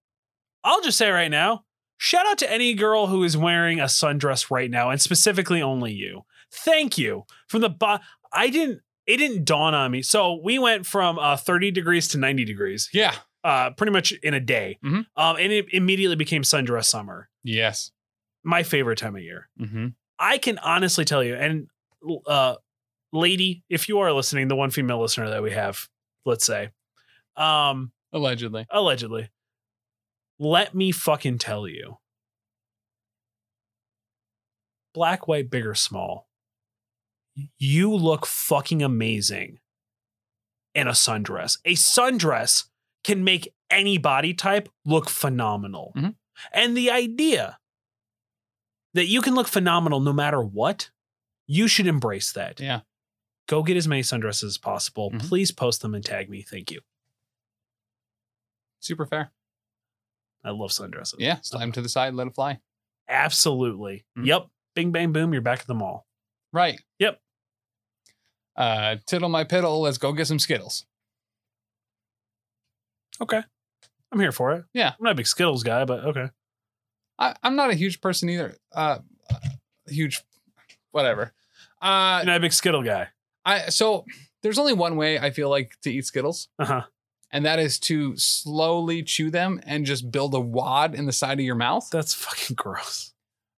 Speaker 1: I'll just say right now, shout out to any girl who is wearing a sundress right now, and specifically only you. Thank you from the bo- I didn't. It didn't dawn on me. So we went from uh, 30 degrees to 90 degrees,
Speaker 2: yeah.
Speaker 1: uh, pretty much in a day,
Speaker 2: Mhm.
Speaker 1: um, and it immediately became sundress summer,
Speaker 2: Yes.
Speaker 1: my favorite time of year.
Speaker 2: Mm-hmm.
Speaker 1: I can honestly tell you, and uh, lady, if you are listening, the one female listener that we have, let's say, um,
Speaker 2: Allegedly.
Speaker 1: allegedly. Let me fucking tell you. Black, white, big or small. You look fucking amazing in a sundress. A sundress can make any body type look phenomenal.
Speaker 2: Mhm.
Speaker 1: And the idea that you can look phenomenal no matter what, you should embrace that.
Speaker 2: Yeah.
Speaker 1: Go get as many sundresses as possible.
Speaker 2: Mhm.
Speaker 1: Please post them and tag me. Thank you.
Speaker 2: Super fair.
Speaker 1: I love sundresses.
Speaker 2: Yeah. Slam to the side. Let it fly.
Speaker 1: Absolutely.
Speaker 2: Mhm.
Speaker 1: Yep. Bing, bang, boom. You're back at the mall.
Speaker 2: Right.
Speaker 1: Yep.
Speaker 2: Uh, tiddle my piddle. Let's go get some Skittles.
Speaker 1: Okay. I'm here for it.
Speaker 2: Yeah.
Speaker 1: I'm not a big Skittles guy, but okay.
Speaker 2: I, I'm not a huge person either. Uh, huge, whatever. Uh,
Speaker 1: I'm not a big Skittle guy.
Speaker 2: I so there's only one way I feel like to eat Skittles.
Speaker 1: Uh huh.
Speaker 2: And that is to slowly chew them and just build a wad in the side of your mouth.
Speaker 1: That's fucking gross.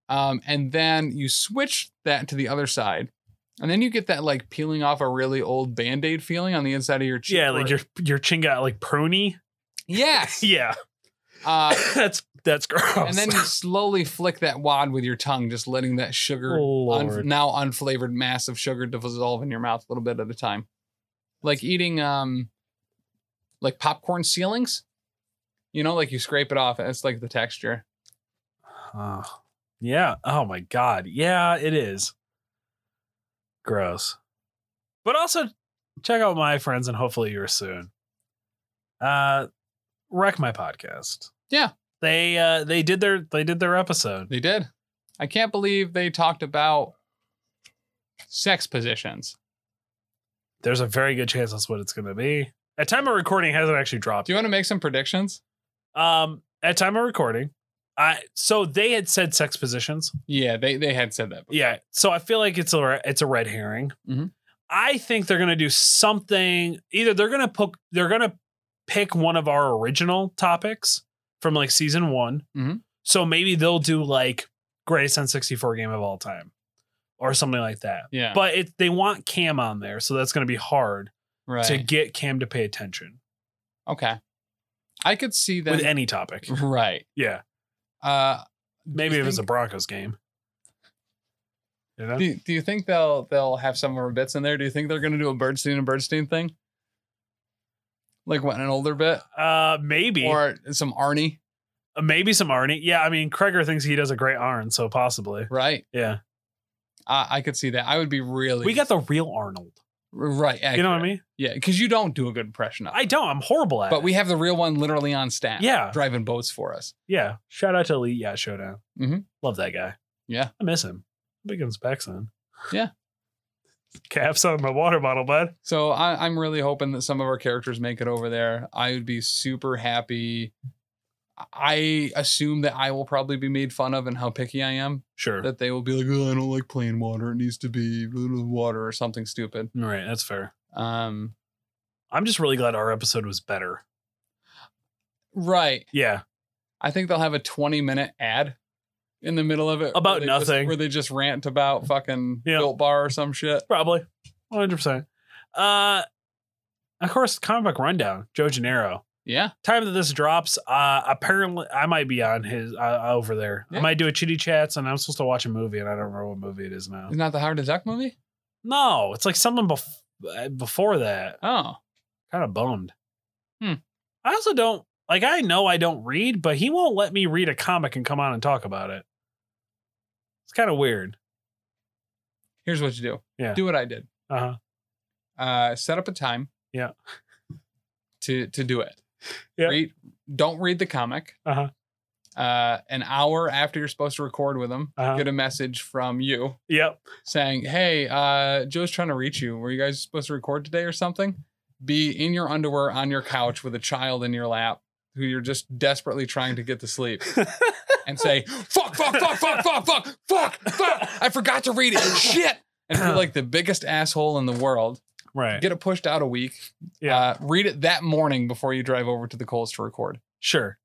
Speaker 2: um, and then you switch that to the other side, and then you get that like peeling off a really old band aid feeling on the inside of your cheek.
Speaker 1: yeah, like
Speaker 2: where-
Speaker 1: your your chin got like pruny.
Speaker 2: yes.
Speaker 1: Yeah.
Speaker 2: Uh,
Speaker 1: that's that's gross.
Speaker 2: and then you slowly flick that wad with your tongue, just letting that sugar,
Speaker 1: Oh,
Speaker 2: un-
Speaker 1: Lord.
Speaker 2: now unflavored mass of sugar dissolve in your mouth a little bit at a time, like eating um, like popcorn ceilings. You know, like you scrape it off, and it's like the texture.
Speaker 1: Oh, yeah. Oh my god. Yeah, it is. Gross. But also check out my friends and hopefully yours soon. Uh wreck my podcast.
Speaker 2: Yeah.
Speaker 1: They uh they did their they did their episode.
Speaker 2: They did. I can't believe they talked about sex positions.
Speaker 1: There's a very good chance that's what it's gonna be. At time of recording it hasn't actually dropped.
Speaker 2: Do you want to make some predictions?
Speaker 1: Um at time of recording. I so they had said sex positions.
Speaker 2: Yeah, they they had said that. before.
Speaker 1: Yeah. So I feel like it's a re- it's a red herring.
Speaker 2: Mhm.
Speaker 1: I think they're gonna do something. Either they're gonna poke, they're gonna pick one of our original topics from like season one.
Speaker 2: Mhm.
Speaker 1: So maybe they'll do like greatest N64 game of all time or something like that.
Speaker 2: Yeah,
Speaker 1: But it, they want Cam on there, so that's gonna be hard
Speaker 2: right.
Speaker 1: to get Cam to pay attention
Speaker 2: okay, I could see
Speaker 1: with
Speaker 2: that.
Speaker 1: any topic.
Speaker 2: right.
Speaker 1: Yeah.
Speaker 2: Uh,
Speaker 1: Maybe
Speaker 2: you
Speaker 1: if it's a
Speaker 2: think-
Speaker 1: Broncos game. You know?
Speaker 2: do, do you think they'll they'll have some of our bits in there? Do you think they're gonna do a Birdstein and Birdstein thing? Like what an older bit
Speaker 1: Uh, maybe.
Speaker 2: or some Arnie,
Speaker 1: Uh, Maybe some Arnie. Yeah, I mean, Kreger thinks he does a great Arn, so possibly.
Speaker 2: right?
Speaker 1: Yeah.
Speaker 2: I I could see that. I would be really.
Speaker 1: We got the real Arnold.
Speaker 2: Right.
Speaker 1: You know what I
Speaker 2: accurate.
Speaker 1: mean?
Speaker 2: Yeah, because you don't do a good impression of it.
Speaker 1: I don't. I'm horrible at
Speaker 2: But
Speaker 1: it.
Speaker 2: we have the real one literally on staff.
Speaker 1: Yeah.
Speaker 2: Driving boats for us.
Speaker 1: Yeah. Shout out to Elite Yacht Showdown.
Speaker 2: Mhm.
Speaker 1: Love that guy.
Speaker 2: Yeah.
Speaker 1: I miss him. Hope he comes back soon.
Speaker 2: Yeah.
Speaker 1: Caps on my water bottle, bud.
Speaker 2: So I, I'm really hoping that some of our characters make it over there. I would be super happy. I assume that I will probably be made fun of and how picky I am.
Speaker 1: Sure.
Speaker 2: That they will be like, oh, I don't like plain water. It needs to be water or something stupid.
Speaker 1: All right. That's fair.
Speaker 2: Um,
Speaker 1: I'm just really glad our episode was better.
Speaker 2: right.
Speaker 1: Yeah.
Speaker 2: I think they'll have a 20 minute ad in the middle of it where
Speaker 1: About
Speaker 2: they just-
Speaker 1: nothing.
Speaker 2: where they just rant about fucking
Speaker 1: Yeah.
Speaker 2: built bar or some shit.
Speaker 1: Probably. 100%. Uh, of course, comic book rundown, Joe Gennaro.
Speaker 2: Yeah.
Speaker 1: Time that this drops, uh, apparently I might be on his uh, over there. I
Speaker 2: Yeah.
Speaker 1: might do a chitty chats, and I'm supposed to watch a movie, and I don't remember what movie it is now.
Speaker 2: Isn't that the Howard the Duck movie?
Speaker 1: No, it's like something bef- uh, before that.
Speaker 2: Oh,
Speaker 1: kind of bummed.
Speaker 2: Hmm.
Speaker 1: I also don't like. I know I don't read, but he won't let me read a comic and come on and talk about it. It's kind of weird.
Speaker 2: here's what you do.
Speaker 1: Yeah.
Speaker 2: Do what I did.
Speaker 1: Uh huh.
Speaker 2: Uh, set up a time.
Speaker 1: Yeah.
Speaker 2: To to do it.
Speaker 1: Yeah.
Speaker 2: Read, don't read the comic.
Speaker 1: Uh-huh.
Speaker 2: Uh, an hour after you're supposed to record with them,
Speaker 1: Uh-huh.
Speaker 2: get a message from you
Speaker 1: Yep.
Speaker 2: saying, "Hey, uh, Joe's trying to reach you. Were you guys supposed to record today or something?" Be in your underwear on your couch with a child in your lap who you're just desperately trying to get to sleep, and say, "Fuck, fuck, fuck, fuck, fuck, fuck, fuck, fuck! I forgot to read it. Shit!" And feel like the biggest asshole in the world.
Speaker 1: Right.
Speaker 2: Get it pushed out a week.
Speaker 1: yeah.
Speaker 2: Uh, read it that morning before you drive over to the Coles to record.
Speaker 1: sure.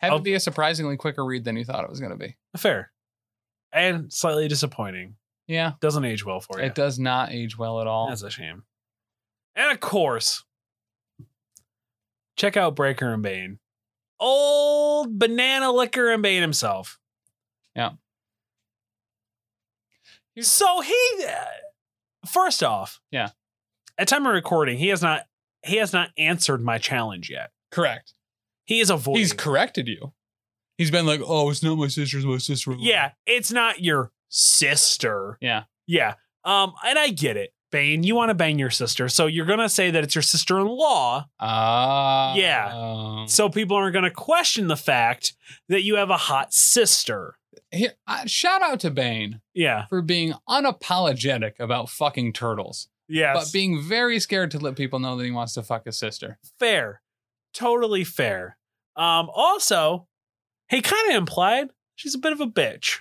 Speaker 2: Have
Speaker 1: Oh.
Speaker 2: it be a surprisingly quicker read than you thought it was going to be.
Speaker 1: Fair. And slightly disappointing.
Speaker 2: Yeah,
Speaker 1: Doesn't age well for you.
Speaker 2: it does not age well at all.
Speaker 1: That's a shame. And of course, check out Breaker and Bane. Old banana liquor and Bane himself.
Speaker 2: Yeah.
Speaker 1: So he uh, first off,
Speaker 2: Yeah.
Speaker 1: At time of recording, he has not he has not answered my challenge yet.
Speaker 2: Correct.
Speaker 1: He is avoiding.
Speaker 2: He's corrected you. He's been like, "Oh, it's not my sister's, my sister."
Speaker 1: Yeah, it's not your sister.
Speaker 2: Yeah.
Speaker 1: Yeah. Um, and I get it. Bane, you want to bang your sister, so you're gonna say that it's your sister-in-law.
Speaker 2: Ah.
Speaker 1: Yeah.
Speaker 2: um,
Speaker 1: so people aren't going to question the fact that you have a hot sister.
Speaker 2: here, uh, shout out to Bane
Speaker 1: Yeah.
Speaker 2: for being unapologetic about fucking turtles,
Speaker 1: Yes.
Speaker 2: but being very scared to let people know that he wants to fuck his sister.
Speaker 1: fair. Totally fair. Um, also, he kind of implied she's a bit of a bitch.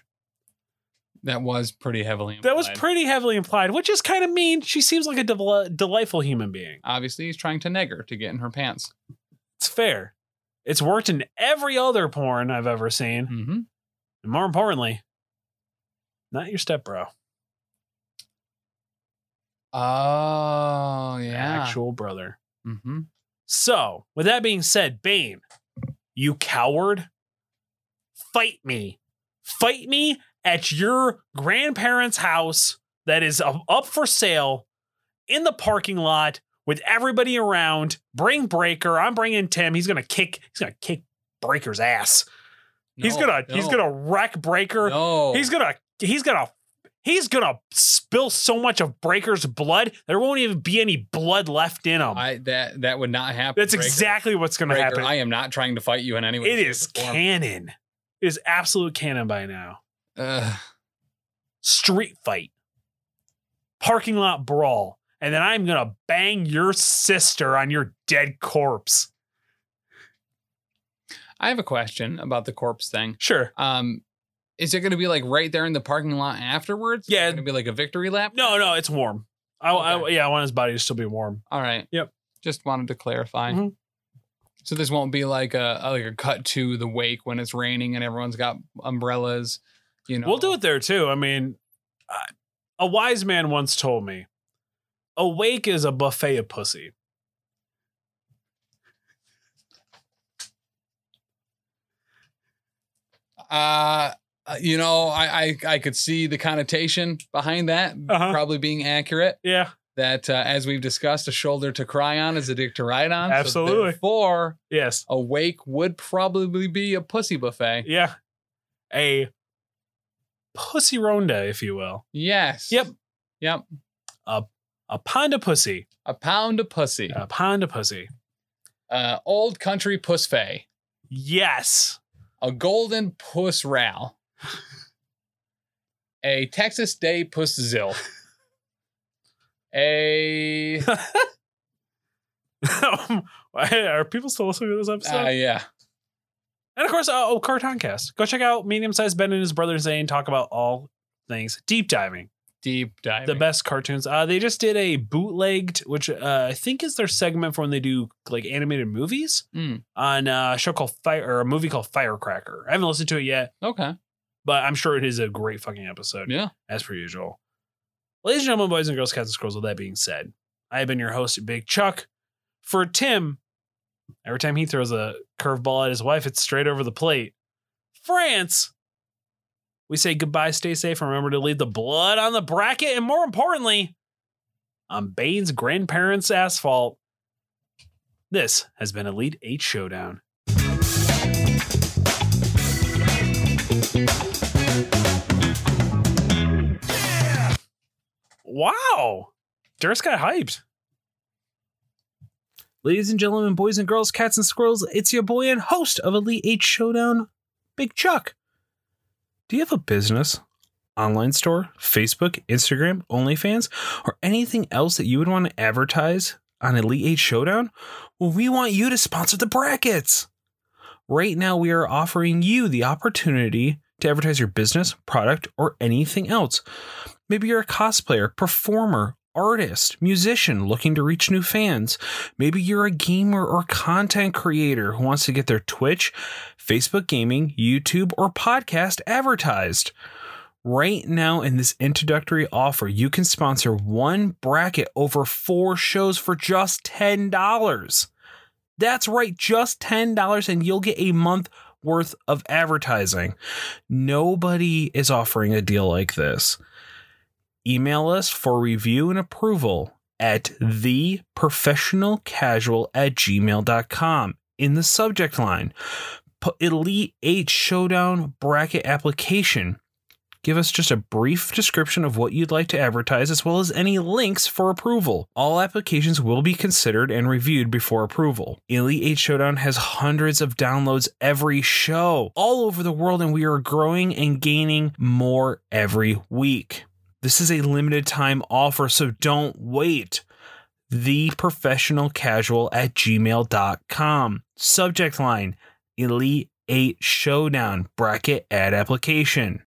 Speaker 2: That was pretty heavily.
Speaker 1: That was
Speaker 2: implied.
Speaker 1: pretty heavily implied, which is kind of mean. She seems like a del- delightful human being.
Speaker 2: Obviously, he's trying to neg her to get in her pants.
Speaker 1: It's fair. It's worked in every other porn I've ever seen.
Speaker 2: Mm-hmm.
Speaker 1: And more importantly, not your stepbro,
Speaker 2: Oh yeah.
Speaker 1: actual brother.
Speaker 2: Mm-hmm.
Speaker 1: So, with that being said, Bane, you coward, fight me. Fight me at your grandparents' house that is up up for sale in the parking lot with everybody around. Bring Breaker. I'm bringing Tim. He's going to kick he's going to kick Breaker's ass. he's going to he's going to wreck Breaker.
Speaker 2: No.
Speaker 1: He's gonna he's gonna he's gonna spill so much of Breaker's blood there won't even be any blood left in him.
Speaker 2: I that that would not happen.
Speaker 1: That's
Speaker 2: Breaker.
Speaker 1: exactly what's gonna
Speaker 2: Breaker,
Speaker 1: happen.
Speaker 2: I am not trying to fight you in any way.
Speaker 1: It
Speaker 2: shape,
Speaker 1: is
Speaker 2: or form.
Speaker 1: canon. It is absolute canon by now.
Speaker 2: Ugh.
Speaker 1: Street fight, parking lot brawl, and then I'm gonna bang your sister on your dead corpse.
Speaker 2: I have a question about the corpse thing.
Speaker 1: Sure.
Speaker 2: Um, is it going to be like right there in the parking lot afterwards?
Speaker 1: Yeah.
Speaker 2: going to be like a victory lap.
Speaker 1: No, no, it's warm. I, I
Speaker 2: Okay.
Speaker 1: yeah, I want his body to still be warm.
Speaker 2: All right.
Speaker 1: Yep.
Speaker 2: Just wanted to clarify.
Speaker 1: Mhm.
Speaker 2: So this won't be like a, a- like a cut to the wake when it's raining and everyone's got umbrellas. You know,
Speaker 1: We'll do it there too. I mean, I, a wise man once told me, "Awake is a buffet of pussy."
Speaker 2: Uh, you know, I, I I could see the connotation behind that
Speaker 1: Uh-huh.
Speaker 2: probably being accurate.
Speaker 1: Yeah,
Speaker 2: That uh, as we've discussed, a shoulder to cry on is a dick to ride on.
Speaker 1: Absolutely.
Speaker 2: So therefore,
Speaker 1: yes,
Speaker 2: a wake would probably be a pussy buffet.
Speaker 1: yeah. A pussy ronda, if you will.
Speaker 2: Yes.
Speaker 1: Yep.
Speaker 2: Yep.
Speaker 1: A panda pussy.
Speaker 2: A pound of pussy.
Speaker 1: A panda pussy.
Speaker 2: Uh, old country puss fay.
Speaker 1: Yes.
Speaker 2: A golden puss row. a Texas day puss zill. a
Speaker 1: Why- Are people still listening to this episode?
Speaker 2: uh, yeah.
Speaker 1: and of course, uh, oh, Cartoncast. Go check out medium sized Ben and his brother Zane talk about all things deep diving.
Speaker 2: Deep dive.
Speaker 1: the best cartoons. Uh, they just did a bootlegged, which uh, I think is their segment for when they do like animated movies
Speaker 2: Mm.
Speaker 1: on uh, a show called Fire or a movie called Firecracker. I haven't listened to it yet,
Speaker 2: Okay.
Speaker 1: but I'm sure it is a great fucking episode
Speaker 2: Yeah.
Speaker 1: as per usual. Ladies and gentlemen, boys and girls, cats and squirrels. With that being said, I have been your host, Big Chuck. For Tim, every time he throws a curveball at his wife, it's straight over the plate. France. We say goodbye, stay safe, and remember to leave the blood on the bracket, and more importantly, on Bane's grandparents' asphalt. This has been Elite Eight Showdown. Wow. Durst got hyped. Ladies and gentlemen, boys and girls, cats and squirrels, it's your boy and host of Elite Eight Showdown, Big Chuck. Do you have a business, online store, Facebook, Instagram, OnlyFans, or anything else that you would want to advertise on Elite Eight Showdown? Well, we want you to sponsor the brackets. Right now, we are offering you the opportunity to advertise your business, product, or anything else. Maybe you're a cosplayer, performer, artist, musician looking to reach new fans. Maybe you're a gamer or content creator who wants to get their Twitch, Facebook gaming, YouTube, or podcast advertised. Right now, in this introductory offer, you can sponsor one bracket over four shows for just $10. That's right, just $10, and you'll get a month worth of advertising. Nobody is offering a deal like this email us for review and approval at theprofessionalcasual at gmail.com in the subject line. Put Elite 8 Showdown Bracket Application. Give us just a brief description of what you'd like to advertise, as well as any links for approval. All applications will be considered and reviewed before approval. Elite 8 Showdown has hundreds of downloads every show all over the world, and we are growing and gaining more every week. This is a limited time offer, so don't wait. Theprofessionalcasual at gmail.com. Subject line Elite 8 Showdown bracket ad application.